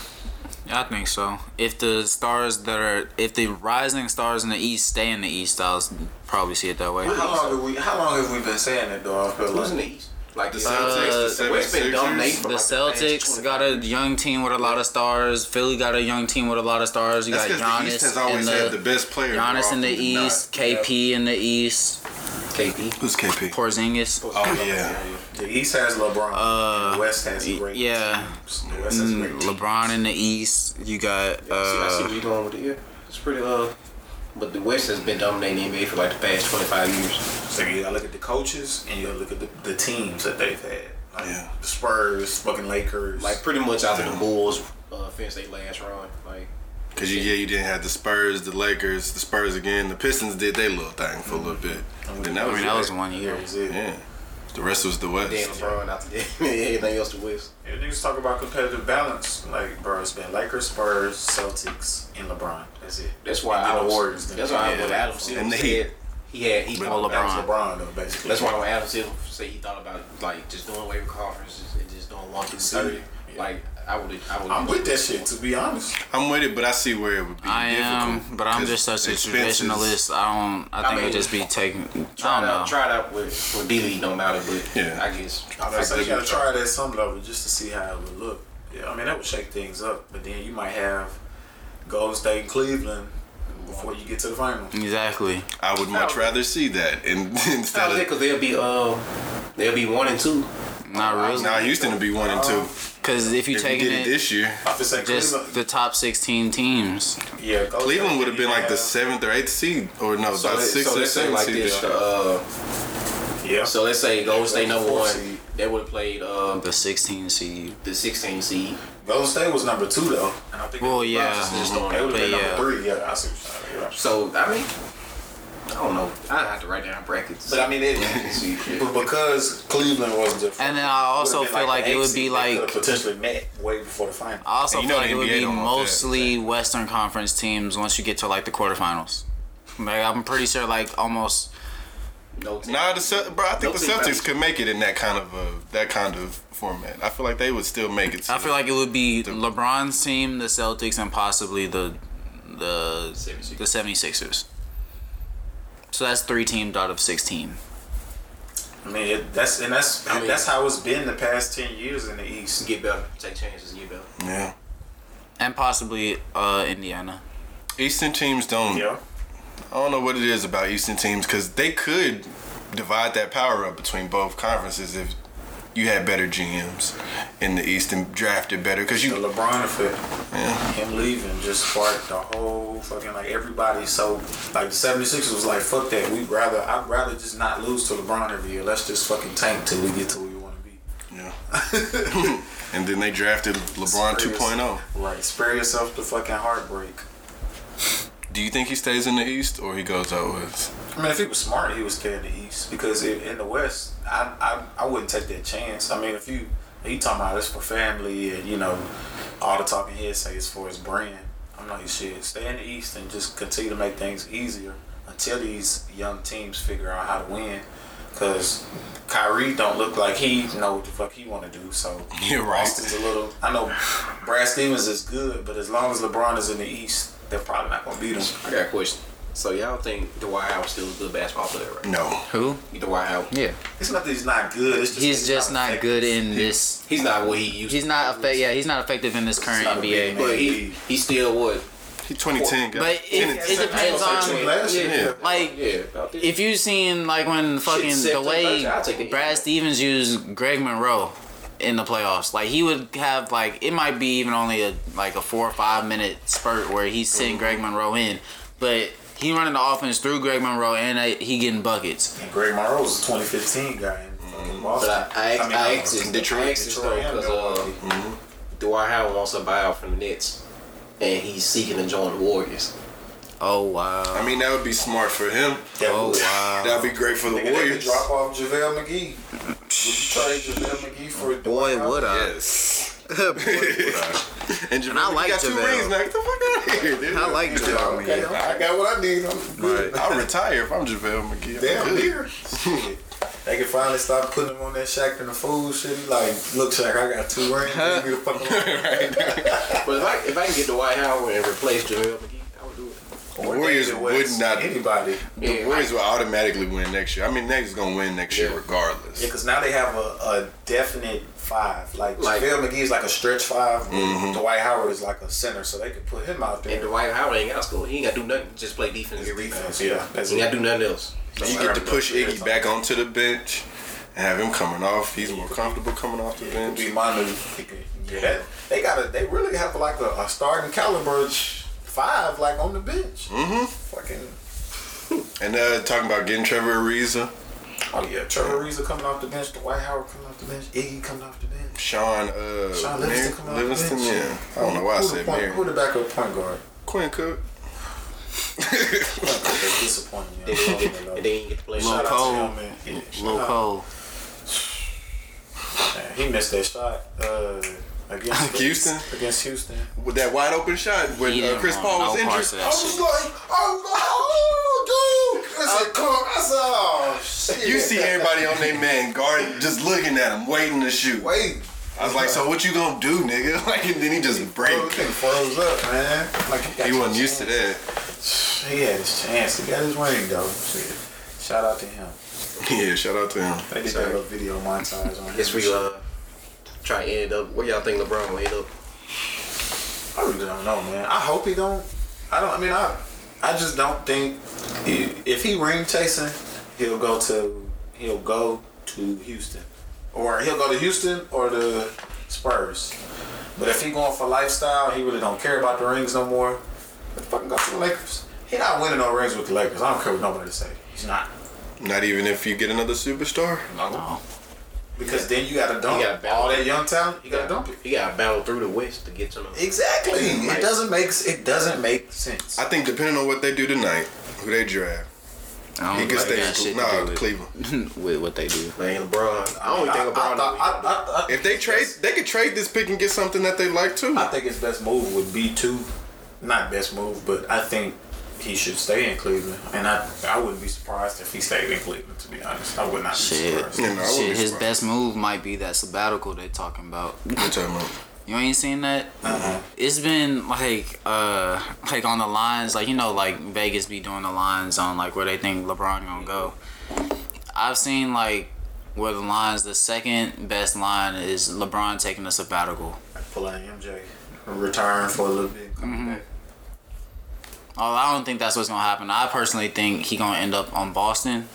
Speaker 6: I think so. If the stars that are, if the rising stars in the East stay in the East, I'll s- probably see it that way.
Speaker 7: How long have we How long have we been saying that though? I feel
Speaker 9: who's in
Speaker 7: like
Speaker 9: the East? Like
Speaker 7: Uh,
Speaker 8: The
Speaker 9: the
Speaker 8: Celtics, the
Speaker 9: the West been dominating
Speaker 8: 76ers.
Speaker 9: for
Speaker 6: The
Speaker 9: like past
Speaker 6: Celtics
Speaker 9: 25
Speaker 6: got a young team with a lot of stars. Philly got a young team with a lot of stars. You
Speaker 8: That's
Speaker 6: got
Speaker 8: because the East has
Speaker 6: Giannis in
Speaker 8: always had the
Speaker 6: the
Speaker 8: best player.
Speaker 6: Giannis in the East, KP in the East,
Speaker 9: KP.
Speaker 8: Who's KP?
Speaker 6: Porzingis.
Speaker 8: Oh yeah.
Speaker 7: the East has LeBron.
Speaker 6: Uh,
Speaker 7: the West has great.
Speaker 6: Yeah,
Speaker 7: teams. The West has great. teams.
Speaker 6: LeBron in the East. You got
Speaker 9: see, I see where
Speaker 6: uh,
Speaker 9: you're going with it. Yeah, it's pretty. Uh, but the West has been dominating the NBA for like the past 25 years.
Speaker 7: So you gotta look at the coaches and you gotta look at the, the teams that they've had. Like
Speaker 8: Yeah.
Speaker 7: the Spurs, fucking Lakers.
Speaker 9: Like pretty much after the Bulls uh, finished their last run, like.
Speaker 8: Cause you, yeah, you didn't have the Spurs, the Lakers, the Spurs again. The Pistons did their little thing for a little bit. Then that
Speaker 6: Mm-hmm. I
Speaker 8: was,
Speaker 6: mean
Speaker 8: it.
Speaker 6: that was one year.
Speaker 7: that was it.
Speaker 8: Yeah. The rest was the West.
Speaker 9: Then LeBron after that, everything else the West.
Speaker 7: Yeah, niggas talk about competitive balance. Like, bro, it's been Lakers, Spurs, Celtics, and LeBron. That's it.
Speaker 9: That's why I
Speaker 7: And the
Speaker 9: was.
Speaker 7: Warriors. then.
Speaker 9: That's why
Speaker 7: Yeah.
Speaker 9: when Adam Silver
Speaker 8: And the Heat.
Speaker 9: said he had he thought
Speaker 7: That
Speaker 9: about
Speaker 7: was LeBron, though, basically.
Speaker 9: That's why when Adam Silver said he thought about like just doing waiver conferences and just doing one through
Speaker 7: See?
Speaker 9: thirty. Like I would, I would.
Speaker 7: I'm with that shit, to be honest.
Speaker 8: I'm with it, but I see where it would be
Speaker 6: I am,
Speaker 8: difficult.
Speaker 6: but I'm
Speaker 8: 'cause
Speaker 6: just such a
Speaker 8: expenses-
Speaker 6: traditionalist. I don't. I think
Speaker 9: mean,
Speaker 6: it'd just be taking. I
Speaker 9: Try it
Speaker 6: don't know.
Speaker 9: out. Try it out with with D League. Don't matter, but
Speaker 8: Yeah.
Speaker 9: I guess.
Speaker 7: I was like, you gotta try it at some level just to see how it would look. Yeah, I mean, that would shake things up. But then you might have Golden State and Cleveland before you get to the finals.
Speaker 6: Exactly.
Speaker 8: I would much rather see that in, instead of
Speaker 9: because they'll be um, they'll be one and two.
Speaker 6: Not really.
Speaker 8: now Houston to be one and two.
Speaker 6: Because if you
Speaker 8: If you
Speaker 6: taking
Speaker 8: did it
Speaker 6: it,
Speaker 8: this year,
Speaker 7: I feel like
Speaker 6: just
Speaker 7: Cleveland,
Speaker 6: the top 16 teams.
Speaker 7: yeah, Golden
Speaker 8: Cleveland
Speaker 7: State,
Speaker 8: would have been like the
Speaker 7: yeah.
Speaker 8: seventh or eighth seed, or no,
Speaker 9: So,
Speaker 8: about
Speaker 9: let,
Speaker 8: sixth
Speaker 9: so
Speaker 8: or
Speaker 9: let's say
Speaker 8: seventh
Speaker 9: like
Speaker 8: seed. this
Speaker 9: this. The,
Speaker 8: year.
Speaker 9: uh,
Speaker 7: Yeah.
Speaker 9: so let's say Golden State number
Speaker 7: Four
Speaker 9: one.
Speaker 7: seed.
Speaker 9: They would have played um,
Speaker 6: The 16 seed.
Speaker 9: the 16 seed.
Speaker 7: Golden State was number two, though. And I think
Speaker 6: Well, yeah.
Speaker 9: Just- just
Speaker 6: Mhm.
Speaker 9: throwing
Speaker 7: They
Speaker 9: it
Speaker 7: would
Speaker 9: out
Speaker 7: have been
Speaker 9: there.
Speaker 6: yeah.
Speaker 7: number three. Yeah, I see what you're saying. Yeah.
Speaker 9: So I mean, I don't know. I have to write down brackets.
Speaker 7: But I mean, it, But because Cleveland wasn't different.
Speaker 6: And then I also
Speaker 7: would've been
Speaker 6: feel like
Speaker 7: the
Speaker 6: it would be
Speaker 7: eight seed. They
Speaker 6: like-
Speaker 7: could've potentially met way before the final.
Speaker 6: I also
Speaker 8: And you
Speaker 6: feel
Speaker 8: know
Speaker 6: like
Speaker 8: the
Speaker 6: it would
Speaker 8: NBA
Speaker 6: be
Speaker 8: don't want that.
Speaker 6: mostly Western Conference teams once you get to like the quarterfinals. Like, I'm pretty sure like almost.
Speaker 9: no team.
Speaker 8: Nah, the Ce- bro, I think
Speaker 9: No
Speaker 8: the
Speaker 9: team
Speaker 8: Celtics
Speaker 9: matters.
Speaker 8: could make it in that kind of uh, that kind of format. I feel like they would still make it.
Speaker 6: I feel like it would be LeBron's team, the Celtics, and possibly the the
Speaker 9: 76ers.
Speaker 6: the 76ers. So that's three teams out of 16.
Speaker 7: I mean, it, that's and that's
Speaker 9: I mean-
Speaker 7: that's how it's been the past ten years in the East.
Speaker 9: get better, take chances, and get better.
Speaker 8: yeah.
Speaker 6: And possibly uh, Indiana.
Speaker 8: Eastern teams don't.
Speaker 7: Yeah,
Speaker 8: I don't know what it is about Eastern teams because they could divide that power up between both conferences if you had better GMs in the East and drafted better. Because
Speaker 7: the
Speaker 8: you,
Speaker 7: LeBron effect, him leaving just sparked the whole fucking like everybody. So like the 76ers was like, fuck that. We would rather I'd rather just not lose to LeBron every year. Let's just fucking tank till we get to where we want to be.
Speaker 8: yeah. and then they drafted LeBron oh. 2.0.
Speaker 7: Right, spare yourself the fucking heartbreak.
Speaker 8: Do you think he stays in the East or he goes outwards?
Speaker 7: I mean, if he was smart, he would stay in the East because i in the West, I, I I wouldn't take that chance. I mean, if you he talking about this for family and you know all the talking heads say it's for his brand. I'm like shit. Stay in the East and just continue to make things easier until these young teams figure out how to win. because Kyrie don't look like he know what the fuck he want to do. So
Speaker 8: You're right.
Speaker 7: Boston's a little. I know Brad Stevens is good, but as long as LeBron is in the East, they're probably not gonna beat him.
Speaker 9: I got a question. So y'all think Dwight Howard's still a good basketball player, right?
Speaker 8: No.
Speaker 6: Who?
Speaker 9: Dwight Howard.
Speaker 6: Yeah.
Speaker 7: It's not that he's not good. It's just
Speaker 6: He's just not
Speaker 7: effective.
Speaker 6: good in this.
Speaker 9: He's not what he used.
Speaker 6: He's not effective. Yeah, he's not effective in this current
Speaker 7: not a
Speaker 6: NBA.
Speaker 7: big man.
Speaker 9: But he he's still what?
Speaker 8: He 2010 got
Speaker 6: But it,
Speaker 8: 10 and
Speaker 6: it depends
Speaker 7: Yeah.
Speaker 6: on
Speaker 7: Last year,
Speaker 8: Yeah.
Speaker 6: like
Speaker 9: Yeah. About this.
Speaker 6: if you've seen like when fucking
Speaker 9: Shit,
Speaker 6: the way
Speaker 9: I'll take it.
Speaker 6: Brad Stevens used Greg Monroe in the playoffs, like he would have like it might be even only a like a four or five minute spurt where he's sending Greg Monroe in, but he running the offense through Greg Monroe and I, he getting buckets.
Speaker 7: And Greg Monroe was a 2015 guy in fucking Boston.
Speaker 9: Mm-hmm. But I, I, asked- I,
Speaker 7: mean,
Speaker 9: asked this,
Speaker 7: Detroit,
Speaker 9: I asked this though
Speaker 7: Detroit, and
Speaker 9: because
Speaker 7: Milwaukee.
Speaker 9: uh, Dwight Howard wants a buyout from the Nets, and he's seeking to join the Warriors.
Speaker 6: Oh wow!
Speaker 8: I mean, that would be smart for him.
Speaker 7: Yeah,
Speaker 6: Oh wow!
Speaker 8: That'd be great for the
Speaker 7: Nigga, they could
Speaker 8: Warriors.
Speaker 7: drop off JaVale McGee. Would you trade JaVale McGee for Dwight
Speaker 6: Boy,
Speaker 7: Howard?
Speaker 6: would I?
Speaker 8: Yes.
Speaker 6: Boy,
Speaker 8: And, Javale,
Speaker 6: I like
Speaker 8: got two
Speaker 6: JaVale.
Speaker 8: rings now. Get the fuck out of here, dude.
Speaker 6: I like Javale
Speaker 7: Okay,
Speaker 6: McGee.
Speaker 7: I got what I need. I'm good.
Speaker 8: Right. I'll retire if I'm JaVale McGee. I'm
Speaker 7: Damn
Speaker 8: good.
Speaker 7: beer. Shit. They can finally stop putting him on that Shaq and the food shit. He like, look, Shaq, I got two rings. Give me the fucking
Speaker 9: But if I if I can get Dwight Howard and replace JaVale McGee, I would do it.
Speaker 8: Warriors
Speaker 7: David
Speaker 8: would
Speaker 7: West,
Speaker 8: not.
Speaker 7: Anybody.
Speaker 8: The Warriors will automatically win next year. I mean, Nate's gonna win next year regardless.
Speaker 7: Yeah, because now they have a, a definite five. Like,
Speaker 9: Like- Mm-hmm.
Speaker 7: JaVale McGee is like a stretch 5 Dwight Howard is like a center, so they could put him out
Speaker 9: And
Speaker 7: there.
Speaker 9: Dwight Howard ain't got to score. He ain't got to do nothing. Just play defense. and rebounds.
Speaker 7: yeah. That's
Speaker 9: He ain't got to do nothing else.
Speaker 8: You get to push Iggy back onto the bench and have him coming off. He's more comfortable coming off the
Speaker 7: It'd
Speaker 8: bench.
Speaker 7: be mine to- Yeah, they got to They really have like a, a starting caliber five, like on the bench. Mm-hmm. Fucking.
Speaker 8: And uh, talking about getting Trevor Ariza,
Speaker 7: Oh yeah, Trevor Ariza coming off the bench, Dwight Howard coming off the bench, Iggy coming off the bench.
Speaker 8: Sean, uh,
Speaker 7: Sean
Speaker 8: Mar-
Speaker 7: Livingston coming off
Speaker 8: Livingston,
Speaker 7: the bench.
Speaker 8: yeah. I don't know why I
Speaker 7: Who the
Speaker 8: said
Speaker 7: point,
Speaker 8: Mary.
Speaker 7: Who the backup point guard?
Speaker 8: Quinn Cook.
Speaker 7: They disappointed me.
Speaker 9: And then you get to play
Speaker 7: Shout
Speaker 9: shot.
Speaker 7: out
Speaker 6: Cole.
Speaker 7: to him, man. Yeah,
Speaker 6: Lil
Speaker 7: shout out.
Speaker 6: Cole.
Speaker 7: Man, He missed that shot uh, against
Speaker 8: Houston?
Speaker 7: Against Houston.
Speaker 8: With that wide open shot when
Speaker 6: He
Speaker 8: uh,
Speaker 6: didn't
Speaker 8: Chris
Speaker 6: want
Speaker 8: Paul
Speaker 6: no
Speaker 8: was injured.
Speaker 6: parts of
Speaker 7: I
Speaker 6: that
Speaker 7: was
Speaker 6: shit.
Speaker 7: like, oh, dude. I said, come on. I said, oh, shit.
Speaker 8: You see everybody on their man guarding, just looking at him, waiting to shoot.
Speaker 7: Wait.
Speaker 8: I was like, so what you gonna do, nigga? Like, and then he just break.
Speaker 7: Bro, thing froze up, man. Like he, got
Speaker 8: He
Speaker 7: his
Speaker 8: wasn't used to
Speaker 7: chance.
Speaker 8: that.
Speaker 7: He had his chance. He got his ring though. Shit. Shout out to him.
Speaker 8: Yeah, shout out to him.
Speaker 7: They did that little video montage on him.
Speaker 9: Guess we uh try to end up. Where y'all think LeBron will end up?
Speaker 7: I really don't know, man. I hope he don't. I don't. I mean, I. I just don't think he- if he ring chasing, he'll go to he'll go to Houston, or he'll go to Houston or the Spurs. But if he going for lifestyle, he really don't care about the rings no more. Then fucking go to the Lakers. He not winning no rings with the Lakers. I don't care what nobody say. He's not.
Speaker 8: Not even if you get another superstar.
Speaker 6: No.
Speaker 7: Because then you got to dump
Speaker 9: You gotta balance.
Speaker 7: all that young talent. You got to dump it.
Speaker 9: He got to battle through the West to get to them.
Speaker 7: Exactly. It
Speaker 9: Right.
Speaker 7: doesn't make it doesn't make sense.
Speaker 8: I think depending on what they do tonight, who they draft,
Speaker 6: I
Speaker 8: he
Speaker 6: don't
Speaker 8: could
Speaker 6: like
Speaker 8: stay.
Speaker 6: that shit to
Speaker 8: nah,
Speaker 6: do with-
Speaker 8: Cleveland.
Speaker 6: with what they do.
Speaker 9: Man, LeBron. I only think LeBron.
Speaker 7: I, thought- I- I- I-
Speaker 8: If they trade, they could trade this pick and get something that they like too.
Speaker 7: I think his best move would be to, not best move, but I think he should stay in Cleveland. And I, I wouldn't be surprised if he stayed in Cleveland. To be honest, I would not be
Speaker 6: Shit.
Speaker 7: surprised.
Speaker 8: You know, I wouldn't be
Speaker 6: Shit, his
Speaker 8: surprised.
Speaker 6: best move might be that sabbatical they talking about.
Speaker 8: What you talking about?
Speaker 6: You ain't seen that?
Speaker 8: Uh-huh.
Speaker 6: It's been like uh like on the lines, like you know, like Vegas be doing the lines on like where they think LeBron gonna go. I've seen like where the lines the second best line is LeBron taking a sabbatical.
Speaker 7: Like pull out MJ, retiring for a little bit.
Speaker 6: Mm.
Speaker 8: Mm-hmm.
Speaker 7: coming back.
Speaker 6: Oh, I don't think that's what's gonna happen. I personally think he gonna end up on Boston.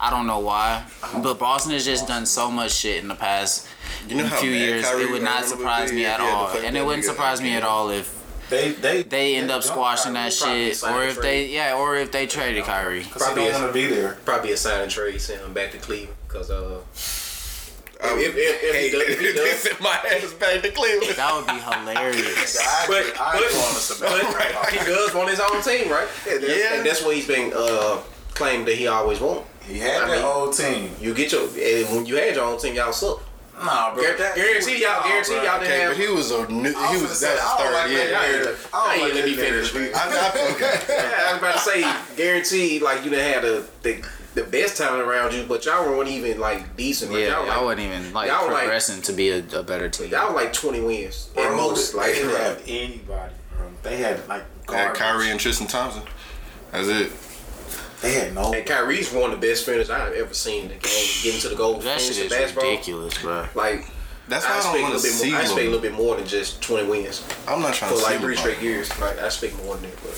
Speaker 6: I don't know why, but Boston has just done so much shit in the past
Speaker 8: You know how
Speaker 6: few
Speaker 8: mad
Speaker 6: years.
Speaker 8: Oh, Kyrie
Speaker 6: It would not
Speaker 8: Irving would
Speaker 6: surprise
Speaker 8: be
Speaker 6: me
Speaker 8: if
Speaker 6: at
Speaker 8: he had to
Speaker 6: all,
Speaker 8: play
Speaker 6: and
Speaker 8: that
Speaker 6: it wouldn't
Speaker 8: nigga
Speaker 6: surprise me
Speaker 8: again.
Speaker 6: at all if
Speaker 7: They they
Speaker 6: they end up
Speaker 7: don't
Speaker 6: squashing
Speaker 7: Kyrie.
Speaker 6: that
Speaker 9: probably
Speaker 6: shit,
Speaker 9: sign
Speaker 6: or
Speaker 9: and
Speaker 6: if
Speaker 9: trade.
Speaker 6: they yeah, or if they traded Kyrie.
Speaker 7: 'Cause he don't want to be there.
Speaker 9: probably a sign and trade, send him back to Cleveland because uh,
Speaker 8: I
Speaker 9: If- if- if he does- if he
Speaker 8: they
Speaker 9: does-
Speaker 8: sent my ass back to Cleveland.
Speaker 6: That would be hilarious.
Speaker 7: I,
Speaker 9: But-
Speaker 7: I
Speaker 9: but-
Speaker 7: want us about
Speaker 9: he does want his own team, right? And that's,
Speaker 8: Yeah.
Speaker 9: and that's what he's been uh claimed that he always want.
Speaker 7: He had
Speaker 9: I
Speaker 7: that
Speaker 9: mean-
Speaker 7: whole team.
Speaker 9: You get your and when you had your own team, y'all suck.
Speaker 7: Nah, bro. that-
Speaker 9: Guarantee y'all, guarantee
Speaker 7: Nah, bro.
Speaker 9: y'all
Speaker 8: Okay,
Speaker 9: didn't
Speaker 8: but
Speaker 9: have.
Speaker 8: he was a new,
Speaker 7: I
Speaker 8: he
Speaker 7: was
Speaker 8: was that's
Speaker 7: gonna say, I don't
Speaker 8: third
Speaker 7: like
Speaker 8: year.
Speaker 7: that
Speaker 8: yeah.
Speaker 7: either.
Speaker 9: I
Speaker 7: I
Speaker 9: ain't
Speaker 7: don't
Speaker 9: let me
Speaker 7: like that
Speaker 9: finish.
Speaker 7: nigga.
Speaker 8: I, I, okay.
Speaker 9: Yeah, I was about to say, guarantee like you done had the, the the best time around you, but y'all weren't even like decent. Like,
Speaker 6: Yeah, y'all,
Speaker 9: y'all, like,
Speaker 6: wasn't even like
Speaker 9: y'all, like-
Speaker 6: progressing to be a, a better team.
Speaker 9: y'all like twenty wins at
Speaker 7: Bro,
Speaker 9: most. Like
Speaker 7: they didn't have anybody, bro. They had like
Speaker 8: Had
Speaker 7: garbage.
Speaker 8: Kyrie and Tristan Thompson. That's it.
Speaker 7: They had no.
Speaker 9: and Kyrie's one of the best finish I've ever seen in the game. Getting to the goal,
Speaker 6: that
Speaker 9: finishing
Speaker 6: shit is
Speaker 9: basketball.
Speaker 6: ridiculous, bro.
Speaker 9: Like
Speaker 8: That's
Speaker 9: I,
Speaker 8: why I,
Speaker 9: expect a
Speaker 8: don't want
Speaker 9: little
Speaker 8: to
Speaker 9: bit
Speaker 8: see
Speaker 9: more. I expect a
Speaker 8: him.
Speaker 9: little bit more than just twenty wins
Speaker 8: I'm not trying
Speaker 9: for
Speaker 8: to see
Speaker 9: like three
Speaker 8: him.
Speaker 9: straight years. Like I expect more than that, but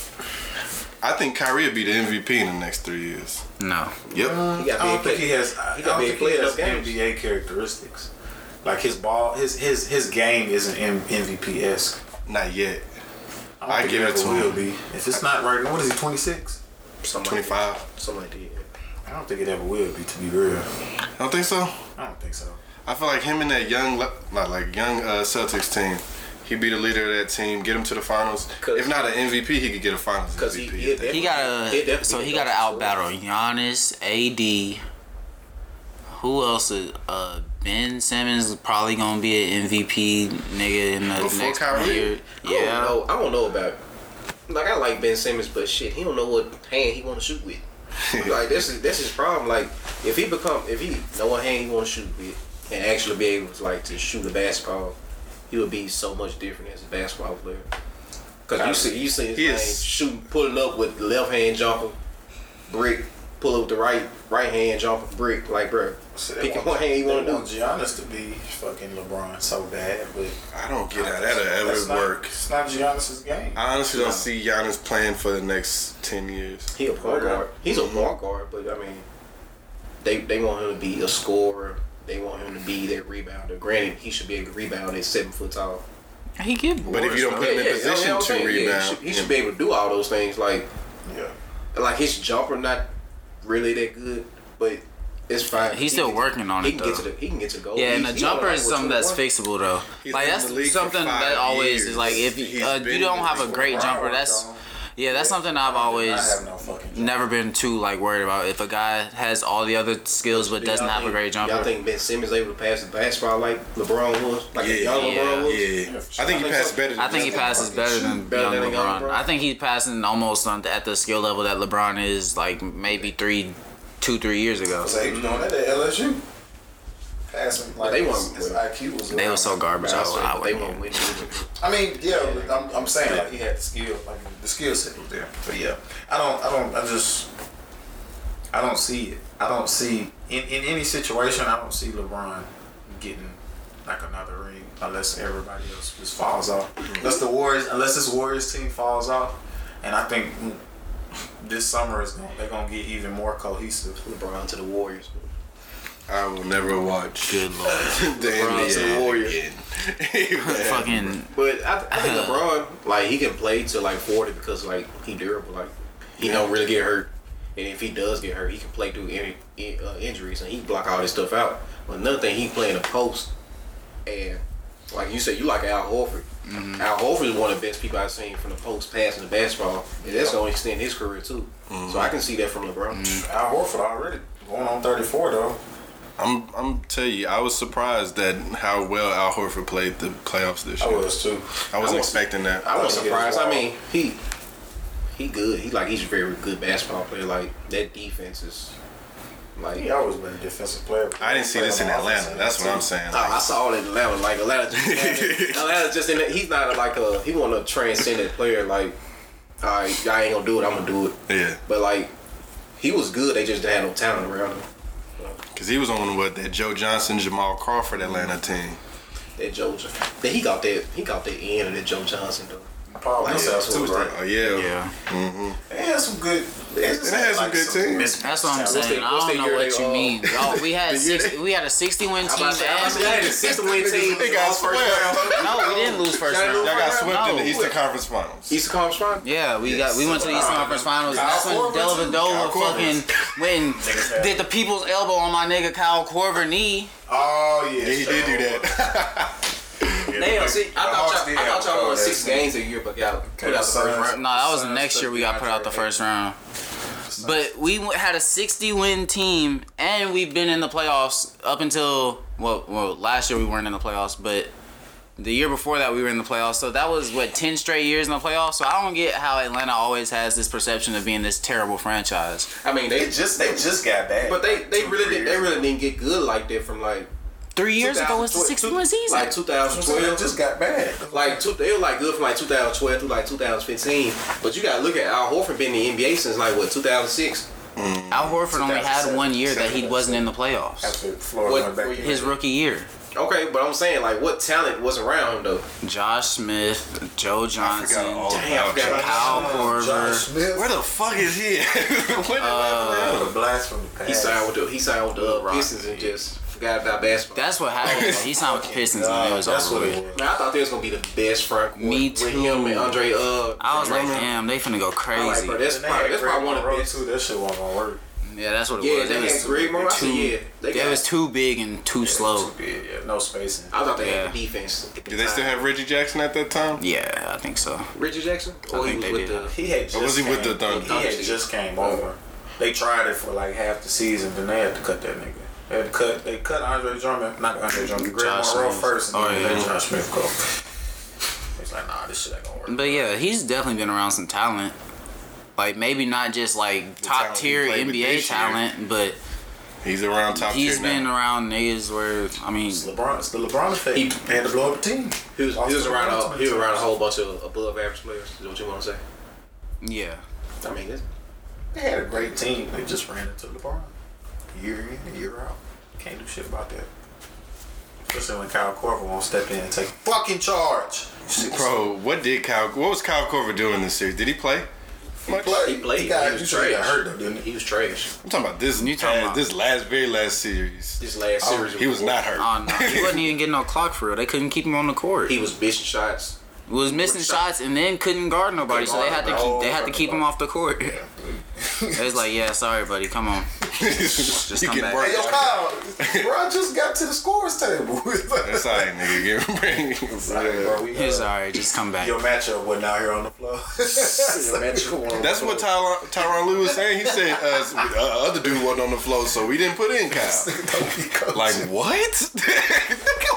Speaker 8: I think Kyrie will be the MVP in the next three years.
Speaker 6: No,
Speaker 8: Yep.
Speaker 9: he
Speaker 7: Uh, I
Speaker 9: got
Speaker 7: don't think he
Speaker 9: big.
Speaker 7: has. I,
Speaker 9: He
Speaker 7: I
Speaker 9: got
Speaker 7: don't
Speaker 9: big
Speaker 7: think he
Speaker 9: players
Speaker 7: has
Speaker 9: games.
Speaker 7: NBA characteristics. Like his ball, his his his game isn't MVP esque.
Speaker 8: Not yet.
Speaker 7: I,
Speaker 8: I
Speaker 7: don't think
Speaker 8: give
Speaker 7: he
Speaker 8: it
Speaker 7: ever
Speaker 8: to
Speaker 7: will
Speaker 8: him.
Speaker 7: be. If it's not right now, what is he twenty six?
Speaker 9: Something like that.
Speaker 8: 25.
Speaker 9: Something like that. yeah.
Speaker 7: I don't think it ever will be. To be real,
Speaker 8: I don't think so.
Speaker 7: I don't think so.
Speaker 8: I feel like him and that young, le- not like young uh, Celtics team. He'd be the leader of that team. Get him to the finals.
Speaker 9: 'Cause-
Speaker 8: If not an MVP, he could get a finals
Speaker 9: Because
Speaker 8: MVP.
Speaker 9: he,
Speaker 8: I think.
Speaker 6: he got to So he got to out battle Giannis, AD. Who else is uh, Ben Simmons? Is probably gonna be an MVP nigga in the
Speaker 8: Before
Speaker 6: next
Speaker 8: Kyrie?
Speaker 6: year.
Speaker 9: I
Speaker 6: Yeah,
Speaker 9: don't know. I don't know about. Like I like Ben Simmons, but shit, he don't know what hand he want to shoot with. like this is that's his problem. Like if he become if he know what hand he want to shoot with and actually be able to like to shoot a basketball, he would be so much different as a basketball player. Cause you see you see his
Speaker 8: He
Speaker 9: man
Speaker 8: is-
Speaker 9: shooting pulling up with the left hand jumper, brick. Pull up with the right right hand jumper brick like bro.
Speaker 7: So they
Speaker 9: Pick
Speaker 7: want-
Speaker 9: what hand you
Speaker 7: they
Speaker 9: want to do.
Speaker 7: want Giannis to be fucking LeBron so bad, but
Speaker 8: I don't get how that'll
Speaker 7: that's
Speaker 8: ever
Speaker 7: not-
Speaker 8: work.
Speaker 7: It's not Giannis's game.
Speaker 8: I honestly don't see Giannis playing for the next ten years.
Speaker 9: He a point guard. He's a point guard, but I mean, they they want him to be a scorer. They want him to be that rebounder. Granted, he should be a rebounder at seven foot tall.
Speaker 6: he get bored.
Speaker 8: But if you don't
Speaker 6: bro.
Speaker 8: put him in
Speaker 9: that's what
Speaker 8: position
Speaker 9: I'm
Speaker 8: to
Speaker 9: saying. Yeah,
Speaker 8: rebound,
Speaker 9: he, should, he should be able to do all those things. Like
Speaker 7: Yeah.
Speaker 9: like his jumper not really that good, but it's fine.
Speaker 6: He's still
Speaker 9: can-
Speaker 6: working on
Speaker 9: he
Speaker 6: it,
Speaker 9: can get
Speaker 6: though.
Speaker 9: to the he can get to the goal.
Speaker 6: Yeah, and
Speaker 9: He's-
Speaker 6: a
Speaker 9: he only
Speaker 6: jumper
Speaker 9: like,
Speaker 6: is
Speaker 9: what,
Speaker 6: something that's
Speaker 9: 21?
Speaker 6: fixable though.
Speaker 8: He's
Speaker 6: like
Speaker 8: been
Speaker 6: that's
Speaker 8: in the league for
Speaker 6: something
Speaker 8: five
Speaker 6: that always
Speaker 8: years.
Speaker 6: is like if
Speaker 8: He's
Speaker 6: uh,
Speaker 8: been
Speaker 6: you
Speaker 8: in the
Speaker 6: don't have a
Speaker 8: league
Speaker 6: great
Speaker 8: for
Speaker 6: jumper, that's yeah, that's something I've always
Speaker 7: I have no fucking. Jumper.
Speaker 6: never been too like worried about. If a guy has all the other skills but
Speaker 9: Do
Speaker 6: doesn't
Speaker 9: y'all
Speaker 6: have a
Speaker 9: think-
Speaker 6: great
Speaker 9: Y'all
Speaker 6: jumper,
Speaker 9: think Ben Simmons able to pass the basketball like LeBron was, like a
Speaker 8: Yeah,
Speaker 9: young LeBron was?
Speaker 8: yeah. I think he
Speaker 9: think
Speaker 8: passed
Speaker 9: so.
Speaker 8: better. Than
Speaker 6: I think he
Speaker 8: Giannis.
Speaker 6: passes better than
Speaker 9: better
Speaker 6: young
Speaker 9: than a young
Speaker 6: LeBron.
Speaker 9: LeBron.
Speaker 6: I think he's passing almost on at the skill level that LeBron is, like maybe three, two, three years ago.
Speaker 7: So he was doing that at LSU. Passing like
Speaker 9: they
Speaker 7: his,
Speaker 9: want-
Speaker 7: his IQ was.
Speaker 6: They were so garbage. I, Oh, I
Speaker 9: They
Speaker 6: wouldn't.
Speaker 9: won't win.
Speaker 7: I mean, yeah, but I'm, I'm saying like he had the skill, like the skill set was there. But yeah, I don't, I don't, I just, I don't see it. I don't see in, in any situation. I don't see LeBron getting like another ring unless everybody else just falls off. Unless the Warriors, unless this Warriors team falls off, and I think this summer is going, they're gonna get even more cohesive.
Speaker 9: LeBron to the Warriors.
Speaker 8: I will never watch
Speaker 6: Good lord,
Speaker 8: the NBA
Speaker 9: Warriors.
Speaker 8: again. Fuck.
Speaker 6: fucking
Speaker 9: But I, I think LeBron, like he can play to like forty because like he durable, like he don't really get hurt. And if he does get hurt, he can play through any in- uh, injuries and he block all this stuff out. But another thing, he playing a post, and like you said, you like Al Horford. Al Horford is one of the best people I've seen from the post passing the basketball, and that's going to extend his career too. So I can see that from LeBron.
Speaker 7: Al Horford already going on 34 though.
Speaker 8: I'm I'm tell you, I was surprised that how well Al Horford played the playoffs this year. I, was,
Speaker 7: too.
Speaker 8: not
Speaker 9: I was-
Speaker 8: expecting that.
Speaker 9: I was
Speaker 7: Thought he did as
Speaker 9: surprised. I
Speaker 7: well.
Speaker 9: mean, he he good. He like he's a very good basketball player. Like that defense is like.
Speaker 7: He always been a defensive player.
Speaker 8: I didn't see this in Atlanta. That's what I'm saying.
Speaker 9: No, I saw it in Atlanta. Like Atlanta, just, Atlanta just in. The, he's not like a. He want a transcendent player. Like, all right, y'all ain't gonna do it. I'm gonna do it.
Speaker 8: yeah,
Speaker 9: But like, he was good. They just had no talent around him.
Speaker 8: because he was on what that Joe Johnson, Jamal Crawford Atlanta team.
Speaker 9: That Joe, Jo- that he got that. He got that end of that Joe Johnson though.
Speaker 7: Paul
Speaker 9: Like,
Speaker 7: Millsap
Speaker 9: Tuesday.
Speaker 7: was right.
Speaker 8: Oh yeah,
Speaker 6: yeah.
Speaker 7: They had some good. They had
Speaker 8: They had some good teams.
Speaker 6: That's what I'm
Speaker 9: What's
Speaker 6: saying.
Speaker 9: the-
Speaker 6: I
Speaker 9: what's
Speaker 6: don't
Speaker 9: the
Speaker 6: know
Speaker 9: year
Speaker 6: what
Speaker 9: they
Speaker 6: you
Speaker 9: all-
Speaker 6: mean. Y'all, we had
Speaker 8: The year
Speaker 6: six, we had a 60 win
Speaker 9: I'm
Speaker 6: team.
Speaker 9: about to say, I'm about to say,
Speaker 6: and-
Speaker 9: that is a system win team.
Speaker 8: They got
Speaker 9: All first
Speaker 8: swept.
Speaker 9: round.
Speaker 6: No, we didn't lose first
Speaker 9: Y'all
Speaker 6: round.
Speaker 8: Y'all got swept in
Speaker 6: No.
Speaker 8: the Eastern Conference Finals.
Speaker 9: Eastern Conference final.
Speaker 6: Yeah, we got we went to the Eastern Conference Finals. and That's when
Speaker 7: Kyle Korver, too.
Speaker 6: Dellavedova
Speaker 8: Kyle Korver.
Speaker 6: fucking when did the people's elbow on my nigga Kyle Corver knee.
Speaker 7: Oh yeah,
Speaker 8: Yeah, he did do that.
Speaker 9: Damn, see, I
Speaker 7: Hawks
Speaker 9: thought
Speaker 7: did
Speaker 9: y'all, I
Speaker 7: have
Speaker 9: thought y'all
Speaker 7: a
Speaker 9: won
Speaker 7: comeback.
Speaker 9: six games a year, but y'all put out the
Speaker 7: Suns.
Speaker 9: first round.
Speaker 6: No, that was the next year we got put out the first round.
Speaker 7: percent.
Speaker 6: But we w- had a 60 win team, and we've been in the playoffs up until well, well, last year we weren't in the playoffs, but the year before that we were in the playoffs. So that was what 10 straight years in the playoffs. So I don't get how Atlanta always has this perception of being this terrible franchise.
Speaker 9: I mean,
Speaker 7: they
Speaker 9: they
Speaker 7: just they just got bad.
Speaker 9: but they they
Speaker 7: Two,
Speaker 9: really
Speaker 7: three
Speaker 9: did, they
Speaker 7: years
Speaker 9: really didn't get good like that from like
Speaker 6: Three years ago was the 60 win
Speaker 9: 2012
Speaker 6: season.
Speaker 9: Like
Speaker 7: They
Speaker 9: 2012,
Speaker 7: just got bad.
Speaker 9: Like two, they were like good from like 2012 through like 2015, but you gotta look at Al Horford been in the NBA since like what 2006.
Speaker 6: Al Horford only had
Speaker 7: 2007,
Speaker 6: one year that he
Speaker 7: 2007.
Speaker 6: wasn't in the playoffs.
Speaker 7: After Florida
Speaker 9: What-
Speaker 7: went back
Speaker 6: His rookie year.
Speaker 9: Okay, but I'm saying like what talent was around him though?
Speaker 6: Josh Smith, Joe Johnson,
Speaker 9: Damn, I forgot
Speaker 6: Al Corver.
Speaker 7: Oh, Smith,
Speaker 8: Where the fuck is he? at? What happened
Speaker 7: the blast from the past.
Speaker 9: he signed with the he signed with the
Speaker 7: Rock.
Speaker 9: Pistons and just forgot about basketball.
Speaker 6: That's what happened. He signed with the Pistons and it was
Speaker 7: That's
Speaker 6: over.
Speaker 7: what
Speaker 6: with.
Speaker 7: it was.
Speaker 9: Man, I thought they was gonna be the best front court
Speaker 6: Me
Speaker 9: with him and
Speaker 6: too.
Speaker 9: Andre. Uh,
Speaker 6: I was like,
Speaker 9: Drummond.
Speaker 6: damn, they finna go
Speaker 9: I'm like,
Speaker 6: crazy.
Speaker 9: bro, that's probably, that's probably one of the
Speaker 7: road
Speaker 9: best.
Speaker 7: too. That shit won't gonna work.
Speaker 6: yeah, that's what it
Speaker 9: Yeah,
Speaker 6: was.
Speaker 9: they
Speaker 6: It
Speaker 9: had
Speaker 6: was,
Speaker 9: Greg Monroe. I said, yeah, they
Speaker 6: it
Speaker 9: got.
Speaker 6: was too big and too slow.
Speaker 7: Too big, yeah, no spacing.
Speaker 9: I thought they
Speaker 6: Yeah.
Speaker 9: had the defense.
Speaker 8: Do they still have Reggie Jackson at that time?
Speaker 6: Yeah, I think so.
Speaker 9: Richard Jackson? Oh,
Speaker 6: I think they did.
Speaker 7: He had just
Speaker 8: Or was he
Speaker 7: came,
Speaker 8: with the Thunder?
Speaker 7: He had just came over. They tried it for like half the season, then they had to cut that nigga. They had to cut. They cut Andre Drummond, not Andre Drummond, Greg
Speaker 6: Josh
Speaker 7: Monroe
Speaker 6: Smith.
Speaker 7: first, and
Speaker 6: Oh,
Speaker 7: then
Speaker 6: yeah.
Speaker 7: they let Josh Smith go. He's like, nah, this shit ain't gonna work.
Speaker 6: But yeah, he's definitely been around some talent. Like maybe not just like top
Speaker 8: talent he
Speaker 6: tier
Speaker 8: played with
Speaker 6: NBA
Speaker 8: this year.
Speaker 6: talent, but
Speaker 8: He's around top
Speaker 6: he's
Speaker 8: tier
Speaker 6: been uh,
Speaker 8: now.
Speaker 6: around niggas where I mean,
Speaker 7: It's LeBron. It's the LeBron effect. He had to blow up a team.
Speaker 9: He was, he
Speaker 7: Austin
Speaker 9: was around
Speaker 7: LeBron
Speaker 9: a, he was
Speaker 7: too.
Speaker 9: around a whole bunch of above average players. Is what you want to say?
Speaker 6: yeah.
Speaker 9: I mean, it's,
Speaker 7: They had a great team. They just ran into LeBron. Year in, year out. Can't do shit about that. Especially when Kyle Corver won't step in and take fucking charge.
Speaker 8: Bro, what did Kyle? What was Kyle Corver doing this series? Did he play? Much?
Speaker 9: he played.
Speaker 7: He
Speaker 9: He,
Speaker 7: got-
Speaker 9: was
Speaker 7: you sure he
Speaker 9: trash.
Speaker 7: got hurt though, didn't he?
Speaker 9: was trash.
Speaker 8: I'm talking about this.
Speaker 6: You talking
Speaker 8: uh,
Speaker 6: about-
Speaker 8: this last, very last series?
Speaker 9: This last series,
Speaker 8: He was not hurt.
Speaker 6: Oh no, he wasn't even getting no clock for real. They couldn't keep him on the court.
Speaker 9: He
Speaker 6: He
Speaker 9: was bitching shots.
Speaker 6: was missing shots and then couldn't guard nobody, so they had to keep they had to keep him off the court. It was like, yeah, sorry, buddy, come on.
Speaker 8: Just
Speaker 6: come back.
Speaker 7: Hey, yo, Kyle, bro, I just got to the scores table. It's like-
Speaker 8: That's all right,
Speaker 7: It's like, bro,
Speaker 8: nigga.
Speaker 7: we, uh,
Speaker 6: It's alright, just come back.
Speaker 7: your matchup wasn't out here on the floor. your matchup
Speaker 8: That's what Tyron, Tyron Lue was saying. He said uh, uh, other dude wasn't on the floor, so we didn't put in Kyle. Like what?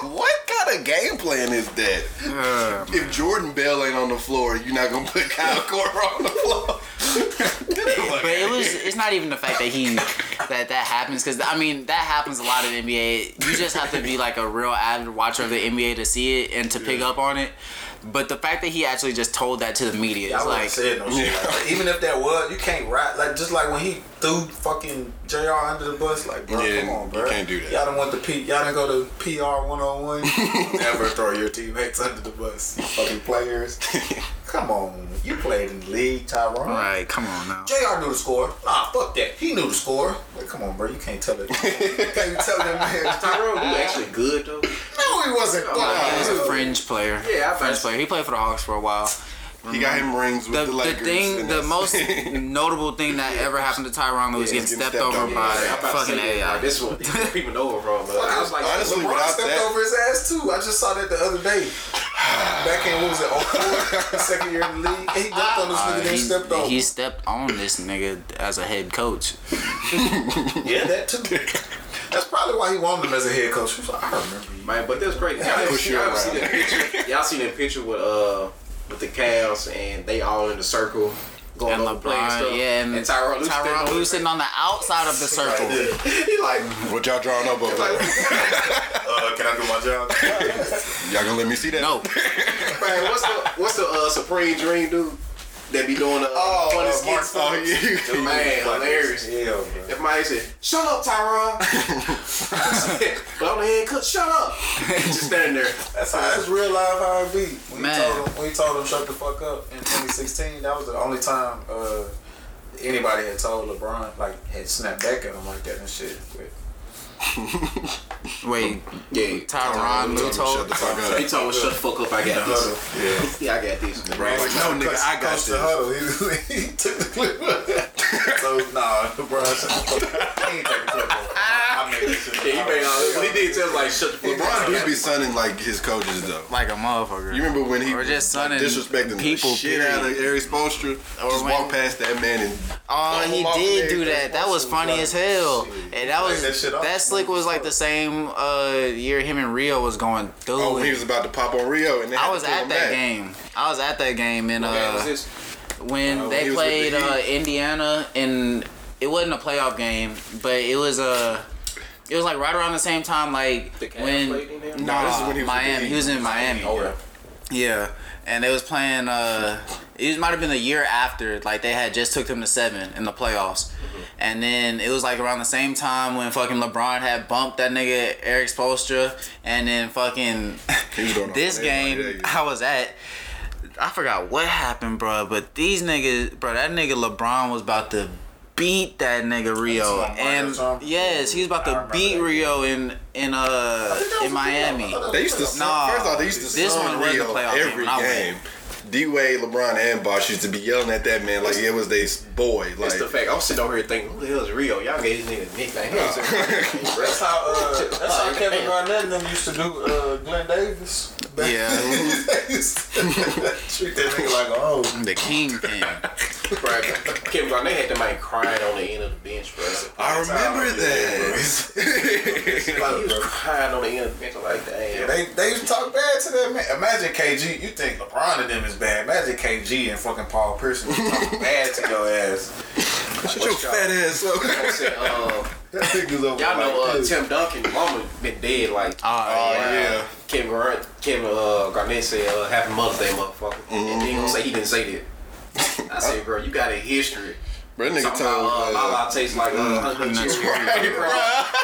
Speaker 8: what kind of game plan is that?
Speaker 6: Uh,
Speaker 8: If Jordan Bell ain't on the floor, you're not gonna put Kyle Corver on the floor. Get the fuck
Speaker 6: But it
Speaker 8: out of
Speaker 6: was.
Speaker 8: here.
Speaker 6: It's not even the fact that he that that happens because I mean that happens a lot in NBA. You just have to be like a real avid watcher of the NBA to see it and to pick up on it. But the fact that he actually just told that to the media
Speaker 7: I
Speaker 6: is
Speaker 7: wouldn't
Speaker 6: like,
Speaker 7: said no shit like that. Even if that was, you can't ride like just like when he threw fucking Jr. under the bus. Like, bro,
Speaker 8: Yeah,
Speaker 7: come on,
Speaker 8: you
Speaker 7: bro.
Speaker 8: can't do that.
Speaker 7: Y'all don't want the P. Y'all didn't go to PR one on one. Never throw your teammates under the bus. You fucking players. come on, you played in the league, Tyron.
Speaker 6: all right, come on now.
Speaker 7: Jr. knew the score. Nah, fuck that. He knew the score. Like, come on, bro. You can't tell it. you can't tell that man.
Speaker 9: Tyrone, he was actually good though.
Speaker 7: No, he wasn't. Come
Speaker 6: Uh, he was a
Speaker 7: on.
Speaker 6: fringe player.
Speaker 9: Yeah, I
Speaker 6: fringe
Speaker 9: bet.
Speaker 6: player. He played for the Hawks for a while.
Speaker 8: He got him rings with
Speaker 6: The,
Speaker 8: the,
Speaker 6: the
Speaker 8: Lakers.
Speaker 6: thing,
Speaker 8: and
Speaker 6: the
Speaker 8: that's-
Speaker 6: most notable thing that ever happened to Tyron Lue was getting
Speaker 8: Yeah, he's getting
Speaker 6: stepped
Speaker 8: stepped
Speaker 6: over
Speaker 8: on,
Speaker 6: by
Speaker 8: yeah.
Speaker 9: I'm about to
Speaker 6: fucking
Speaker 9: say, like,
Speaker 6: AI.
Speaker 9: This one, people know from, but I was like,
Speaker 8: Honestly,
Speaker 7: LeBron
Speaker 9: LeBron-
Speaker 8: without
Speaker 7: stepped
Speaker 8: that-
Speaker 7: over his ass too. I just saw that the other day. Back in what was it, 04, his second year in the league, and he dunked on this
Speaker 6: Uh,
Speaker 7: nigga, then stepped
Speaker 6: he,
Speaker 7: on.
Speaker 6: he stepped on this nigga as a head coach.
Speaker 7: yeah, that too. That's probably why he wanted him as a head coach. He was like, I remember you.
Speaker 9: man, but that's crazy. Y'all,
Speaker 8: push you
Speaker 9: y'all
Speaker 8: around.
Speaker 9: seen that picture? Y'all seen that picture with uh with the Cavs and they all in the circle going
Speaker 6: and
Speaker 9: over playing stuff.
Speaker 6: LeBron, yeah, and,
Speaker 9: and Tyrone, Lue
Speaker 6: Tyronn
Speaker 9: standing
Speaker 6: Lue
Speaker 9: over
Speaker 6: sitting on the outside of the circle.
Speaker 7: He like,
Speaker 8: What y'all drawing up over? there?
Speaker 7: uh, can I do my job?
Speaker 8: Y'all gonna let me see that?
Speaker 6: No,
Speaker 9: Man, what's the what's the uh, supreme dream dude that be doing the uh,
Speaker 7: Oh,
Speaker 9: funny
Speaker 7: uh, Mark
Speaker 9: skits?
Speaker 8: Oh yeah.
Speaker 9: Man, hilarious.
Speaker 7: Yeah, bro.
Speaker 9: If my said, "Shut up, Tyron," but I'm the head coach. Shut up. Just standing there.
Speaker 7: That's how that's real live R&B. When
Speaker 6: Man.
Speaker 7: He told him, when he told him shut the fuck up in 2016, that was the only time uh, anybody had told LeBron like had snapped back at him like that and shit. But
Speaker 6: wait,
Speaker 9: Yeah,
Speaker 6: Tyron Lue
Speaker 8: Shut
Speaker 6: told.
Speaker 8: the fuck up.
Speaker 9: He told me, "Shut the fuck up. I got this. Yeah, I got this."
Speaker 8: Bro, like, no nigga, I got
Speaker 7: Coach the
Speaker 8: this.
Speaker 7: huddle. He, he took the clip. so nah, LeBron. shut the fuck up. He ain't take the clip. off. I'm
Speaker 9: Yeah, he made all this. What he did tell us, like, shut the fuck up.
Speaker 8: LeBron do be sunning like his coaches though.
Speaker 6: like a motherfucker.
Speaker 8: You remember when he
Speaker 6: Or
Speaker 8: was
Speaker 6: just sunning
Speaker 8: disrespecting
Speaker 6: people,
Speaker 8: the shit out of Eric Spoelstra? Just
Speaker 6: when-
Speaker 8: walk past that man and
Speaker 6: Oh, he
Speaker 8: Walk
Speaker 6: did
Speaker 8: there,
Speaker 6: do
Speaker 8: go
Speaker 6: that. That was funny as hell. And that was
Speaker 7: that
Speaker 6: that,
Speaker 7: shit up.
Speaker 6: slick was like the same uh, year him and Rio was going through.
Speaker 8: oh, he was about to pop on Rio and they had
Speaker 6: I
Speaker 8: to
Speaker 6: was
Speaker 8: pull
Speaker 6: at
Speaker 8: him
Speaker 6: that
Speaker 8: back.
Speaker 6: game. I was at that game in
Speaker 9: What was
Speaker 6: uh,
Speaker 9: this?
Speaker 6: when
Speaker 8: when he
Speaker 6: they
Speaker 8: was with the
Speaker 6: played uh,
Speaker 8: Heat.
Speaker 6: Indiana and it wasn't a playoff game, but it was uh, it was like right around the same time like
Speaker 9: The Cavs
Speaker 6: when
Speaker 9: played Indiana?
Speaker 8: No, this is when he was with the
Speaker 6: Miami. He
Speaker 8: Heat.
Speaker 6: was in Miami.
Speaker 9: Oh, yeah.
Speaker 6: Yeah, and they was playing. Uh, it might have been the year after. Like they had just took them to seven in the playoffs,
Speaker 8: Mm-hmm.
Speaker 6: and then it was like around the same time when fucking LeBron had bumped that nigga Eric Spoelstra, and then fucking
Speaker 8: He was going off
Speaker 6: this
Speaker 8: on everybody
Speaker 6: game
Speaker 8: that year.
Speaker 6: I was at. I forgot what happened, bro. But these niggas, bro, that nigga LeBron was about to beat that nigga Rio,
Speaker 7: That's what I'm
Speaker 6: and
Speaker 7: talking
Speaker 6: yes, he's about
Speaker 7: I
Speaker 6: to
Speaker 7: remember
Speaker 6: beat
Speaker 7: that
Speaker 6: Rio in in uh in Miami.
Speaker 8: They used to sun.
Speaker 6: Nah,
Speaker 8: first off, they used to
Speaker 6: this
Speaker 8: sun
Speaker 6: one was the
Speaker 8: Rio
Speaker 6: playoff game
Speaker 8: every
Speaker 6: when I went.
Speaker 8: game. D Wade, LeBron, and Bosh used to be yelling at that man like it was their boy.
Speaker 9: That's
Speaker 8: Like
Speaker 9: the fact. I'm sitting over here thinking, who the hell is Rio? Y'all gave this nigga a nickname.
Speaker 7: That's how, uh, that's how Kevin Garnett and them used to do uh, Glenn Davis.
Speaker 6: Yeah,
Speaker 7: Treat that nigga like, oh,
Speaker 6: the kingpin.
Speaker 9: Right. Kevin Garnett had the man crying on the end of the bench, bro.
Speaker 8: I remember
Speaker 9: He
Speaker 8: that.
Speaker 9: was crying on the end of the bench. I'm like, damn.
Speaker 7: they they used to talk bad to that man. Imagine KG. You think LeBron and them is bad? Imagine KG and fucking Paul Pierce was talking bad to your ass.
Speaker 8: Shut your fat ass up.
Speaker 9: Uh,
Speaker 7: That nigga's over
Speaker 9: y'all know
Speaker 7: like
Speaker 9: uh,
Speaker 7: this.
Speaker 9: Tim Duncan, mama been dead like uh,
Speaker 6: Oh, yeah.
Speaker 8: yeah.
Speaker 9: Kevin Garnett, Kevin uh, Garnett said uh, Happy Mother's Day, motherfucker. And
Speaker 7: Mm-hmm.
Speaker 9: then he gonna say he didn't say that. I said, bro, you got a history.
Speaker 8: Bro, that nigga
Speaker 9: Talking
Speaker 8: told
Speaker 9: about uh, La
Speaker 8: uh,
Speaker 9: La tastes like uh,
Speaker 7: Mm-hmm.
Speaker 9: honey
Speaker 6: not
Speaker 9: cherry.
Speaker 6: sure.
Speaker 9: Right, bro.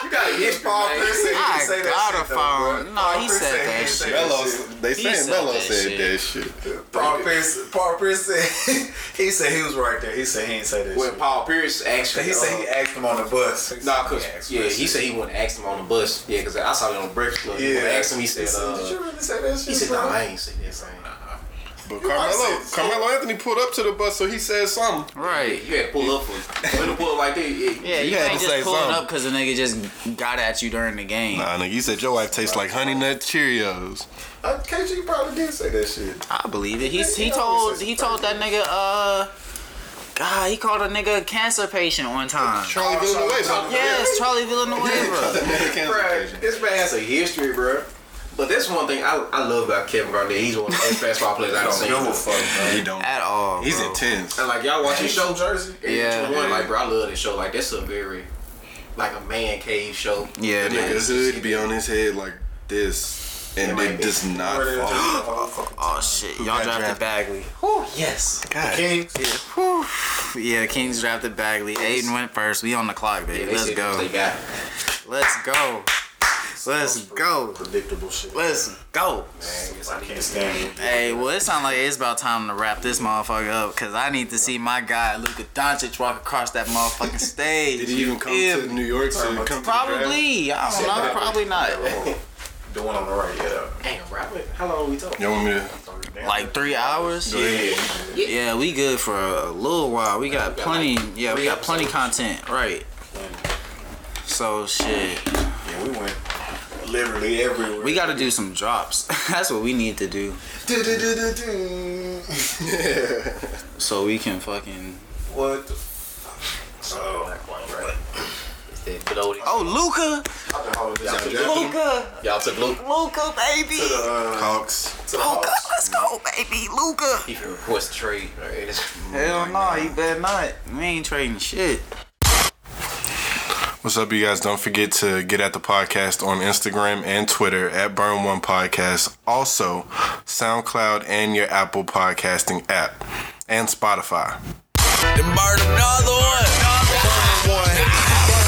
Speaker 9: You got a history,
Speaker 7: Paul
Speaker 9: man.
Speaker 7: Pierce said he
Speaker 6: I
Speaker 7: didn't say that
Speaker 6: gotta
Speaker 7: shit, though,
Speaker 6: find-
Speaker 7: bro.
Speaker 6: no,
Speaker 7: Paul
Speaker 6: he
Speaker 7: Pierce
Speaker 6: said that
Speaker 7: he didn't say
Speaker 6: shit.
Speaker 8: Mello.
Speaker 7: shit.
Speaker 8: They
Speaker 6: He
Speaker 8: saying
Speaker 6: said
Speaker 8: Mello
Speaker 6: that
Speaker 8: said
Speaker 6: shit.
Speaker 8: that shit.
Speaker 7: Paul Pierce, Paul Pierce said he said he was right there. He said he didn't say that.
Speaker 9: When
Speaker 7: shit.
Speaker 9: Paul Pierce actually,
Speaker 7: he said he
Speaker 9: uh,
Speaker 7: asked him on the bus. He
Speaker 9: Nah,
Speaker 7: said,
Speaker 9: cause yeah,
Speaker 7: Chris
Speaker 9: he said he wouldn't ask him on the bus. Yeah, cause I saw it on Breakfast Club. Yeah, when I asked him, he said,
Speaker 7: "Did you
Speaker 9: uh,
Speaker 7: really say that shit?"
Speaker 9: he said,
Speaker 7: bro?"
Speaker 9: nah, I ain't say this. I ain't.
Speaker 8: But Carmelo,
Speaker 7: said-
Speaker 8: Carmelo Anthony pulled up to the bus, so he said something.
Speaker 6: Right.
Speaker 9: You had to pull up for when to pull up like that. Yeah,
Speaker 6: Yeah, you,
Speaker 8: You had
Speaker 6: ain't
Speaker 8: to
Speaker 6: just
Speaker 8: say
Speaker 6: pulling
Speaker 8: something.
Speaker 6: up because the nigga just got at you during the game.
Speaker 8: nigga, you said your wife tastes like honey nut Cheerios.
Speaker 7: Uh, KG probably did say that shit.
Speaker 6: I believe it. He he
Speaker 7: He
Speaker 6: told
Speaker 7: always says
Speaker 6: he told that nigga uh, God, he called a nigga a cancer patient one time.
Speaker 8: Charlie Villanueva.
Speaker 6: Yes, Charlie Villanueva.
Speaker 9: Bruh, This man has a history, bro. But that's one thing I, I love about Kevin Garnett. He's one of the best basketball players I've seen.
Speaker 7: fuck,
Speaker 8: He don't.
Speaker 6: At all.
Speaker 8: He's
Speaker 6: bro.
Speaker 8: intense.
Speaker 9: And like y'all watch his show,
Speaker 7: Show jersey.
Speaker 6: Yeah.
Speaker 9: yeah, one, like bro, I love this show. Like that's a very like a man cave show.
Speaker 6: Yeah,
Speaker 8: That
Speaker 6: man.
Speaker 8: nigga's hood be on his head like this, and
Speaker 9: Yeah,
Speaker 8: it
Speaker 9: like-
Speaker 8: does not
Speaker 7: Where they-
Speaker 8: fall.
Speaker 6: Oh shit, y'all
Speaker 8: got
Speaker 6: drafted
Speaker 8: drafted?
Speaker 6: Bagley.
Speaker 9: Yes.
Speaker 8: God,
Speaker 7: Kings.
Speaker 6: Whew. Yeah, Kings drafted Bagley. Aiden went first. We on the clock,
Speaker 9: Yeah,
Speaker 6: baby.
Speaker 9: they
Speaker 6: Let's
Speaker 9: said
Speaker 6: go.
Speaker 9: They got
Speaker 6: Let's go. Let's go.
Speaker 7: Predictable shit.
Speaker 6: Let's go.
Speaker 7: I can't stand it.
Speaker 6: Hey, well, it sounds like it's about time to wrap this motherfucker up because I need to see my guy Luka Doncic walk across that motherfucking stage.
Speaker 8: did he even come
Speaker 6: Yeah,
Speaker 8: to New York to come? to the draft?
Speaker 6: Probably. I don't know. Probably not.
Speaker 7: The one on the right, yeah.
Speaker 9: Damn, Robert, how long we talking?
Speaker 8: Y'all want me to?
Speaker 6: Like three hours.
Speaker 8: Yeah.
Speaker 6: Yeah, we good for a little while. We got plenty. Yeah, we got plenty content. Right. So shit,
Speaker 7: Yeah, we went literally everywhere.
Speaker 6: we got to do some drops. That's what we need to do
Speaker 7: Du-du-du-du-du.
Speaker 6: so we can fucking.
Speaker 7: What the fuck? Oh,
Speaker 9: It's that good old.
Speaker 6: Oh, Luca,
Speaker 7: I've been holding this
Speaker 9: Y'all
Speaker 7: out.
Speaker 9: drafted him?
Speaker 6: Luca,
Speaker 9: Y'all took Luke.
Speaker 6: Luca, baby.
Speaker 7: Uh,
Speaker 8: Hawks.
Speaker 7: to the Hawks.
Speaker 6: let's go, baby, Luca.
Speaker 9: He can request a trade. Right? It's-
Speaker 6: Hell no, you better not. We ain't trading shit.
Speaker 8: What's up, you guys? Don't forget to get at the podcast on Instagram and Twitter at Burn One Podcast. Also, SoundCloud and your Apple podcasting app and Spotify.
Speaker 2: To burn another one. Burn one.